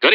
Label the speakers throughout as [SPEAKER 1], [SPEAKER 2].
[SPEAKER 1] Good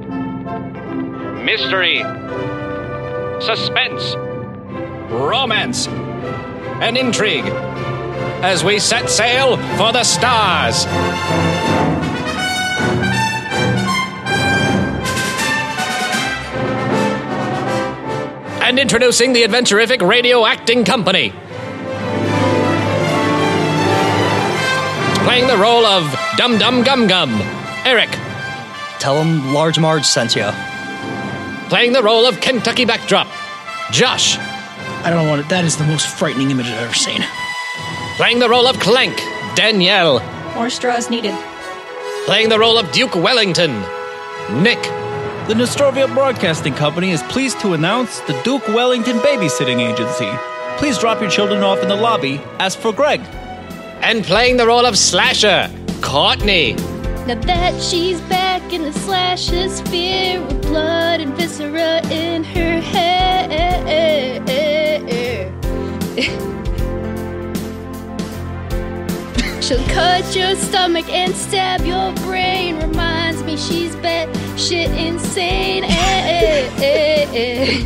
[SPEAKER 1] Mystery. Suspense. Romance. And intrigue. As we set sail for the stars. And introducing the Adventurific Radio Acting Company. Playing the role of Dum Dum Gum Gum, Eric.
[SPEAKER 2] Tell him Large Marge sent you.
[SPEAKER 1] Playing the role of Kentucky Backdrop, Josh.
[SPEAKER 3] I don't want it. That is the most frightening image I've ever seen.
[SPEAKER 1] Playing the role of Clank, Danielle.
[SPEAKER 4] More straws needed.
[SPEAKER 1] Playing the role of Duke Wellington, Nick.
[SPEAKER 5] The Nostrovia Broadcasting Company is pleased to announce the Duke Wellington Babysitting Agency. Please drop your children off in the lobby. Ask for Greg.
[SPEAKER 1] And playing the role of Slasher, Courtney.
[SPEAKER 6] Now that she's back in the slasher's sphere with blood and viscera in her hair. She'll cut your stomach and stab your brain. Reminds me she's bat shit insane. Eh, eh, eh, eh.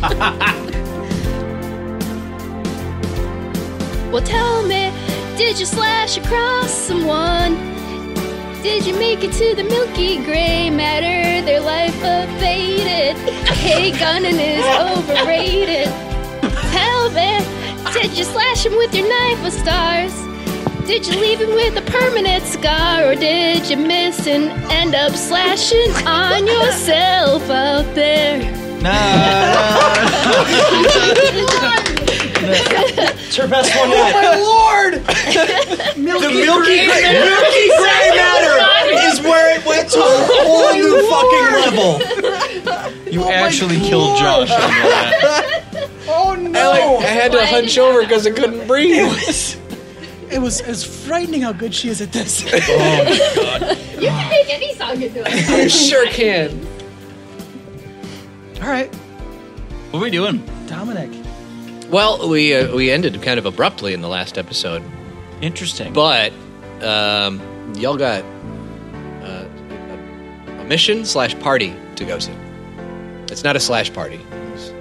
[SPEAKER 6] well, tell me, did you slash across someone? Did you make it to the milky gray matter? Their life abated. Hey, gunning is overrated. Tell me, did you slash him with your knife of stars? Did you leave him with a permanent scar, or did you miss and end up slashing on yourself out there?
[SPEAKER 2] It's your best one yet. Oh my lord! the Milky Gray, milky gray Matter is where it went to a
[SPEAKER 7] Oh
[SPEAKER 2] whole new fucking level.
[SPEAKER 5] You
[SPEAKER 3] Oh
[SPEAKER 5] actually killed Josh. on that.
[SPEAKER 3] Oh,
[SPEAKER 8] I, I had to
[SPEAKER 6] Why
[SPEAKER 8] hunch
[SPEAKER 6] did
[SPEAKER 8] over because I couldn't breathe.
[SPEAKER 3] It was as frightening how good she is at this.
[SPEAKER 8] Oh.
[SPEAKER 6] You can make any song into it.
[SPEAKER 8] You sure can.
[SPEAKER 3] All right,
[SPEAKER 5] What are we doing?
[SPEAKER 3] Dominic.
[SPEAKER 8] Well, we uh, we ended kind of abruptly in the last episode,
[SPEAKER 5] Interesting.
[SPEAKER 8] but um, y'all got uh, a, a mission slash party to go to. It's not a slash party.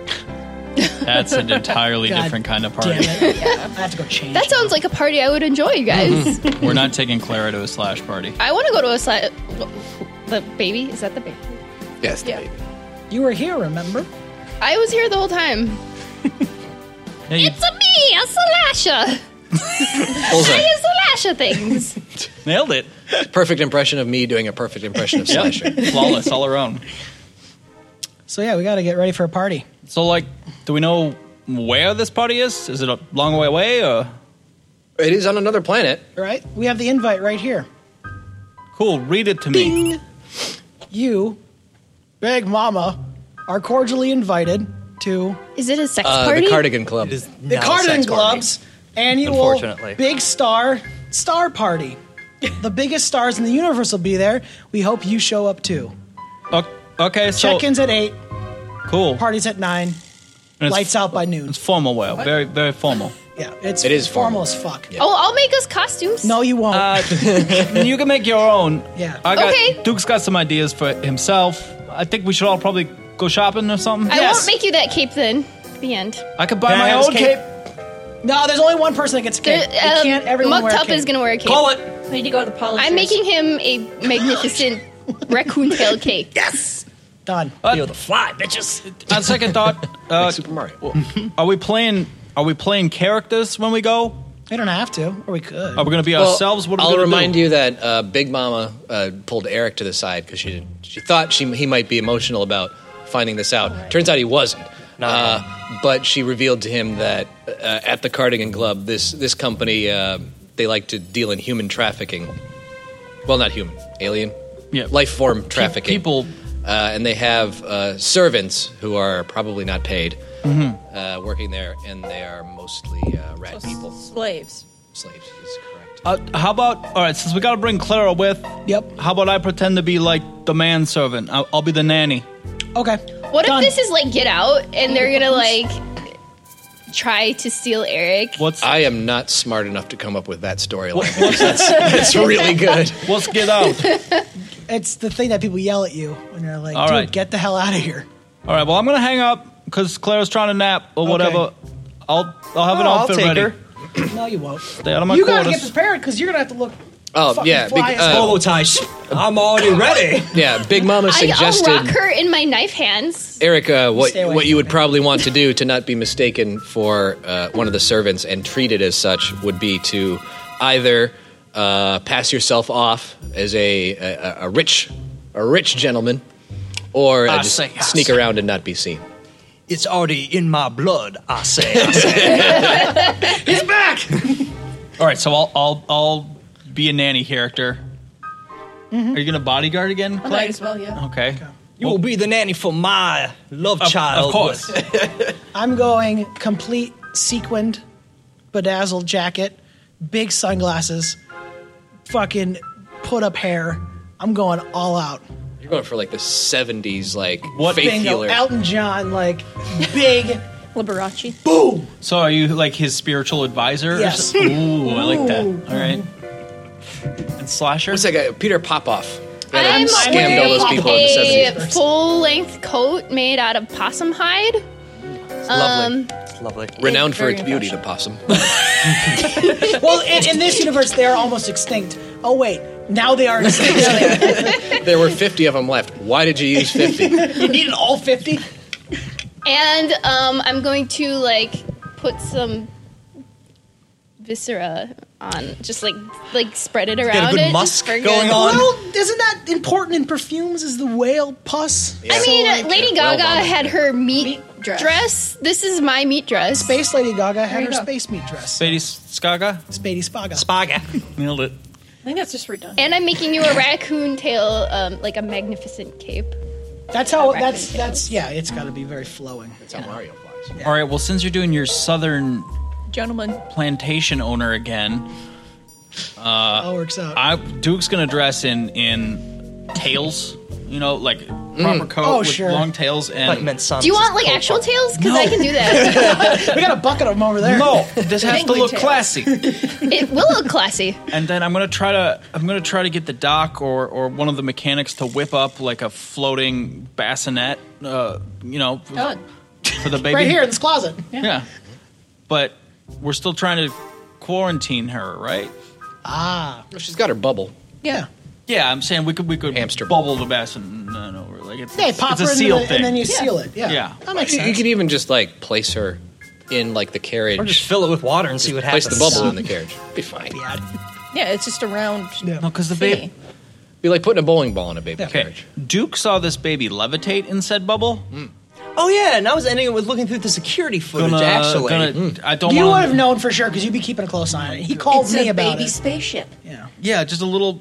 [SPEAKER 5] That's an entirely
[SPEAKER 3] God
[SPEAKER 5] different kind of
[SPEAKER 3] Damn
[SPEAKER 5] party.
[SPEAKER 3] it. I have to go change.
[SPEAKER 6] That sounds like a party I would enjoy, you
[SPEAKER 8] Mm-hmm.
[SPEAKER 6] guys.
[SPEAKER 5] We're not taking Clara to a slash party.
[SPEAKER 6] I want to go to a sli- the baby. Is that the baby?
[SPEAKER 8] Yes.
[SPEAKER 6] Yeah.
[SPEAKER 8] baby.
[SPEAKER 3] you were here, remember?
[SPEAKER 6] I was here the whole time.
[SPEAKER 5] Yeah, you
[SPEAKER 6] It's a me, a slasher.
[SPEAKER 8] Bullseye.
[SPEAKER 6] I slasher things.
[SPEAKER 5] nailed it.
[SPEAKER 8] Perfect impression of me doing a perfect impression of
[SPEAKER 5] Yeah.
[SPEAKER 8] Slasher.
[SPEAKER 5] Flawless, all our own.
[SPEAKER 3] So yeah, we got to get ready for a party.
[SPEAKER 5] So, like, do we know where this party is? Is it a long way away or?
[SPEAKER 8] It is on another planet.
[SPEAKER 3] All right, we have the invite right here.
[SPEAKER 5] Cool, read it to me.
[SPEAKER 3] You, Big Mama, are cordially invited to
[SPEAKER 6] Is it a sex
[SPEAKER 8] Uh,
[SPEAKER 6] party?
[SPEAKER 8] the Cardigan Club.
[SPEAKER 3] the Cardigan Club's annual
[SPEAKER 8] Unfortunately.
[SPEAKER 3] Big Star Star Party. the biggest stars in the universe will be there. We hope you show up too.
[SPEAKER 5] O-
[SPEAKER 8] Uh,
[SPEAKER 5] Okay, so
[SPEAKER 3] Check-ins at eight,
[SPEAKER 5] cool.
[SPEAKER 3] parties at nine,
[SPEAKER 5] And it's-
[SPEAKER 3] lights out by noon.
[SPEAKER 5] It's formal wear, Oh, very very formal.
[SPEAKER 3] Yeah, it's
[SPEAKER 8] It is
[SPEAKER 3] formal,
[SPEAKER 8] formal.
[SPEAKER 3] as fuck.
[SPEAKER 6] oh, I'll make us costumes.
[SPEAKER 3] No, you won't.
[SPEAKER 5] Uh, you can make your own.
[SPEAKER 3] Yeah.
[SPEAKER 5] I got,
[SPEAKER 6] Okay.
[SPEAKER 5] Duke's got some ideas for himself. I think we should all probably go shopping or something.
[SPEAKER 6] I
[SPEAKER 3] Yes.
[SPEAKER 6] won't make you that cape then. The end.
[SPEAKER 5] I could buy
[SPEAKER 3] Can I
[SPEAKER 5] my
[SPEAKER 3] have his
[SPEAKER 5] own
[SPEAKER 3] cape?
[SPEAKER 5] cape.
[SPEAKER 3] no, there's only one person that gets a
[SPEAKER 6] There-
[SPEAKER 3] cape. They can't everyone
[SPEAKER 6] Mucked
[SPEAKER 3] wear a
[SPEAKER 6] Up
[SPEAKER 3] cape.
[SPEAKER 6] is gonna wear a cape.
[SPEAKER 5] Call it.
[SPEAKER 4] We need to go to the polisher.
[SPEAKER 6] I'm making him a magnificent raccoon tail cape.
[SPEAKER 3] done.
[SPEAKER 5] Feel
[SPEAKER 3] the fly, bitches.
[SPEAKER 5] On Uh, second thought, uh,
[SPEAKER 8] Super Mario.
[SPEAKER 5] are we playing? Are we playing characters when we go?
[SPEAKER 3] We don't have to, or we could.
[SPEAKER 5] Are we going to be
[SPEAKER 8] Well,
[SPEAKER 5] ourselves? What are we
[SPEAKER 8] I'll
[SPEAKER 5] gonna
[SPEAKER 8] remind
[SPEAKER 5] do?
[SPEAKER 8] you that uh, Big Mama uh, pulled Eric to the side because she she thought she he might be emotional about finding this out. Turns out he wasn't. Uh, but she revealed to him that uh, at the Cardigan Club, this this company uh, they like to deal in human trafficking. Well, not human, alien,
[SPEAKER 5] Yeah.
[SPEAKER 8] life form trafficking.
[SPEAKER 5] People
[SPEAKER 8] uh, and they have uh, servants who are probably not paid
[SPEAKER 5] Mm-hmm.
[SPEAKER 8] uh, working there, and they are mostly uh, rat people.
[SPEAKER 7] Slaves.
[SPEAKER 8] Slaves is correct.
[SPEAKER 5] Uh, how about all right? Since we gotta bring Clara with,
[SPEAKER 3] Yep.
[SPEAKER 5] how about I pretend to be like the manservant? I'll, I'll be the nanny.
[SPEAKER 3] Okay.
[SPEAKER 6] What
[SPEAKER 3] Done.
[SPEAKER 6] if this is like Get Out and they're gonna like try to steal Eric?
[SPEAKER 5] What's
[SPEAKER 8] I am not smart enough to come up with that storyline. that's, that's really good.
[SPEAKER 5] what's get out?
[SPEAKER 3] It's the thing that people yell at you when you're like,
[SPEAKER 5] All
[SPEAKER 3] dude,
[SPEAKER 5] right.
[SPEAKER 3] get the hell out of here.
[SPEAKER 5] all right, well I'm gonna hang up because Clara's trying to nap or whatever. I'll I'll have an
[SPEAKER 2] Oh, I'll
[SPEAKER 5] outfit
[SPEAKER 2] take
[SPEAKER 5] ready.
[SPEAKER 2] her.
[SPEAKER 3] No, you won't.
[SPEAKER 5] Stay out of my
[SPEAKER 3] you
[SPEAKER 5] quarters.
[SPEAKER 3] gotta get prepared because you're gonna have to look.
[SPEAKER 8] Oh
[SPEAKER 3] fucking
[SPEAKER 8] yeah,
[SPEAKER 3] fly
[SPEAKER 8] big,
[SPEAKER 3] as
[SPEAKER 8] uh,
[SPEAKER 2] Bow tie. Shh. I'm already ready.
[SPEAKER 8] yeah. Big Mama
[SPEAKER 6] I, I'll rock
[SPEAKER 8] suggested
[SPEAKER 6] her in my knife hands.
[SPEAKER 8] Eric uh, what
[SPEAKER 3] Stay away
[SPEAKER 8] what
[SPEAKER 3] from
[SPEAKER 8] you would
[SPEAKER 3] me.
[SPEAKER 8] probably want to do to not be mistaken for uh, one of the servants and treated as such would be to either uh, pass yourself off as a a, a rich a rich gentleman or uh,
[SPEAKER 2] I
[SPEAKER 8] just
[SPEAKER 2] see, I
[SPEAKER 8] sneak
[SPEAKER 2] see.
[SPEAKER 8] around and not be seen.
[SPEAKER 2] It's already in my blood. I say. I say. He's back.
[SPEAKER 5] all right, so I'll I'll I'll be a nanny character. Are you gonna bodyguard again,
[SPEAKER 7] I
[SPEAKER 5] Clara?
[SPEAKER 7] might as well, yeah.
[SPEAKER 5] Okay.
[SPEAKER 2] Mm-hmm. You will be the nanny for my love
[SPEAKER 5] Of-
[SPEAKER 2] child.
[SPEAKER 5] Of course. oh.
[SPEAKER 3] I'm going complete sequined, bedazzled jacket, big sunglasses, fucking put up hair. I'm going all out.
[SPEAKER 8] You're going for like the '70s, like
[SPEAKER 5] What
[SPEAKER 8] faith
[SPEAKER 3] Bingo.
[SPEAKER 8] healer.
[SPEAKER 3] Elton John, like big.
[SPEAKER 7] Liberace.
[SPEAKER 3] Boom!
[SPEAKER 5] so are you like his spiritual advisor? or
[SPEAKER 3] Yes.
[SPEAKER 5] so- Ooh, I like that. All right.
[SPEAKER 2] Mm-hmm.
[SPEAKER 5] And slasher.
[SPEAKER 8] What's that guy? Peter Popoff. That
[SPEAKER 6] I'm
[SPEAKER 8] scammed all
[SPEAKER 6] wearing
[SPEAKER 8] those people in the
[SPEAKER 6] a
[SPEAKER 8] 70s.
[SPEAKER 6] full-length coat made out of possum hide. Um,
[SPEAKER 8] Lovely.
[SPEAKER 2] Lovely.
[SPEAKER 8] Renowned for
[SPEAKER 7] Very
[SPEAKER 8] its beauty, the possum.
[SPEAKER 3] Well, in, in this universe, they are almost extinct. Oh wait, now they are extinct.
[SPEAKER 8] there were 50 of them left. Why did you use 50?
[SPEAKER 3] you needed all fifty.
[SPEAKER 6] And um, I'm going to like put some viscera on, just like like spread it around.
[SPEAKER 2] good
[SPEAKER 6] it, just
[SPEAKER 2] musk
[SPEAKER 6] for good.
[SPEAKER 2] going on.
[SPEAKER 3] Well, isn't that important in perfumes? Is the whale pus?
[SPEAKER 6] I
[SPEAKER 3] So,
[SPEAKER 6] mean,
[SPEAKER 3] like,
[SPEAKER 6] Lady
[SPEAKER 8] well,
[SPEAKER 6] Gaga
[SPEAKER 8] Mama.
[SPEAKER 6] had her meat,
[SPEAKER 7] Meat dress.
[SPEAKER 6] dress. This is my meat dress.
[SPEAKER 3] Space Lady Gaga had
[SPEAKER 7] you
[SPEAKER 3] her
[SPEAKER 7] go.
[SPEAKER 3] space meat dress.
[SPEAKER 5] Sadie Skaga.
[SPEAKER 3] Spady Spaga.
[SPEAKER 2] Spaga.
[SPEAKER 5] Nailed it.
[SPEAKER 7] I think that's just redundant.
[SPEAKER 6] And I'm making you a raccoon tail, um, like a magnificent cape.
[SPEAKER 3] That's how. That's that's yeah. It's got to be very flowing.
[SPEAKER 8] That's how Mario flies.
[SPEAKER 5] All right. Well, since you're doing your southern
[SPEAKER 7] Gentlemen.
[SPEAKER 5] plantation owner again, Uh,
[SPEAKER 3] all works out.
[SPEAKER 5] I Duke's gonna dress in in tails. You know, like proper coat
[SPEAKER 3] Oh,
[SPEAKER 5] with
[SPEAKER 3] sure.
[SPEAKER 5] long tails
[SPEAKER 2] But
[SPEAKER 5] and.
[SPEAKER 2] meant some.
[SPEAKER 6] Do you want like actual tails? Because I
[SPEAKER 3] No.
[SPEAKER 6] can do that.
[SPEAKER 3] we got a bucket of them over there.
[SPEAKER 5] No, this has to
[SPEAKER 7] Dangly
[SPEAKER 5] look
[SPEAKER 7] tails.
[SPEAKER 5] classy.
[SPEAKER 6] it will look classy.
[SPEAKER 5] And then I'm gonna try to I'm gonna try to get the doc or or one of the mechanics to whip up like a floating bassinet, uh, you know,
[SPEAKER 6] Oh,
[SPEAKER 7] Done.
[SPEAKER 5] for the baby.
[SPEAKER 3] right here in this closet.
[SPEAKER 5] Yeah. But we're still trying to quarantine her, right?
[SPEAKER 3] Ah,
[SPEAKER 8] She's got her bubble.
[SPEAKER 3] yeah.
[SPEAKER 5] Yeah, I'm saying we could we could
[SPEAKER 8] Hamster.
[SPEAKER 5] bubble the bassinet. No, no, we're like it's,
[SPEAKER 3] They
[SPEAKER 5] it's,
[SPEAKER 3] pop
[SPEAKER 5] a
[SPEAKER 3] her in
[SPEAKER 5] seal
[SPEAKER 3] the,
[SPEAKER 5] thing.
[SPEAKER 3] and then you seal it. Yeah,
[SPEAKER 5] Yeah.
[SPEAKER 3] that makes
[SPEAKER 8] You, you
[SPEAKER 3] sense.
[SPEAKER 8] could even just like place her in like the carriage.
[SPEAKER 2] Or just fill it with water and see what
[SPEAKER 8] place
[SPEAKER 2] happens.
[SPEAKER 8] the bubble in the carriage. Be fine.
[SPEAKER 7] Yeah, it's just a round
[SPEAKER 3] Yeah.
[SPEAKER 5] no, because the baby.
[SPEAKER 7] thingy.
[SPEAKER 8] Be like putting a bowling ball in a baby
[SPEAKER 5] Okay,
[SPEAKER 8] carriage. Hmm.
[SPEAKER 5] Duke saw this baby levitate in said bubble.
[SPEAKER 2] Oh yeah, and I was ending it with looking through the security footage.
[SPEAKER 5] Gonna-
[SPEAKER 2] actually, Hmm.
[SPEAKER 5] gonna- I don't
[SPEAKER 3] You would
[SPEAKER 5] want.
[SPEAKER 3] have known for sure because you'd be keeping a close eye on it. He called
[SPEAKER 7] It's
[SPEAKER 3] me
[SPEAKER 7] a
[SPEAKER 3] about
[SPEAKER 7] baby
[SPEAKER 3] it.
[SPEAKER 7] spaceship.
[SPEAKER 3] Yeah.
[SPEAKER 5] Yeah, just a little.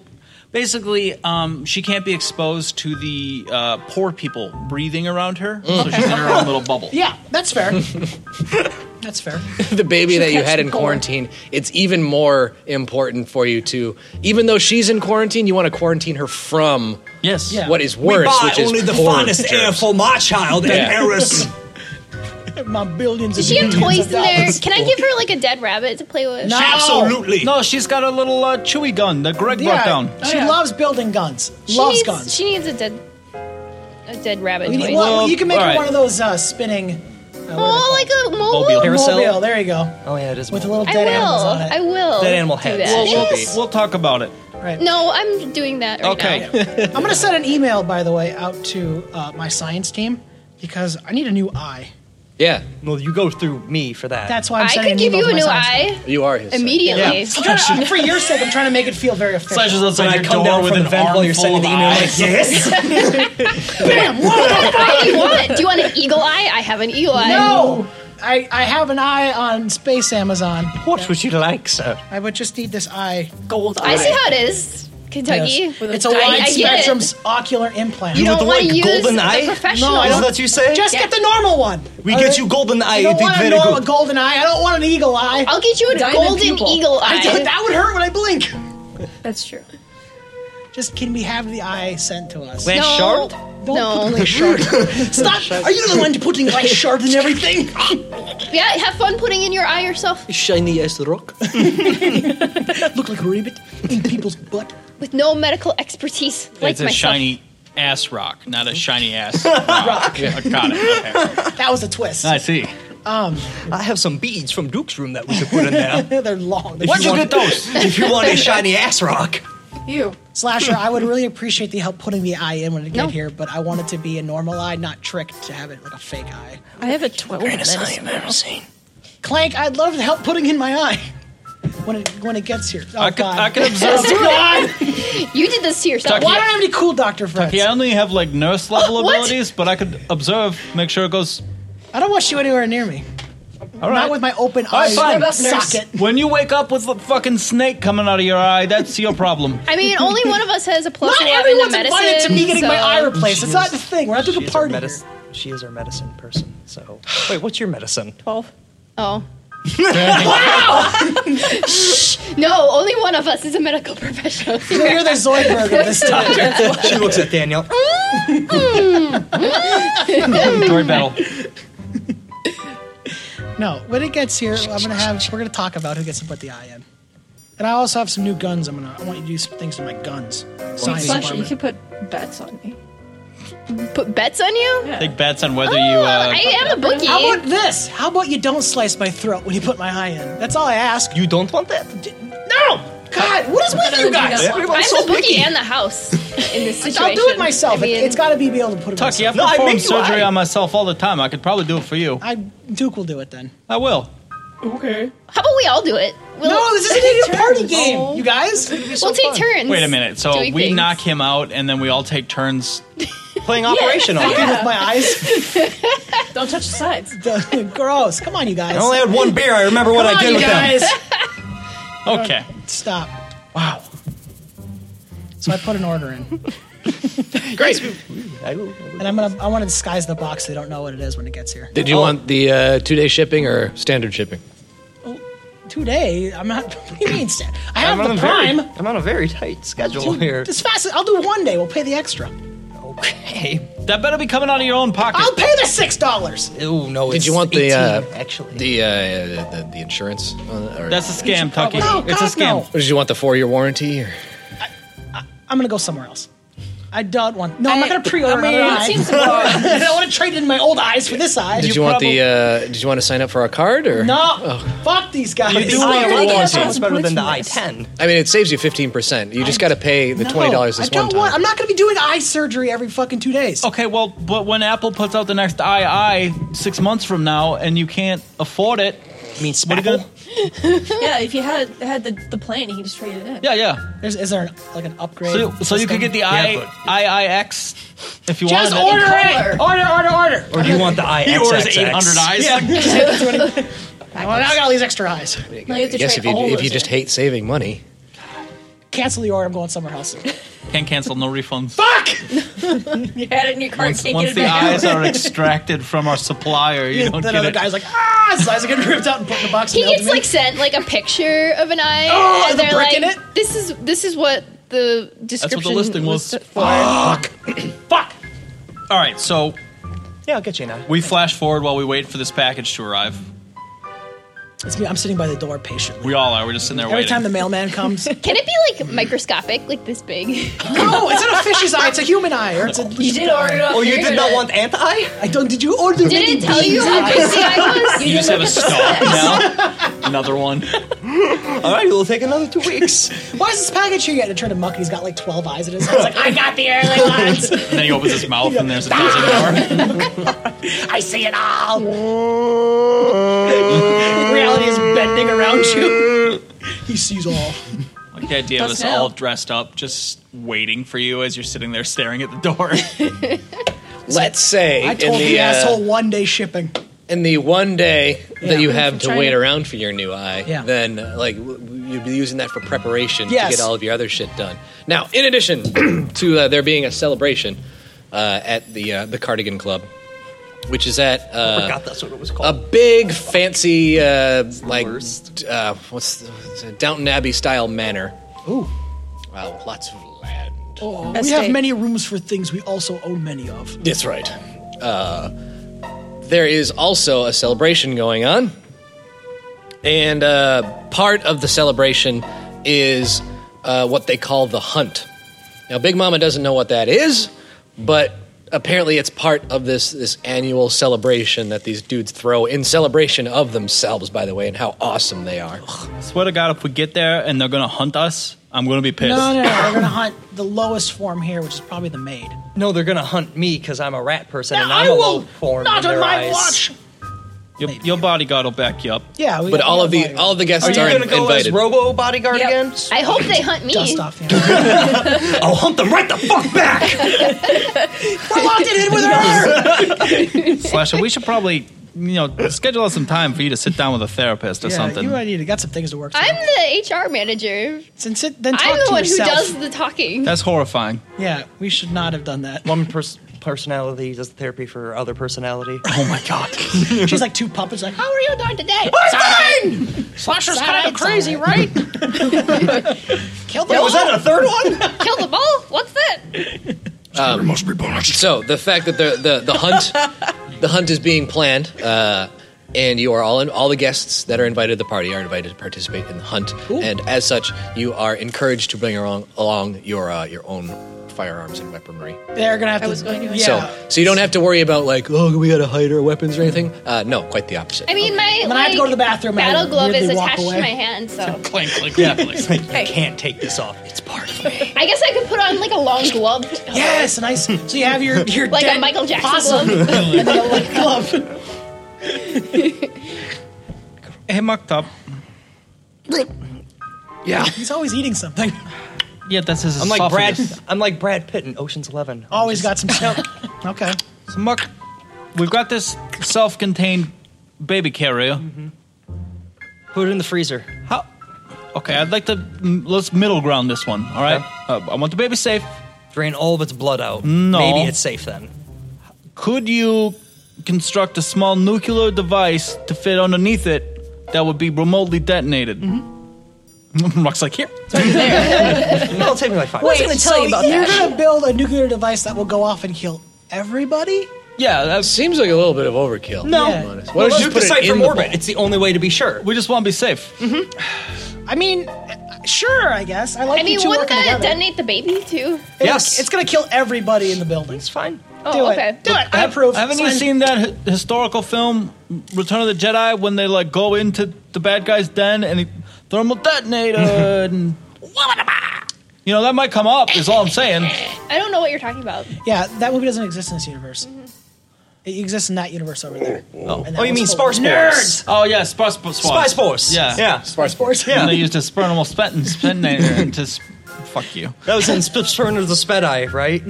[SPEAKER 5] Basically, um, she can't be exposed to the uh, poor people breathing around her,
[SPEAKER 8] Hmm.
[SPEAKER 5] so she's in her own little bubble.
[SPEAKER 3] Yeah, that's fair. that's fair.
[SPEAKER 8] The baby that you
[SPEAKER 7] catch
[SPEAKER 8] had in
[SPEAKER 7] the ball.
[SPEAKER 8] quarantine, it's even more important for you to, even though she's in quarantine, you want to quarantine her from
[SPEAKER 5] Yes.
[SPEAKER 3] Yeah.
[SPEAKER 8] what is
[SPEAKER 2] we
[SPEAKER 8] worse,
[SPEAKER 2] buy
[SPEAKER 8] which is
[SPEAKER 2] only the
[SPEAKER 8] porn
[SPEAKER 2] finest air
[SPEAKER 8] germs.
[SPEAKER 2] for my child and
[SPEAKER 8] Yeah.
[SPEAKER 2] heiress.
[SPEAKER 3] My billions.
[SPEAKER 6] Does
[SPEAKER 3] and
[SPEAKER 6] she have toys
[SPEAKER 3] billions of
[SPEAKER 6] in there?
[SPEAKER 3] dollars.
[SPEAKER 6] Can I give her like a dead rabbit to play with?
[SPEAKER 3] No.
[SPEAKER 2] Absolutely.
[SPEAKER 5] No, she's got a little uh, chewy gun that Greg brought down.
[SPEAKER 3] Yeah, she
[SPEAKER 7] yeah.
[SPEAKER 3] loves building guns.
[SPEAKER 6] She
[SPEAKER 3] loves
[SPEAKER 6] needs,
[SPEAKER 3] guns.
[SPEAKER 6] She needs a dead, a dead rabbit
[SPEAKER 3] You
[SPEAKER 6] toy.
[SPEAKER 3] need- well, you can make
[SPEAKER 5] all
[SPEAKER 3] her
[SPEAKER 5] right.
[SPEAKER 3] one of those uh, spinning. Uh, what are they
[SPEAKER 6] oh,
[SPEAKER 3] called?
[SPEAKER 6] like a
[SPEAKER 5] Mobile.
[SPEAKER 6] mobile.
[SPEAKER 2] Carousel?
[SPEAKER 3] mobile. There you go.
[SPEAKER 2] Oh yeah, it is
[SPEAKER 3] With a
[SPEAKER 2] more.
[SPEAKER 3] little
[SPEAKER 6] I
[SPEAKER 3] dead
[SPEAKER 6] will.
[SPEAKER 3] animals on it.
[SPEAKER 6] I will.
[SPEAKER 2] Dead animal
[SPEAKER 6] do
[SPEAKER 2] heads.
[SPEAKER 6] that.
[SPEAKER 2] Well,
[SPEAKER 5] We'll, we'll talk about it.
[SPEAKER 3] Right.
[SPEAKER 6] No, I'm doing that right
[SPEAKER 5] Okay.
[SPEAKER 6] now.
[SPEAKER 3] I'm gonna send an email, by the way, out to uh, my science team because I need a new eye.
[SPEAKER 8] Yeah,
[SPEAKER 2] Well, you go through me for that.
[SPEAKER 3] That's why I'm
[SPEAKER 6] I
[SPEAKER 3] sending
[SPEAKER 6] could
[SPEAKER 3] an
[SPEAKER 6] give
[SPEAKER 3] email
[SPEAKER 6] you a new
[SPEAKER 3] to my science team.
[SPEAKER 6] eye
[SPEAKER 8] you are his son.
[SPEAKER 6] immediately.
[SPEAKER 3] I'm trying to- for your sake, I'm trying to make it feel very official.
[SPEAKER 5] Slasher's outside
[SPEAKER 2] when I
[SPEAKER 5] your
[SPEAKER 2] come
[SPEAKER 5] door
[SPEAKER 2] down
[SPEAKER 5] with
[SPEAKER 2] from
[SPEAKER 5] an
[SPEAKER 2] the vent while you're
[SPEAKER 5] armful
[SPEAKER 2] sending the
[SPEAKER 5] of
[SPEAKER 2] email. I'm
[SPEAKER 5] eyes.
[SPEAKER 2] Like, yes.
[SPEAKER 6] What eye do you want? Do you want an eagle eye? I have an eagle eye.
[SPEAKER 3] No, I, I have an eye on Space Amazon.
[SPEAKER 2] what would you like, sir?
[SPEAKER 3] I would just need this eye.
[SPEAKER 7] Gold
[SPEAKER 6] I
[SPEAKER 7] eye.
[SPEAKER 6] see how it is. Kentucky.
[SPEAKER 3] Yes. It's a
[SPEAKER 7] I-
[SPEAKER 3] wide
[SPEAKER 6] I get it.
[SPEAKER 3] spectrum s- ocular implant.
[SPEAKER 2] You
[SPEAKER 6] don't
[SPEAKER 2] want the
[SPEAKER 6] wanna
[SPEAKER 2] one
[SPEAKER 6] use
[SPEAKER 2] golden
[SPEAKER 6] the
[SPEAKER 2] eye?
[SPEAKER 6] professional
[SPEAKER 2] No,
[SPEAKER 6] No, I
[SPEAKER 2] is
[SPEAKER 6] don't-
[SPEAKER 2] that you say?
[SPEAKER 3] Just get the normal one.
[SPEAKER 2] we
[SPEAKER 3] All
[SPEAKER 2] get
[SPEAKER 3] right?
[SPEAKER 2] you golden eye.
[SPEAKER 3] I don't
[SPEAKER 2] the
[SPEAKER 3] want a
[SPEAKER 2] very
[SPEAKER 3] normal
[SPEAKER 2] good.
[SPEAKER 3] golden eye. I don't want an eagle eye.
[SPEAKER 6] I'll get you a
[SPEAKER 7] Diamond
[SPEAKER 6] golden
[SPEAKER 7] pupil.
[SPEAKER 6] eagle
[SPEAKER 3] I don't-
[SPEAKER 6] eye.
[SPEAKER 3] that would hurt when I blink.
[SPEAKER 7] That's true.
[SPEAKER 3] Just can we have the eye sent to us?
[SPEAKER 5] Glass
[SPEAKER 6] No.
[SPEAKER 5] shard?
[SPEAKER 3] Don't
[SPEAKER 6] No.
[SPEAKER 3] put glass shard. Stop. Are you the one putting glass shard in everything?
[SPEAKER 6] Yeah, have fun putting in your eye yourself
[SPEAKER 2] Shiny as rock.
[SPEAKER 3] Look like a ribbit in people's butt.
[SPEAKER 6] with no medical expertise like
[SPEAKER 5] it's a
[SPEAKER 6] myself.
[SPEAKER 5] shiny ass rock, not a shiny ass rock. Yeah, Got it. Okay.
[SPEAKER 3] That was a twist. Um,
[SPEAKER 5] I see.
[SPEAKER 2] I have some beads from Duke's room that we could put in there.
[SPEAKER 3] They're long. They're
[SPEAKER 5] Where'd you get those?
[SPEAKER 2] if you want a shiny ass rock.
[SPEAKER 7] You.
[SPEAKER 3] Slasher, I would really appreciate the help putting the eye in when it get
[SPEAKER 6] No.
[SPEAKER 3] here, but I want it to be a normal eye, not tricked to have it like a fake eye.
[SPEAKER 7] I have a 12 medicine.
[SPEAKER 3] Clank, I'd love the help putting in my eye when it when it gets here. Oh,
[SPEAKER 5] I could,
[SPEAKER 3] God.
[SPEAKER 5] I could observe.
[SPEAKER 3] Oh, God.
[SPEAKER 6] You did this to yourself.
[SPEAKER 3] Why don't I have any cool doctor friends?
[SPEAKER 5] Yeah, I only have like nurse level
[SPEAKER 6] What?
[SPEAKER 5] abilities, but I could observe, make sure it goes.
[SPEAKER 3] I don't want you anywhere near me.
[SPEAKER 5] All right.
[SPEAKER 3] Not with my open
[SPEAKER 5] All right,
[SPEAKER 3] eye
[SPEAKER 5] fine.
[SPEAKER 3] socket.
[SPEAKER 5] When you wake up with a fucking snake coming out of your eye, that's your problem.
[SPEAKER 6] I mean, only one of us has a plus
[SPEAKER 3] Not
[SPEAKER 6] eleven to
[SPEAKER 3] everyone's
[SPEAKER 6] medicine.
[SPEAKER 3] invited to me getting my
[SPEAKER 6] so-
[SPEAKER 3] eye replaced. It's not the thing. We're not doing a
[SPEAKER 2] She's our
[SPEAKER 3] party. here.
[SPEAKER 2] medicine. She is our medicine person. So wait, what's your medicine?
[SPEAKER 7] 12.
[SPEAKER 6] Oh. wow! Shh. No, only one of us is a medical professional.
[SPEAKER 3] So you're the Zoidberg of this time.
[SPEAKER 2] she looks at Daniel.
[SPEAKER 5] Inventory battle.
[SPEAKER 3] No, when it gets here, I'm gonna have. We're gonna talk about who gets to put the eye in. And I also have some new guns. I'm gonna. I want you to do some things to my guns. Science
[SPEAKER 7] Slash, you
[SPEAKER 3] department.
[SPEAKER 7] can put bets on me.
[SPEAKER 6] Put bets on you?
[SPEAKER 5] Take bets on whether you.
[SPEAKER 6] Oh,
[SPEAKER 5] Uh,
[SPEAKER 6] I am a bookie.
[SPEAKER 3] How about this? How about you don't slice my throat when you put my eye in? That's all I ask.
[SPEAKER 2] You don't want that?
[SPEAKER 3] no. God, what is with you guys?
[SPEAKER 6] I'm
[SPEAKER 2] Everyone's
[SPEAKER 6] the bookie and the house in this situation.
[SPEAKER 3] I'll do it myself.
[SPEAKER 6] I mean,
[SPEAKER 3] it's got to be, be able to put it.
[SPEAKER 5] Tuck, yeah,
[SPEAKER 3] myself.
[SPEAKER 5] I
[SPEAKER 2] No, I
[SPEAKER 5] perform
[SPEAKER 2] make you
[SPEAKER 5] surgery
[SPEAKER 2] eye.
[SPEAKER 5] on myself all the time. I could probably do it for you.
[SPEAKER 3] I Duke will do it then.
[SPEAKER 5] I will.
[SPEAKER 6] How about we all do it? We'll,
[SPEAKER 3] No, this isn't even a party game, you guys.
[SPEAKER 6] we'll take turns.
[SPEAKER 5] Wait a minute. So we
[SPEAKER 6] doing things.
[SPEAKER 5] knock him out, and then we all take turns.
[SPEAKER 2] Playing Operation on.
[SPEAKER 3] With my eyes,
[SPEAKER 7] Don't touch the sides.
[SPEAKER 3] gross. Come on, you guys.
[SPEAKER 2] I only had one beer. I remember what
[SPEAKER 3] Come
[SPEAKER 2] I
[SPEAKER 3] on,
[SPEAKER 2] did
[SPEAKER 3] you
[SPEAKER 2] with
[SPEAKER 3] guys.
[SPEAKER 5] Okay.
[SPEAKER 3] Stop. Wow. So I put an order in,
[SPEAKER 2] them.
[SPEAKER 3] and I'm gonna. I want to disguise the box so they don't know what it is when it gets here.
[SPEAKER 8] Did
[SPEAKER 2] Oh.
[SPEAKER 8] you want the uh, two day shipping or standard shipping?
[SPEAKER 3] Today, I'm not. What do you mean? Stan? I have
[SPEAKER 2] I'm on, a
[SPEAKER 3] the prime.
[SPEAKER 2] very, I'm on a very tight schedule here.
[SPEAKER 3] It's fast. I'll do one day. We'll pay the extra.
[SPEAKER 2] Okay.
[SPEAKER 5] That better be coming out of your own pocket.
[SPEAKER 3] I'll pay the six dollars.
[SPEAKER 2] Oh no.
[SPEAKER 8] Did
[SPEAKER 2] it's
[SPEAKER 8] you want the
[SPEAKER 2] 18,
[SPEAKER 8] uh,
[SPEAKER 2] actually?
[SPEAKER 8] the, uh, the the insurance? on it, or-
[SPEAKER 5] That's a scam, Tucky.
[SPEAKER 3] No,
[SPEAKER 5] it's a
[SPEAKER 3] God,
[SPEAKER 5] scam.
[SPEAKER 3] no.
[SPEAKER 8] Or did you want the four year warranty? Or?
[SPEAKER 3] I'm gonna go somewhere else. I don't want. No, I, am not
[SPEAKER 7] I-
[SPEAKER 3] gonna pre-order
[SPEAKER 7] I mean,
[SPEAKER 3] another
[SPEAKER 7] it
[SPEAKER 3] eye.
[SPEAKER 7] seems
[SPEAKER 3] I don't want to trade in my old eyes for this eye.
[SPEAKER 8] Did you, want the uh, Did you want to sign up for our card? Or Oh,
[SPEAKER 3] no, fuck these guys.
[SPEAKER 2] You do
[SPEAKER 7] I
[SPEAKER 2] want a
[SPEAKER 7] already got
[SPEAKER 2] warranty.
[SPEAKER 7] some
[SPEAKER 2] It's better than the
[SPEAKER 7] points for
[SPEAKER 2] i10.
[SPEAKER 8] I mean, it saves you fifteen percent. You just got to pay the
[SPEAKER 3] No,
[SPEAKER 8] twenty dollars this
[SPEAKER 3] I don't
[SPEAKER 8] one time.
[SPEAKER 3] want- I'm not gonna be doing eye surgery every fucking two days.
[SPEAKER 5] Okay, well, but when Apple puts out the next II six months from now, and you can't afford it,
[SPEAKER 2] I mean,
[SPEAKER 5] what are you gonna?
[SPEAKER 7] Yeah, if you had had the, the plane, he just traded it in.
[SPEAKER 5] Yeah, yeah.
[SPEAKER 3] There's, is there an, like an upgrade?
[SPEAKER 5] So, so you could get the I
[SPEAKER 2] Yeah,
[SPEAKER 5] IIX if you want.
[SPEAKER 3] Just
[SPEAKER 5] wanted.
[SPEAKER 3] order
[SPEAKER 5] it.
[SPEAKER 3] it. Order, order, order.
[SPEAKER 2] Or do you want the i
[SPEAKER 5] He orders 800 eyes.
[SPEAKER 3] Well, now I got all these extra eyes.
[SPEAKER 7] Now you have to
[SPEAKER 8] Yes, if
[SPEAKER 7] trade
[SPEAKER 8] you
[SPEAKER 7] all
[SPEAKER 8] if
[SPEAKER 7] those
[SPEAKER 8] you just
[SPEAKER 7] in.
[SPEAKER 8] hate saving money,
[SPEAKER 3] Cancel the order. I'm going somewhere else.
[SPEAKER 5] Can't cancel, no refunds.
[SPEAKER 7] You had it in your cart,
[SPEAKER 5] Once,
[SPEAKER 7] can't
[SPEAKER 5] once
[SPEAKER 7] get it
[SPEAKER 5] the
[SPEAKER 7] back
[SPEAKER 5] eyes
[SPEAKER 7] out.
[SPEAKER 5] are extracted from our supplier, you don't
[SPEAKER 3] then
[SPEAKER 5] get
[SPEAKER 3] other
[SPEAKER 5] it.
[SPEAKER 3] guy's like, ah, his eyes are getting ripped out and put in a box.
[SPEAKER 6] He
[SPEAKER 3] and mailed
[SPEAKER 6] gets
[SPEAKER 3] to me.
[SPEAKER 6] like sent like a picture of an eye,
[SPEAKER 3] Oh,
[SPEAKER 6] and
[SPEAKER 3] the
[SPEAKER 6] they're
[SPEAKER 3] brick
[SPEAKER 6] like,
[SPEAKER 3] in it?
[SPEAKER 6] "This is this is what the description
[SPEAKER 5] listing was.
[SPEAKER 6] for."
[SPEAKER 3] "Ah." fuck.
[SPEAKER 5] All right, so
[SPEAKER 2] Yeah, I'll get you an eye.
[SPEAKER 5] we flash forward while we wait for this package to arrive.
[SPEAKER 3] It's me. I'm sitting by the door patiently.
[SPEAKER 5] We all are. We're just sitting there
[SPEAKER 3] Every
[SPEAKER 5] waiting.
[SPEAKER 3] time the mailman comes,
[SPEAKER 6] Can it be like microscopic, like this big?
[SPEAKER 3] no, it's not a fish's eye. It's a human eye. Or it's a,
[SPEAKER 7] You did order it off
[SPEAKER 2] Oh,
[SPEAKER 7] the
[SPEAKER 2] you did not want
[SPEAKER 7] internet.
[SPEAKER 2] anti?
[SPEAKER 3] I don't. Did you order?
[SPEAKER 6] Did it tell you how big the eye was?
[SPEAKER 5] you just have a stalk now. Another one.
[SPEAKER 2] All right, it'll take another two weeks.
[SPEAKER 3] Why is this package here yet? And I turned to Muck, and he's got like 12 eyes in his head. I was like, I got the early ones.
[SPEAKER 5] And then he opens his mouth, and there's a dozen more.
[SPEAKER 3] I see it all. Reality is bending around you. He sees all.
[SPEAKER 5] Like the idea of us
[SPEAKER 7] That's now.
[SPEAKER 5] all dressed up, just waiting for you as you're sitting there staring at the door.
[SPEAKER 8] let's say
[SPEAKER 3] I told
[SPEAKER 8] in
[SPEAKER 3] the,
[SPEAKER 8] the, uh,
[SPEAKER 3] asshole one day shipping.
[SPEAKER 8] in the one day
[SPEAKER 3] Yeah.
[SPEAKER 8] that you have to
[SPEAKER 7] Trying
[SPEAKER 8] wait
[SPEAKER 7] to-
[SPEAKER 8] around for your new eye,
[SPEAKER 3] Yeah.
[SPEAKER 8] then uh, like w- w- you'd be using that for preparation
[SPEAKER 3] Yes.
[SPEAKER 8] to get all of your other shit done. Now, in addition to uh, there being a celebration uh, at the uh, the Cardigan Club, which is at uh,
[SPEAKER 2] forgot that's what it was
[SPEAKER 8] a
[SPEAKER 2] called.
[SPEAKER 8] big fancy uh, like
[SPEAKER 2] worst.
[SPEAKER 8] d- uh, what's the, it's a Downton Abbey style manor. Ooh, wow, lots of land.
[SPEAKER 3] Oh, we
[SPEAKER 7] Estate.
[SPEAKER 3] have many rooms for things we also own many of.
[SPEAKER 8] That's right. Uh, there is also a celebration going on, and uh, part of the celebration is uh, what they call the hunt. Now, Big Mama doesn't know what that is, but apparently it's part of this this annual celebration that these dudes throw in celebration of themselves, by the way, and how awesome they are.
[SPEAKER 5] Swear to God, if we get there and they're gonna hunt us, I'm gonna be pissed.
[SPEAKER 3] No, no, no. We're gonna hunt the lowest form here, which is probably the maid.
[SPEAKER 2] No, they're gonna hunt me because I'm a rat person and
[SPEAKER 3] Now,
[SPEAKER 2] I'm
[SPEAKER 3] I
[SPEAKER 2] a
[SPEAKER 3] will
[SPEAKER 2] low form.
[SPEAKER 3] not
[SPEAKER 2] in
[SPEAKER 3] on
[SPEAKER 2] their
[SPEAKER 3] my
[SPEAKER 2] eyes.
[SPEAKER 3] watch.
[SPEAKER 5] Your, your bodyguard will back you up.
[SPEAKER 3] Yeah, we
[SPEAKER 8] But
[SPEAKER 3] got-
[SPEAKER 8] all
[SPEAKER 3] we
[SPEAKER 8] of
[SPEAKER 3] got
[SPEAKER 8] the
[SPEAKER 3] body
[SPEAKER 8] all of the guests
[SPEAKER 2] Are you
[SPEAKER 8] are in-
[SPEAKER 2] gonna go
[SPEAKER 8] invited.
[SPEAKER 2] as Robo bodyguard
[SPEAKER 7] Yep.
[SPEAKER 2] again?
[SPEAKER 6] I hope they hunt me.
[SPEAKER 3] dust off. Yeah.
[SPEAKER 2] I'll hunt them right the fuck back.
[SPEAKER 3] I locked it in with her.
[SPEAKER 5] Slasher, we should probably, you know, schedule out some time for you to sit down with a therapist or
[SPEAKER 3] Yeah,
[SPEAKER 5] something.
[SPEAKER 3] You might need to got some things to work. through.
[SPEAKER 6] I'm the HR manager.
[SPEAKER 3] Since it, then talk
[SPEAKER 6] I'm the
[SPEAKER 3] to
[SPEAKER 6] one
[SPEAKER 3] yourself.
[SPEAKER 6] who does the talking.
[SPEAKER 5] That's horrifying.
[SPEAKER 3] Yeah, we should not have done that.
[SPEAKER 2] One pers- personality does therapy for other personality.
[SPEAKER 5] Oh my God.
[SPEAKER 3] She's like two puppets. Like,
[SPEAKER 6] How are you doing today?
[SPEAKER 3] Slasher's
[SPEAKER 6] kinda crazy,
[SPEAKER 3] right? Kill the
[SPEAKER 2] Was that a third one?
[SPEAKER 6] Kill the ball? What's that?
[SPEAKER 9] must be punished.
[SPEAKER 8] Um, So the fact that the the, the hunt the hunt is being planned, uh, and you are all in, all the guests that are invited to the party are invited to participate in the hunt, and as such, you are encouraged to bring along, along your uh, your own firearms and weaponry.
[SPEAKER 3] They're gonna have to.
[SPEAKER 7] was going to-
[SPEAKER 3] yeah.
[SPEAKER 8] So so you don't have to worry about like oh we got to hide our weapons or anything. Uh, no, quite the opposite.
[SPEAKER 6] I mean, my
[SPEAKER 3] And
[SPEAKER 6] like,
[SPEAKER 3] then I have to go to the bathroom and
[SPEAKER 6] battle glove is
[SPEAKER 3] weirdly walk
[SPEAKER 6] attached to
[SPEAKER 3] away.
[SPEAKER 6] my hand, so
[SPEAKER 5] clank, clank, clank, clank.
[SPEAKER 2] I can't take this off. It's part of me.
[SPEAKER 6] I guess I could put on like a long glove,
[SPEAKER 3] Yes, and I. s- So you have your your
[SPEAKER 6] like
[SPEAKER 3] dead
[SPEAKER 6] a Michael Jackson
[SPEAKER 3] possum
[SPEAKER 6] glove.
[SPEAKER 3] glove.
[SPEAKER 5] Hey, Muck Top.
[SPEAKER 8] yeah.
[SPEAKER 3] He's always eating something.
[SPEAKER 5] Yeah, that's his
[SPEAKER 2] I'm like Brad.
[SPEAKER 5] esophagus.
[SPEAKER 2] I'm like Brad Pitt in Ocean's Eleven.
[SPEAKER 3] Always got some stuff. Okay.
[SPEAKER 5] So, Muck, we've got this self contained baby carrier.
[SPEAKER 2] Mm-hmm. Put it in the freezer.
[SPEAKER 5] How? Okay, I'd like to. m- Let's middle ground this one, all right? Uh, I want the baby safe.
[SPEAKER 2] Drain all of its blood out.
[SPEAKER 5] No.
[SPEAKER 2] Maybe it's safe then.
[SPEAKER 5] Could you construct a small nuclear device to fit underneath it that would be remotely detonated?
[SPEAKER 2] Mm-hmm.
[SPEAKER 5] Muck's like, here.
[SPEAKER 2] It'll take me like five.
[SPEAKER 7] Wait,
[SPEAKER 2] minutes.
[SPEAKER 7] gonna tell you about
[SPEAKER 3] You're
[SPEAKER 7] that.
[SPEAKER 3] gonna build a nuclear device that will go off and kill everybody.
[SPEAKER 5] Yeah, that's,
[SPEAKER 8] Seems like a little bit of overkill.
[SPEAKER 3] No.
[SPEAKER 8] to be honest. Why don't you
[SPEAKER 2] Nuke
[SPEAKER 8] just put
[SPEAKER 2] the site
[SPEAKER 8] it in
[SPEAKER 2] from
[SPEAKER 8] the
[SPEAKER 2] orbit.
[SPEAKER 8] ball?
[SPEAKER 2] It's the only way to be sure.
[SPEAKER 5] we just want to be safe.
[SPEAKER 3] I mean, sure, I guess. I like
[SPEAKER 6] I mean,
[SPEAKER 3] you two
[SPEAKER 6] wouldn't
[SPEAKER 3] working
[SPEAKER 6] that
[SPEAKER 3] together.
[SPEAKER 6] detonate the baby too?
[SPEAKER 3] It'll-
[SPEAKER 2] Yes.
[SPEAKER 3] it's gonna kill everybody in the building.
[SPEAKER 2] It's fine.
[SPEAKER 6] Oh,
[SPEAKER 3] Do
[SPEAKER 6] okay.
[SPEAKER 3] it. Do it. I approve.
[SPEAKER 5] Haven't you
[SPEAKER 3] Sign-
[SPEAKER 5] seen that hi- historical film, Return of the Jedi, when they like go into the bad guy's den and he thermal detonated and you know that might come up. Is all I'm saying.
[SPEAKER 6] I don't know what you're talking about.
[SPEAKER 3] Yeah, that movie doesn't exist in this universe. It exists in that universe over there. Oh,
[SPEAKER 2] Oh, you mean Sparse Force?
[SPEAKER 5] Oh yeah, Spice Force.
[SPEAKER 2] Spice Force.
[SPEAKER 5] Yeah.
[SPEAKER 2] Yeah.
[SPEAKER 3] Force?
[SPEAKER 5] And they used a spermal spentin spentinator to s- fuck you.
[SPEAKER 2] That was in Spitfire of the Sped Eye, right?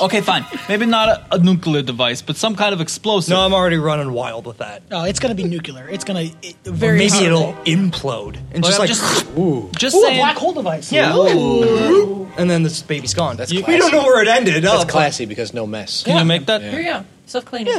[SPEAKER 5] Okay, fine. Maybe not a, a nuclear device, but some kind of explosive.
[SPEAKER 2] No, I'm already running wild with that.
[SPEAKER 3] No, Oh, it's gonna be nuclear. It's gonna it,
[SPEAKER 2] Or
[SPEAKER 3] very
[SPEAKER 2] maybe
[SPEAKER 3] hard-
[SPEAKER 2] it'll implode and
[SPEAKER 5] Like,
[SPEAKER 2] just
[SPEAKER 5] I'm
[SPEAKER 2] like
[SPEAKER 5] just, just
[SPEAKER 3] Ooh, a
[SPEAKER 5] saying.
[SPEAKER 3] black hole device.
[SPEAKER 2] yeah, and then this baby's gone.
[SPEAKER 8] That's
[SPEAKER 2] You- we
[SPEAKER 8] classy.
[SPEAKER 2] don't know where it ended.
[SPEAKER 8] That's
[SPEAKER 2] up.
[SPEAKER 8] classy because no mess.
[SPEAKER 5] Can you make that?
[SPEAKER 7] Here we go. Self cleaning.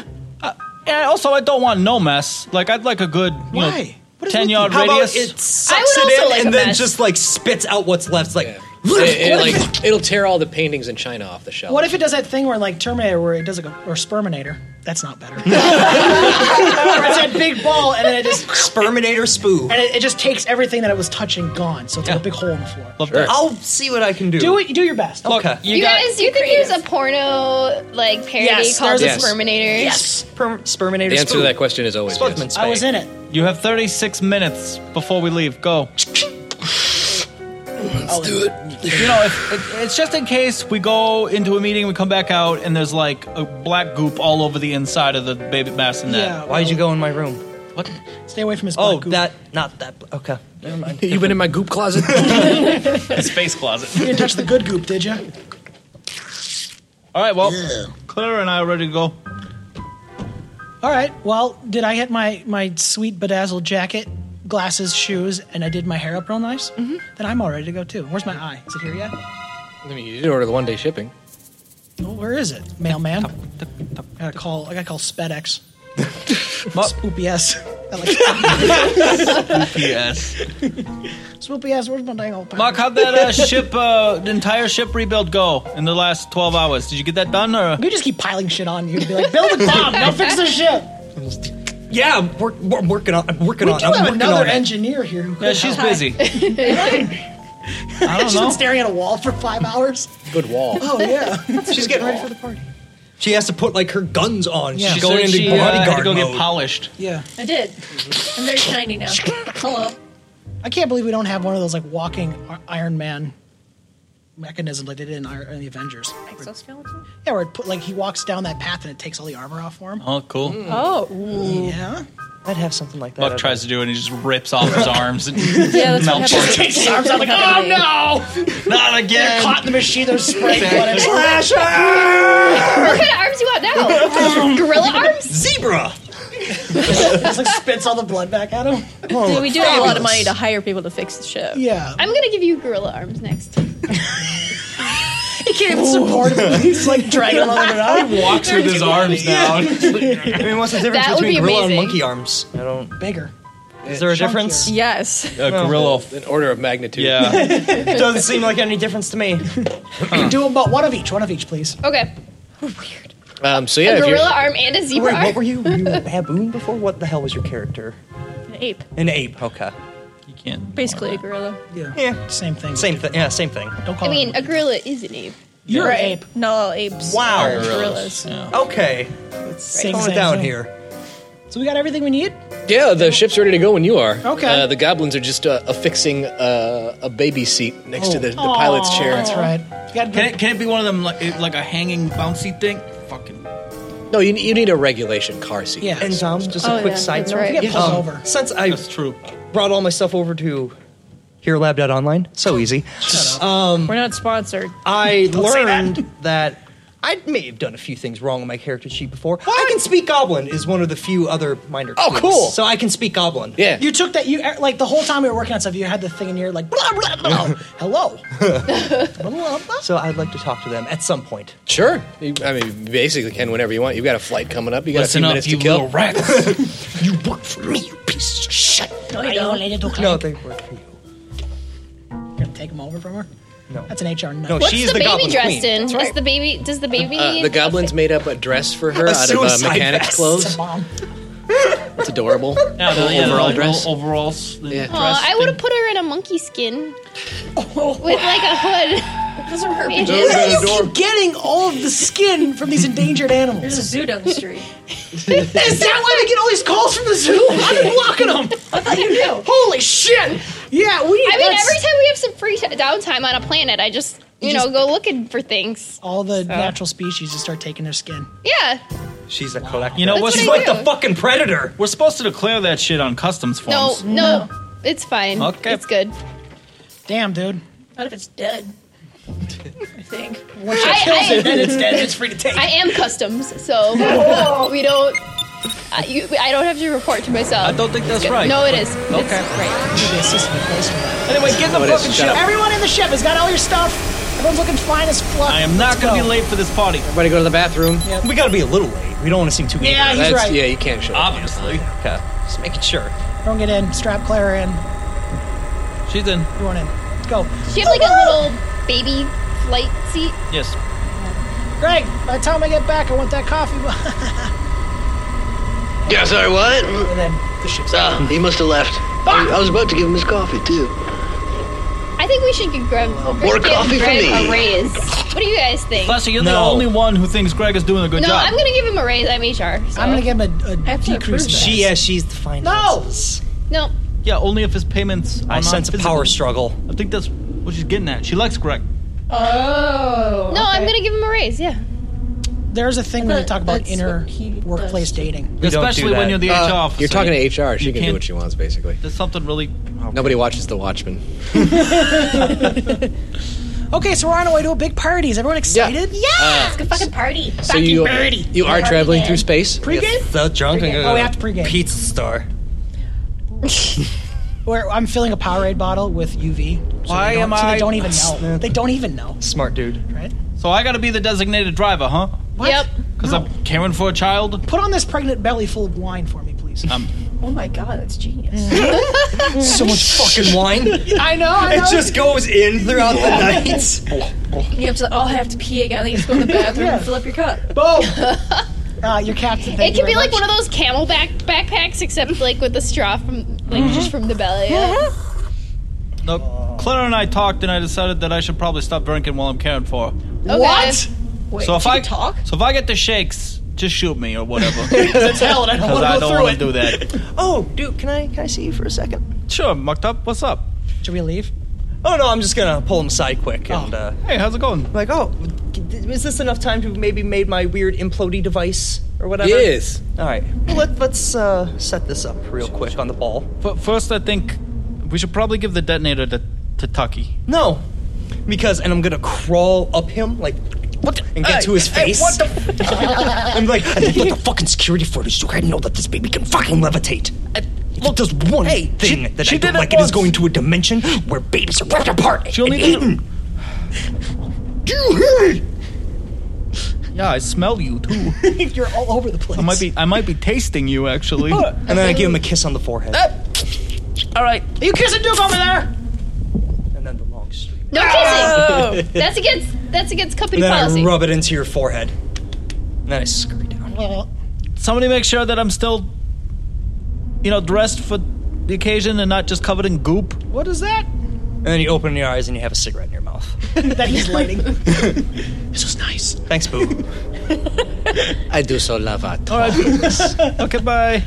[SPEAKER 5] And also, I don't want no mess. Like, I'd like a good you
[SPEAKER 3] Why?
[SPEAKER 5] know,
[SPEAKER 3] What is
[SPEAKER 5] ten
[SPEAKER 3] with
[SPEAKER 5] yard
[SPEAKER 2] How
[SPEAKER 5] radius.
[SPEAKER 2] about it
[SPEAKER 6] I
[SPEAKER 2] sucks
[SPEAKER 6] would
[SPEAKER 2] it in
[SPEAKER 6] also like a
[SPEAKER 2] and then
[SPEAKER 6] mess.
[SPEAKER 2] just like spits out what's left? It's like,
[SPEAKER 8] Yeah. It, it, like, it'll tear all the paintings in China off the shelf.
[SPEAKER 3] What if it does that thing where like Terminator, where it does like a, or Sperminator? That's not better. Where it's that big ball, and then it just
[SPEAKER 2] Sperminator spoo.
[SPEAKER 3] and it, it just takes everything that it was touching, gone. So it's like
[SPEAKER 5] Yeah.
[SPEAKER 3] a big hole in the floor.
[SPEAKER 5] Love that.
[SPEAKER 2] I'll see what I can do.
[SPEAKER 3] Do it. Do your best.
[SPEAKER 5] Look,
[SPEAKER 2] Okay.
[SPEAKER 5] you,
[SPEAKER 6] You,
[SPEAKER 5] got
[SPEAKER 6] guys, do you think there's a porno like parody
[SPEAKER 3] Yes,
[SPEAKER 6] called
[SPEAKER 8] there's a-
[SPEAKER 6] The Sperminator?
[SPEAKER 3] Yes.
[SPEAKER 2] Sperm- Sperminator
[SPEAKER 8] The answer
[SPEAKER 2] spoo.
[SPEAKER 8] to that question is always yes.
[SPEAKER 2] Spugman
[SPEAKER 3] I was
[SPEAKER 2] spay.
[SPEAKER 3] in it.
[SPEAKER 5] you have 36 minutes before we leave. Go.
[SPEAKER 3] Let's do it.
[SPEAKER 5] You know, if, it, it's just in case we go into a meeting, we come back out, and there's like a black goop all over the inside of the baby bassinet.
[SPEAKER 3] Yeah.
[SPEAKER 2] Why'd you go in my room?
[SPEAKER 5] What?
[SPEAKER 3] Stay away from his.
[SPEAKER 2] Oh,
[SPEAKER 3] black goop.
[SPEAKER 2] that, not that. Okay, never mind.
[SPEAKER 8] You've been in my goop closet.
[SPEAKER 5] A space closet.
[SPEAKER 3] You didn't touch the good goop, did you?
[SPEAKER 5] all right. Well, Clara and I are ready to go.
[SPEAKER 3] All right. Well, did I get my my sweet bedazzled jacket glasses, shoes, and I did my hair up real nice,
[SPEAKER 5] Mm-hmm.
[SPEAKER 3] then I'm all ready to go too. Where's my eye? Is it here yet?
[SPEAKER 8] I mean, you did order the one day shipping.
[SPEAKER 3] Oh, where is it, mailman? I gotta call. I gotta call SpedEx. Spoopy ass. I like-
[SPEAKER 5] Yes.
[SPEAKER 3] Spoopy ass. Where's my dang old pal?
[SPEAKER 5] Mark, how'd that uh, ship, uh, the entire ship rebuild go in the last 12 hours? Did you get that done or?
[SPEAKER 3] You just keep piling shit on you to be like, build a bomb. Now fix this shit.
[SPEAKER 10] Yeah, I'm, work, I'm working on. I'm working
[SPEAKER 3] We
[SPEAKER 10] on.
[SPEAKER 3] do
[SPEAKER 10] I'm
[SPEAKER 3] have
[SPEAKER 10] working
[SPEAKER 3] another
[SPEAKER 10] on it.
[SPEAKER 3] engineer here. Who
[SPEAKER 5] Yeah,
[SPEAKER 3] could
[SPEAKER 5] she's
[SPEAKER 3] help.
[SPEAKER 5] busy. I don't
[SPEAKER 3] She's been
[SPEAKER 5] know.
[SPEAKER 3] staring at a wall for five hours.
[SPEAKER 8] Good wall.
[SPEAKER 3] Oh yeah,
[SPEAKER 10] She's getting
[SPEAKER 3] ready for the party.
[SPEAKER 10] She has to put like her guns on.
[SPEAKER 5] She
[SPEAKER 10] She's going
[SPEAKER 5] said
[SPEAKER 10] into
[SPEAKER 5] she, uh, had to
[SPEAKER 10] bodyguard
[SPEAKER 5] go
[SPEAKER 10] mode.
[SPEAKER 5] get polished.
[SPEAKER 3] Yeah,
[SPEAKER 7] I did. I'm very shiny now. Hello.
[SPEAKER 3] I can't believe we don't have one of those like walking I- Iron Man mechanism like they did in, Iron- in the Avengers.
[SPEAKER 11] Exoskeleton?
[SPEAKER 3] Yeah, where it put, like he walks down that path and it takes all the armor off for him.
[SPEAKER 5] Oh, cool.
[SPEAKER 6] Mm.
[SPEAKER 11] Oh,
[SPEAKER 3] Yeah,
[SPEAKER 11] I'd have something like that.
[SPEAKER 5] Buck
[SPEAKER 11] I'd-
[SPEAKER 5] tries to do it and he just rips off his arms and
[SPEAKER 7] Yeah, that's
[SPEAKER 5] melts it.
[SPEAKER 7] what happened.
[SPEAKER 3] takes his arms out like, oh no!
[SPEAKER 5] Not again.
[SPEAKER 3] Caught in the machine, there's spray blood everywhere.
[SPEAKER 6] What kind of arms you want now? Gorilla arms?
[SPEAKER 10] Zebra.
[SPEAKER 3] Just like spits all the blood back at him.
[SPEAKER 11] Dude, we do have a lot of money to hire people to fix the ship.
[SPEAKER 3] Yeah,
[SPEAKER 6] I'm gonna give you gorilla arms next.
[SPEAKER 3] he can't even support him. He's like dragging him on the ground.
[SPEAKER 5] walks with his arms down.
[SPEAKER 10] I mean, what's the difference
[SPEAKER 6] That would
[SPEAKER 10] between
[SPEAKER 6] be
[SPEAKER 10] gorilla and
[SPEAKER 6] amazing.
[SPEAKER 10] monkey arms?
[SPEAKER 11] I don't.
[SPEAKER 3] Bigger.
[SPEAKER 10] Is there a difference?
[SPEAKER 11] Yes.
[SPEAKER 5] A gorilla.
[SPEAKER 8] An order of magnitude.
[SPEAKER 5] Yeah.
[SPEAKER 10] Doesn't seem like any difference to me.
[SPEAKER 3] Do them, but one of each. One of each, please.
[SPEAKER 6] Okay.
[SPEAKER 8] Um, so yeah,
[SPEAKER 6] A
[SPEAKER 8] if you're,
[SPEAKER 6] gorilla arm and a zebra
[SPEAKER 11] Wait,
[SPEAKER 6] arm.
[SPEAKER 11] what
[SPEAKER 10] Were you, were you a baboon before? What the hell was your character?
[SPEAKER 11] An ape.
[SPEAKER 10] An ape. Okay.
[SPEAKER 5] You can't.
[SPEAKER 11] Basically a gorilla.
[SPEAKER 3] Yeah.
[SPEAKER 10] Yeah.
[SPEAKER 3] Same thing.
[SPEAKER 10] Same thing. Yeah, same thing.
[SPEAKER 3] Don't call
[SPEAKER 6] I mean,
[SPEAKER 3] him.
[SPEAKER 6] a gorilla is an ape.
[SPEAKER 3] You're an ape.
[SPEAKER 11] Not all apes.
[SPEAKER 10] Wow.
[SPEAKER 11] are Gorillas.
[SPEAKER 10] Okay.
[SPEAKER 3] Same,
[SPEAKER 10] Tone it
[SPEAKER 3] same
[SPEAKER 10] down
[SPEAKER 3] thing.
[SPEAKER 10] here.
[SPEAKER 3] So we got everything we need.
[SPEAKER 8] yeah, the ship's ready to go when you are.
[SPEAKER 3] Okay.
[SPEAKER 8] Uh, the goblins are just uh, affixing uh, a baby seat next to the, the pilot's chair.
[SPEAKER 3] That's right. You got
[SPEAKER 5] Can it, can it be one of them like it- like a hanging bouncy thing? Fucking.
[SPEAKER 8] No, you, you need a regulation car seat.
[SPEAKER 3] Yeah.
[SPEAKER 10] And um, just
[SPEAKER 11] Oh,
[SPEAKER 10] a quick
[SPEAKER 11] yeah,
[SPEAKER 10] side
[SPEAKER 11] that's
[SPEAKER 10] note. Um,
[SPEAKER 11] right.
[SPEAKER 3] You get pulled over.
[SPEAKER 10] Since I
[SPEAKER 5] That's true.
[SPEAKER 10] brought all my stuff over to HeroLab.online, so easy. Um,
[SPEAKER 11] We're not sponsored.
[SPEAKER 10] I
[SPEAKER 3] say
[SPEAKER 10] learned that. I may have done a few things wrong on my character sheet before. I can speak Goblin is one of the few other minor.
[SPEAKER 8] Oh,
[SPEAKER 10] tweaks.
[SPEAKER 8] cool.
[SPEAKER 10] So I can speak Goblin.
[SPEAKER 8] Yeah.
[SPEAKER 3] You took that. You er, like the whole time we were working on stuff. You had the thing in your like blah blah blah. Hello. blah, blah, blah.
[SPEAKER 10] So I'd like to talk to them at some point.
[SPEAKER 8] Sure. You, I mean, you basically can whenever you want. You've got a flight coming up. You got
[SPEAKER 5] Listen
[SPEAKER 8] a few
[SPEAKER 5] up,
[SPEAKER 8] minutes
[SPEAKER 5] you
[SPEAKER 8] to kill.
[SPEAKER 5] little rats.
[SPEAKER 10] You work for me, you piece of shit.
[SPEAKER 7] No, I don't.
[SPEAKER 10] No, they work for you.
[SPEAKER 3] You're gonna take him over from her.
[SPEAKER 10] No.
[SPEAKER 3] That's an HR nut.
[SPEAKER 10] No,
[SPEAKER 6] What's
[SPEAKER 10] she's
[SPEAKER 6] the,
[SPEAKER 10] the,
[SPEAKER 6] baby
[SPEAKER 10] Goblin
[SPEAKER 6] dressed
[SPEAKER 10] Queen.
[SPEAKER 6] in? Is the baby? Does the baby?
[SPEAKER 8] Uh,
[SPEAKER 6] need
[SPEAKER 8] the goblins made up a dress for her
[SPEAKER 10] A
[SPEAKER 8] out of uh,
[SPEAKER 10] suicide
[SPEAKER 8] mechanic's
[SPEAKER 10] vest.
[SPEAKER 8] clothes.
[SPEAKER 3] Mom.
[SPEAKER 8] It's adorable.
[SPEAKER 5] Yeah, the- yeah, the
[SPEAKER 8] Overall
[SPEAKER 5] little
[SPEAKER 8] dress.
[SPEAKER 5] Overalls. the
[SPEAKER 8] Yeah.
[SPEAKER 5] dress
[SPEAKER 6] Aw, I would have
[SPEAKER 5] thing.
[SPEAKER 6] put her in a monkey skin
[SPEAKER 3] Oh.
[SPEAKER 6] with like a hood.
[SPEAKER 7] Those are her.
[SPEAKER 6] It
[SPEAKER 8] Those
[SPEAKER 6] is-
[SPEAKER 8] are
[SPEAKER 3] You
[SPEAKER 8] adorable.
[SPEAKER 3] keep getting all of the skin from these endangered
[SPEAKER 7] There's
[SPEAKER 3] animals.
[SPEAKER 7] a zoo down the street.
[SPEAKER 3] Is that why they get all these calls from the zoo? I've been blocking them.
[SPEAKER 7] I thought you knew.
[SPEAKER 3] Holy shit! Yeah, we.
[SPEAKER 6] I mean,
[SPEAKER 3] that's-
[SPEAKER 6] every time we have some free t- downtime on a planet, I just you, know
[SPEAKER 3] just-
[SPEAKER 6] go looking for things.
[SPEAKER 3] all the
[SPEAKER 7] Oh.
[SPEAKER 3] natural species just start taking their skin.
[SPEAKER 6] Yeah.
[SPEAKER 10] She's a collector.
[SPEAKER 5] You know
[SPEAKER 6] That's
[SPEAKER 5] what's
[SPEAKER 6] what
[SPEAKER 10] she's
[SPEAKER 6] I
[SPEAKER 10] like
[SPEAKER 6] do.
[SPEAKER 10] the fucking predator.
[SPEAKER 5] We're supposed to declare that shit on customs
[SPEAKER 6] No,
[SPEAKER 5] forms.
[SPEAKER 6] no, it's fine.
[SPEAKER 5] Okay.
[SPEAKER 6] It's good.
[SPEAKER 3] Damn, dude.
[SPEAKER 7] Not if it's dead. I think.
[SPEAKER 3] Once you
[SPEAKER 6] I-
[SPEAKER 3] kills
[SPEAKER 6] I-
[SPEAKER 3] it, then it's dead. It's free to take.
[SPEAKER 6] I am customs, so we don't. I, you, I don't have to report to myself.
[SPEAKER 5] I don't think that's
[SPEAKER 6] It's good.
[SPEAKER 5] right.
[SPEAKER 6] No, it is. It's
[SPEAKER 5] Okay.
[SPEAKER 6] right.
[SPEAKER 3] Maybe a system in place for that.
[SPEAKER 5] Anyway, get in the
[SPEAKER 8] What is-
[SPEAKER 5] fucking
[SPEAKER 8] shut
[SPEAKER 5] ship.
[SPEAKER 8] up.
[SPEAKER 3] Everyone in the ship has got all your stuff. Everyone's looking fine as fuck.
[SPEAKER 5] I am
[SPEAKER 3] Let's
[SPEAKER 5] not going to
[SPEAKER 3] go.
[SPEAKER 5] be late for this party.
[SPEAKER 8] Everybody go to the bathroom.
[SPEAKER 10] We gotta be a little late. We don't want to seem too eager.
[SPEAKER 3] Yeah, he's
[SPEAKER 8] That's,
[SPEAKER 3] right.
[SPEAKER 8] Yeah, you can't show up.
[SPEAKER 5] Obviously.
[SPEAKER 10] Okay. Just making sure.
[SPEAKER 3] Don't get in. Strap Clara in.
[SPEAKER 5] She's in.
[SPEAKER 3] Everyone in. Let's go.
[SPEAKER 6] She have like a little baby flight seat.
[SPEAKER 5] Yes.
[SPEAKER 3] Greg, by the time I get back, I want that coffee. and
[SPEAKER 12] Yeah, sorry, what?
[SPEAKER 3] then the ship's
[SPEAKER 12] Ah, he must have left. I, I was about to give him his coffee, too.
[SPEAKER 6] I think we should give Greg, Greg
[SPEAKER 12] More
[SPEAKER 6] give
[SPEAKER 12] coffee for
[SPEAKER 6] Greg
[SPEAKER 12] me.
[SPEAKER 6] a raise. What do you guys think?
[SPEAKER 5] Flashy, you're the
[SPEAKER 10] No.
[SPEAKER 5] only one who thinks Greg is doing a good
[SPEAKER 6] no,
[SPEAKER 5] job.
[SPEAKER 6] I'm gonna give him a raise. I'm HR. So.
[SPEAKER 3] I'm gonna give him a, a
[SPEAKER 7] have to
[SPEAKER 3] decrease.
[SPEAKER 7] approve
[SPEAKER 3] in
[SPEAKER 10] She, yeah, she's the finances.
[SPEAKER 6] no.
[SPEAKER 5] yeah, only if his payments are
[SPEAKER 10] I
[SPEAKER 5] not
[SPEAKER 10] sense a
[SPEAKER 5] physical.
[SPEAKER 10] power struggle.
[SPEAKER 5] I think that's what she's getting at. She likes Greg.
[SPEAKER 7] Oh.
[SPEAKER 6] No, I'm gonna give him a raise. Yeah.
[SPEAKER 3] that. There's a thing when you talk about
[SPEAKER 7] That's
[SPEAKER 3] inner
[SPEAKER 7] what he does.
[SPEAKER 3] workplace dating.
[SPEAKER 10] don't do
[SPEAKER 5] Especially when
[SPEAKER 10] that.
[SPEAKER 5] you're the HR
[SPEAKER 8] Uh,
[SPEAKER 5] officer.
[SPEAKER 8] you're talking to HR. She
[SPEAKER 5] You
[SPEAKER 8] can do
[SPEAKER 5] can't-
[SPEAKER 8] what she wants, basically.
[SPEAKER 5] There's something really. oh,
[SPEAKER 8] Nobody watches The Watchmen.
[SPEAKER 3] Okay, so we're on our way to a big party. Is everyone excited? Yeah.
[SPEAKER 7] It's a fucking party.
[SPEAKER 8] Uh, So you you are traveling through space.
[SPEAKER 3] Pregame.
[SPEAKER 10] So drunk and
[SPEAKER 3] Pregame.
[SPEAKER 10] go
[SPEAKER 3] Oh, we have to pregame.
[SPEAKER 10] Pizza Star.
[SPEAKER 3] Or I'm filling a Powerade bottle with UV. So
[SPEAKER 5] Why
[SPEAKER 3] they don't-
[SPEAKER 5] am
[SPEAKER 3] So
[SPEAKER 5] I-
[SPEAKER 3] they don't even know. They don't even know.
[SPEAKER 5] Smart dude.
[SPEAKER 3] Right?
[SPEAKER 5] So I got to be the designated driver, huh?
[SPEAKER 3] Yep.
[SPEAKER 5] Because I'm caring for a child.
[SPEAKER 3] Put on this pregnant belly full of wine for me, please.
[SPEAKER 5] Um,
[SPEAKER 7] Oh my god, that's genius.
[SPEAKER 10] so much fucking wine.
[SPEAKER 3] I know, I
[SPEAKER 10] It
[SPEAKER 3] know.
[SPEAKER 10] just goes in throughout the night.
[SPEAKER 7] You have to, oh, I have to pee again. I think just go in the bathroom and fill up your cup.
[SPEAKER 3] Boom! uh, your captain.
[SPEAKER 6] it could be like one of those camel back backpacks, except like with the straw from like just from the belly. up.
[SPEAKER 7] Oh.
[SPEAKER 5] no, Claire and I talked, and I decided that I should probably stop drinking while I'm caring for. her.
[SPEAKER 6] Okay. What?
[SPEAKER 7] Wait,
[SPEAKER 5] so if
[SPEAKER 7] you
[SPEAKER 5] I
[SPEAKER 7] can talk?
[SPEAKER 5] so if I get the shakes, just shoot me or whatever.
[SPEAKER 7] it's hell and I don't
[SPEAKER 5] Because
[SPEAKER 7] wanna
[SPEAKER 5] I
[SPEAKER 7] go
[SPEAKER 5] don't
[SPEAKER 7] through
[SPEAKER 5] wanna
[SPEAKER 7] it.
[SPEAKER 5] do that.
[SPEAKER 10] Oh, dude, can I can I see you for a second?
[SPEAKER 5] Sure, mucked up. What's up?
[SPEAKER 3] Should we leave?
[SPEAKER 10] Oh no, I'm just gonna pull him aside quick and. Uh,
[SPEAKER 5] hey, how's it going?
[SPEAKER 10] Like, oh, is this enough time to maybe made my weird implodey device or whatever?
[SPEAKER 5] Yes.
[SPEAKER 10] All right. Well, let, let's uh, set this up real quick on the ball.
[SPEAKER 5] But first, I think we should probably give the detonator to, to Tucky.
[SPEAKER 10] No, because and I'm gonna crawl up him like what and get
[SPEAKER 5] Hey,
[SPEAKER 10] to his
[SPEAKER 5] hey,
[SPEAKER 10] face.
[SPEAKER 5] what
[SPEAKER 10] I'm like, I think like the fucking security footage. You gotta know that this baby can fucking levitate. If it does one thing that
[SPEAKER 5] she
[SPEAKER 10] I
[SPEAKER 5] did
[SPEAKER 10] don't
[SPEAKER 5] it
[SPEAKER 10] like, it is
[SPEAKER 5] once.
[SPEAKER 10] going to a dimension where babies are ripped apart
[SPEAKER 5] She'll
[SPEAKER 10] and
[SPEAKER 5] need to-
[SPEAKER 10] eaten. Do you hear it?
[SPEAKER 5] Yeah, I smell you too.
[SPEAKER 3] You're all over the place.
[SPEAKER 5] I might be I might be tasting you actually.
[SPEAKER 10] And then I give him a kiss on the forehead.
[SPEAKER 5] All right.
[SPEAKER 3] Are you kissing Duke over there?
[SPEAKER 10] And then the long stream.
[SPEAKER 6] No
[SPEAKER 10] No!
[SPEAKER 6] kissing. that's against that's against company
[SPEAKER 10] And then
[SPEAKER 6] policy.
[SPEAKER 10] I rub it into your forehead. And then I scurry down.
[SPEAKER 6] Uh,
[SPEAKER 3] Well,
[SPEAKER 5] Somebody make sure that I'm still, you know, dressed for the occasion and not just covered in goop.
[SPEAKER 3] what is that?
[SPEAKER 10] And then you open your eyes and you have a cigarette in your mouth.
[SPEAKER 3] that he's lighting. this was nice.
[SPEAKER 10] Thanks, boo.
[SPEAKER 8] I do so love art.
[SPEAKER 5] All right. okay, bye.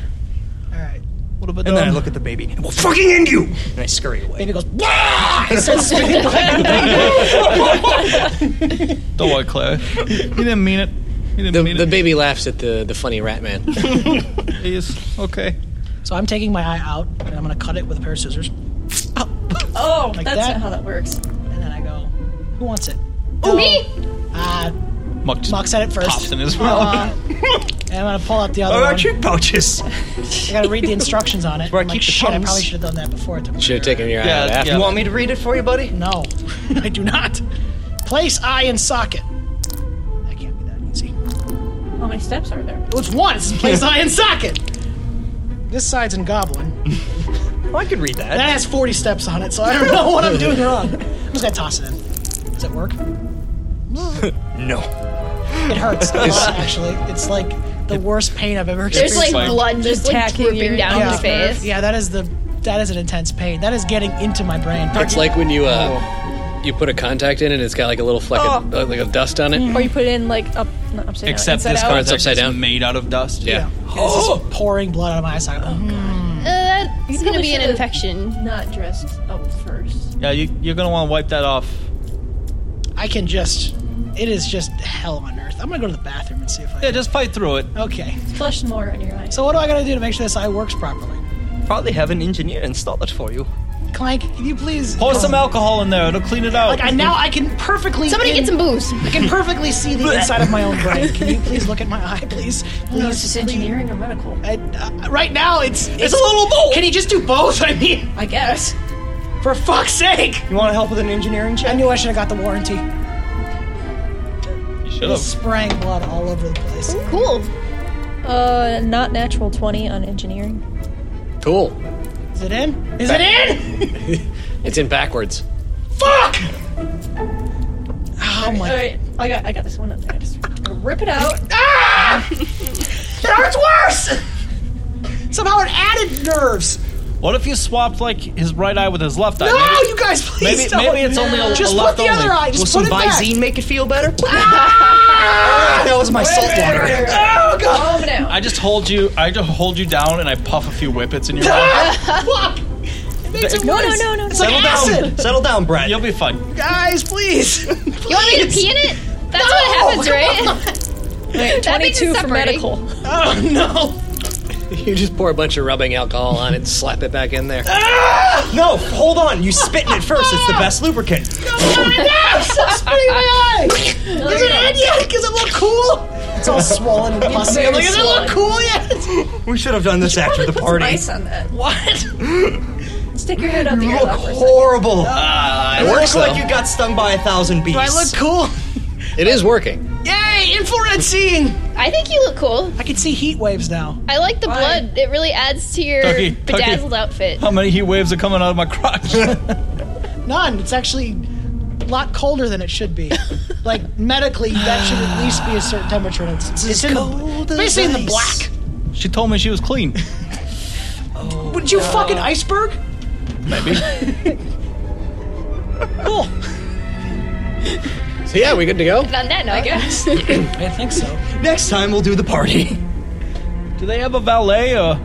[SPEAKER 3] All right.
[SPEAKER 5] What about
[SPEAKER 10] And then I look at the baby. And we'll fucking end you! And I scurry away.
[SPEAKER 3] Baby goes. Wah! It starts spinning behind the baby.
[SPEAKER 5] Don't worry, Claire. You didn't mean it. You didn't
[SPEAKER 8] The,
[SPEAKER 5] mean
[SPEAKER 8] the
[SPEAKER 5] it.
[SPEAKER 8] baby laughs at the, the funny rat man.
[SPEAKER 5] Yes. Okay.
[SPEAKER 3] So I'm taking my eye out and I'm gonna cut it with a pair of scissors.
[SPEAKER 7] Oh,
[SPEAKER 3] Like
[SPEAKER 7] that's
[SPEAKER 3] that?
[SPEAKER 7] not how that works.
[SPEAKER 3] And then I go, who wants it?
[SPEAKER 6] Me?
[SPEAKER 3] Uh,
[SPEAKER 5] Muck just
[SPEAKER 3] Mock said it first. Uh,
[SPEAKER 5] pops in his mouth.
[SPEAKER 3] and I'm gonna pull out the other
[SPEAKER 10] All
[SPEAKER 3] one.
[SPEAKER 10] right, cheek pouches.
[SPEAKER 3] I gotta read the instructions on it.
[SPEAKER 10] Oh, Where I
[SPEAKER 3] I'm like,
[SPEAKER 10] keep the
[SPEAKER 3] shit, I
[SPEAKER 10] tongues.
[SPEAKER 3] probably should have done that before. I took my
[SPEAKER 8] Should have
[SPEAKER 3] finger
[SPEAKER 8] taken your eye
[SPEAKER 5] Yeah,
[SPEAKER 8] out after.
[SPEAKER 5] yeah.
[SPEAKER 10] You want me to read it for you, buddy?
[SPEAKER 3] out. No, I do not. Place eye in socket. That can't be that easy.
[SPEAKER 7] How many steps are there?
[SPEAKER 3] Well, It's one. It's place eye in socket. This side's in goblin.
[SPEAKER 10] Oh, I could read that.
[SPEAKER 3] That has 40 steps on it, so I don't know what I'm doing wrong. I'm just gonna toss it in. Does it work?
[SPEAKER 10] No.
[SPEAKER 3] It hurts a lot, actually. It's like the worst pain I've ever
[SPEAKER 6] There's
[SPEAKER 3] experienced.
[SPEAKER 6] like
[SPEAKER 5] fine.
[SPEAKER 6] blood just like
[SPEAKER 13] Attacking
[SPEAKER 6] dripping
[SPEAKER 13] your-
[SPEAKER 6] down
[SPEAKER 3] yeah.
[SPEAKER 6] his face.
[SPEAKER 3] Yeah, that is the that is an intense pain. That is getting into my brain.
[SPEAKER 8] It's like when you
[SPEAKER 10] Oh.
[SPEAKER 8] uh, you put a contact in and it's got like a little fleck of uh, like a dust on
[SPEAKER 10] Mm.
[SPEAKER 8] it.
[SPEAKER 13] Or you put it in like up, not upside down,
[SPEAKER 5] Except
[SPEAKER 13] inside
[SPEAKER 5] this
[SPEAKER 13] out.
[SPEAKER 5] card's upside
[SPEAKER 8] upside
[SPEAKER 5] down,
[SPEAKER 8] down.
[SPEAKER 5] made out of dust.
[SPEAKER 8] Yeah.
[SPEAKER 3] It's just pouring blood out of my eyes. I'm like, oh,
[SPEAKER 6] Uh, that's gonna
[SPEAKER 7] probably
[SPEAKER 6] be an
[SPEAKER 7] should've-
[SPEAKER 6] infection.
[SPEAKER 7] Not dressed up first.
[SPEAKER 5] Yeah. You, you're gonna want to wipe that off.
[SPEAKER 3] I can just. It is just hell on earth. I'm gonna go to the bathroom and see if I.
[SPEAKER 5] Yeah. Just fight through it.
[SPEAKER 3] Okay.
[SPEAKER 7] Flush more on your eyes.
[SPEAKER 3] So what do I gotta do to make sure this eye works properly?
[SPEAKER 10] Probably have an engineer install it for you.
[SPEAKER 3] Clank, can you please?
[SPEAKER 5] Pour some alcohol in there. It'll clean it out.
[SPEAKER 3] Like I now I can perfectly.
[SPEAKER 6] Somebody
[SPEAKER 3] in-
[SPEAKER 6] get some booze.
[SPEAKER 3] I can perfectly see the inside of my own brain. Can you please look at my eye, please?
[SPEAKER 7] No,
[SPEAKER 3] Please,
[SPEAKER 7] it's just
[SPEAKER 3] please.
[SPEAKER 7] engineering or medical.
[SPEAKER 3] I, uh, right now, it's, it's
[SPEAKER 10] a little bold.
[SPEAKER 3] Can you just do both? I mean,
[SPEAKER 7] I guess.
[SPEAKER 3] for fuck's sake!
[SPEAKER 10] You want to help with an engineering
[SPEAKER 3] I
[SPEAKER 10] check?
[SPEAKER 3] knew I should have got the warranty.
[SPEAKER 5] You should
[SPEAKER 3] It
[SPEAKER 5] have.
[SPEAKER 3] sprang blood all over the place.
[SPEAKER 6] Cool.
[SPEAKER 13] Uh, not natural 20 on engineering.
[SPEAKER 8] Cool.
[SPEAKER 3] Is it in? Is it in?
[SPEAKER 8] It's in backwards.
[SPEAKER 3] Fuck! Oh my!
[SPEAKER 7] All right, I got, I got this one up there. Just rip it out.
[SPEAKER 3] Ah! It hurts worse. Somehow it added nerves.
[SPEAKER 5] What if you swapped like his right eye with his left eye?
[SPEAKER 3] No,
[SPEAKER 5] Maybe-
[SPEAKER 3] you guys, please
[SPEAKER 5] maybe-
[SPEAKER 3] don't.
[SPEAKER 5] maybe it's only a-
[SPEAKER 3] just
[SPEAKER 5] a left
[SPEAKER 3] put the
[SPEAKER 5] only.
[SPEAKER 3] other eye. Just
[SPEAKER 10] Will
[SPEAKER 3] put
[SPEAKER 10] some
[SPEAKER 3] it back.
[SPEAKER 10] Visine make it feel better? that was my salt water.
[SPEAKER 3] Ah! Oh god!
[SPEAKER 7] Calm down.
[SPEAKER 5] I just hold you. I just hold you down, and I puff a few whippets in your mouth.
[SPEAKER 3] Ah! Fuck! It makes it
[SPEAKER 13] No, no,
[SPEAKER 3] worse.
[SPEAKER 13] no, no,
[SPEAKER 3] It's
[SPEAKER 13] no.
[SPEAKER 3] like acid.
[SPEAKER 10] Settle down. Settle down, Brad.
[SPEAKER 5] You'll be fine.
[SPEAKER 3] Guys, please.
[SPEAKER 6] You want me to pee in it? That's what happens, right?
[SPEAKER 13] Wait,
[SPEAKER 6] That means
[SPEAKER 13] 22
[SPEAKER 6] it's
[SPEAKER 13] for
[SPEAKER 6] separating.
[SPEAKER 13] medical.
[SPEAKER 3] oh no!
[SPEAKER 8] You just pour a bunch of rubbing alcohol on it and slap it back in there.
[SPEAKER 5] Ah!
[SPEAKER 10] No, hold on. You spit in it first. It's the best lubricant.
[SPEAKER 3] Spitting my eye. Is it in yet? Does it look cool? It's all swollen and pussy. I'm like, does it look cool yet?
[SPEAKER 10] We should have done this after the
[SPEAKER 7] Put some
[SPEAKER 10] party.
[SPEAKER 7] ice on that.
[SPEAKER 3] What?
[SPEAKER 7] Stick your head out the
[SPEAKER 2] You look
[SPEAKER 7] airlock.
[SPEAKER 2] horrible.
[SPEAKER 8] Ah, it
[SPEAKER 2] it looks
[SPEAKER 8] works,
[SPEAKER 2] like
[SPEAKER 8] though.
[SPEAKER 2] you got stung by a thousand bees.
[SPEAKER 8] Do I look
[SPEAKER 3] cool?
[SPEAKER 8] It is working.
[SPEAKER 3] Yay! Infrared seeing.
[SPEAKER 6] I think you look cool.
[SPEAKER 3] I can see heat waves now.
[SPEAKER 6] I like the blood. It really adds to your
[SPEAKER 5] Tucky, Tucky.
[SPEAKER 6] bedazzled outfit.
[SPEAKER 5] How many heat waves are coming out of my crotch?
[SPEAKER 3] None. It's actually a lot colder than it should be. like medically, that should at least be a certain temperature. And it's it's, in the, basically in the black.
[SPEAKER 5] she told me she was clean.
[SPEAKER 3] Would you fucking iceberg?
[SPEAKER 5] Maybe.
[SPEAKER 3] Cool.
[SPEAKER 8] So yeah, we good to go?
[SPEAKER 6] On that note, I guess.
[SPEAKER 3] I think so.
[SPEAKER 2] Next time we'll do the party.
[SPEAKER 5] Do they have a valet? uh? Or...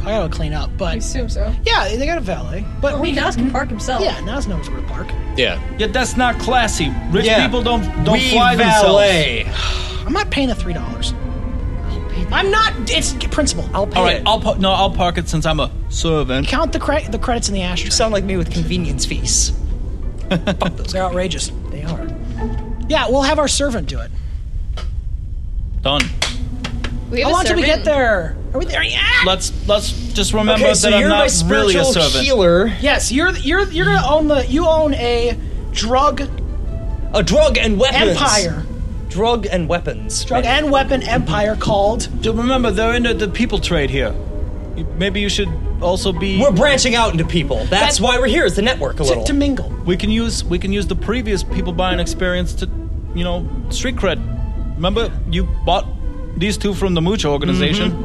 [SPEAKER 3] I gotta clean up, but I
[SPEAKER 7] assume so.
[SPEAKER 3] Yeah, they got a valet, but
[SPEAKER 7] Or he Nas can park himself.
[SPEAKER 3] Yeah, Nas knows where to park.
[SPEAKER 8] Yeah.
[SPEAKER 5] Yeah, that's not classy. Rich
[SPEAKER 2] Yeah.
[SPEAKER 5] people don't don't
[SPEAKER 2] We
[SPEAKER 5] fly
[SPEAKER 2] valet.
[SPEAKER 5] themselves.
[SPEAKER 3] I'm not paying the three dollars. I'm not. It's principal. I'll pay
[SPEAKER 5] All right,
[SPEAKER 3] it.
[SPEAKER 5] I'll pa- no, I'll park it since I'm a servant.
[SPEAKER 3] Count the cre- the credits in the ashtray.
[SPEAKER 2] Sound like me with convenience fees.
[SPEAKER 3] Those are outrageous. They are. Yeah, we'll have our servant do it.
[SPEAKER 5] Done.
[SPEAKER 6] We have
[SPEAKER 3] How
[SPEAKER 6] a
[SPEAKER 3] long till we
[SPEAKER 6] servant.
[SPEAKER 3] get there? Are we there yet?
[SPEAKER 5] Let's let's just remember
[SPEAKER 2] okay, so
[SPEAKER 5] that
[SPEAKER 2] you're
[SPEAKER 5] I'm
[SPEAKER 2] my
[SPEAKER 5] not
[SPEAKER 2] spiritual
[SPEAKER 5] really a servant.
[SPEAKER 2] healer.
[SPEAKER 3] Yes, you're you're you're gonna own the you own a drug
[SPEAKER 2] A drug and weapons
[SPEAKER 3] empire,
[SPEAKER 2] Drug and weapons.
[SPEAKER 3] drug and weapon empire called.
[SPEAKER 5] Do remember they're into the people trade here. You- Maybe you should also be.
[SPEAKER 2] We're branching out into people. That's
[SPEAKER 3] That-
[SPEAKER 2] why we're here. Is the network a
[SPEAKER 3] To,
[SPEAKER 2] little?
[SPEAKER 3] to mingle.
[SPEAKER 5] We can use we can use the previous people buying experience to, you know, street cred. Remember you bought these two from the Mucha organization.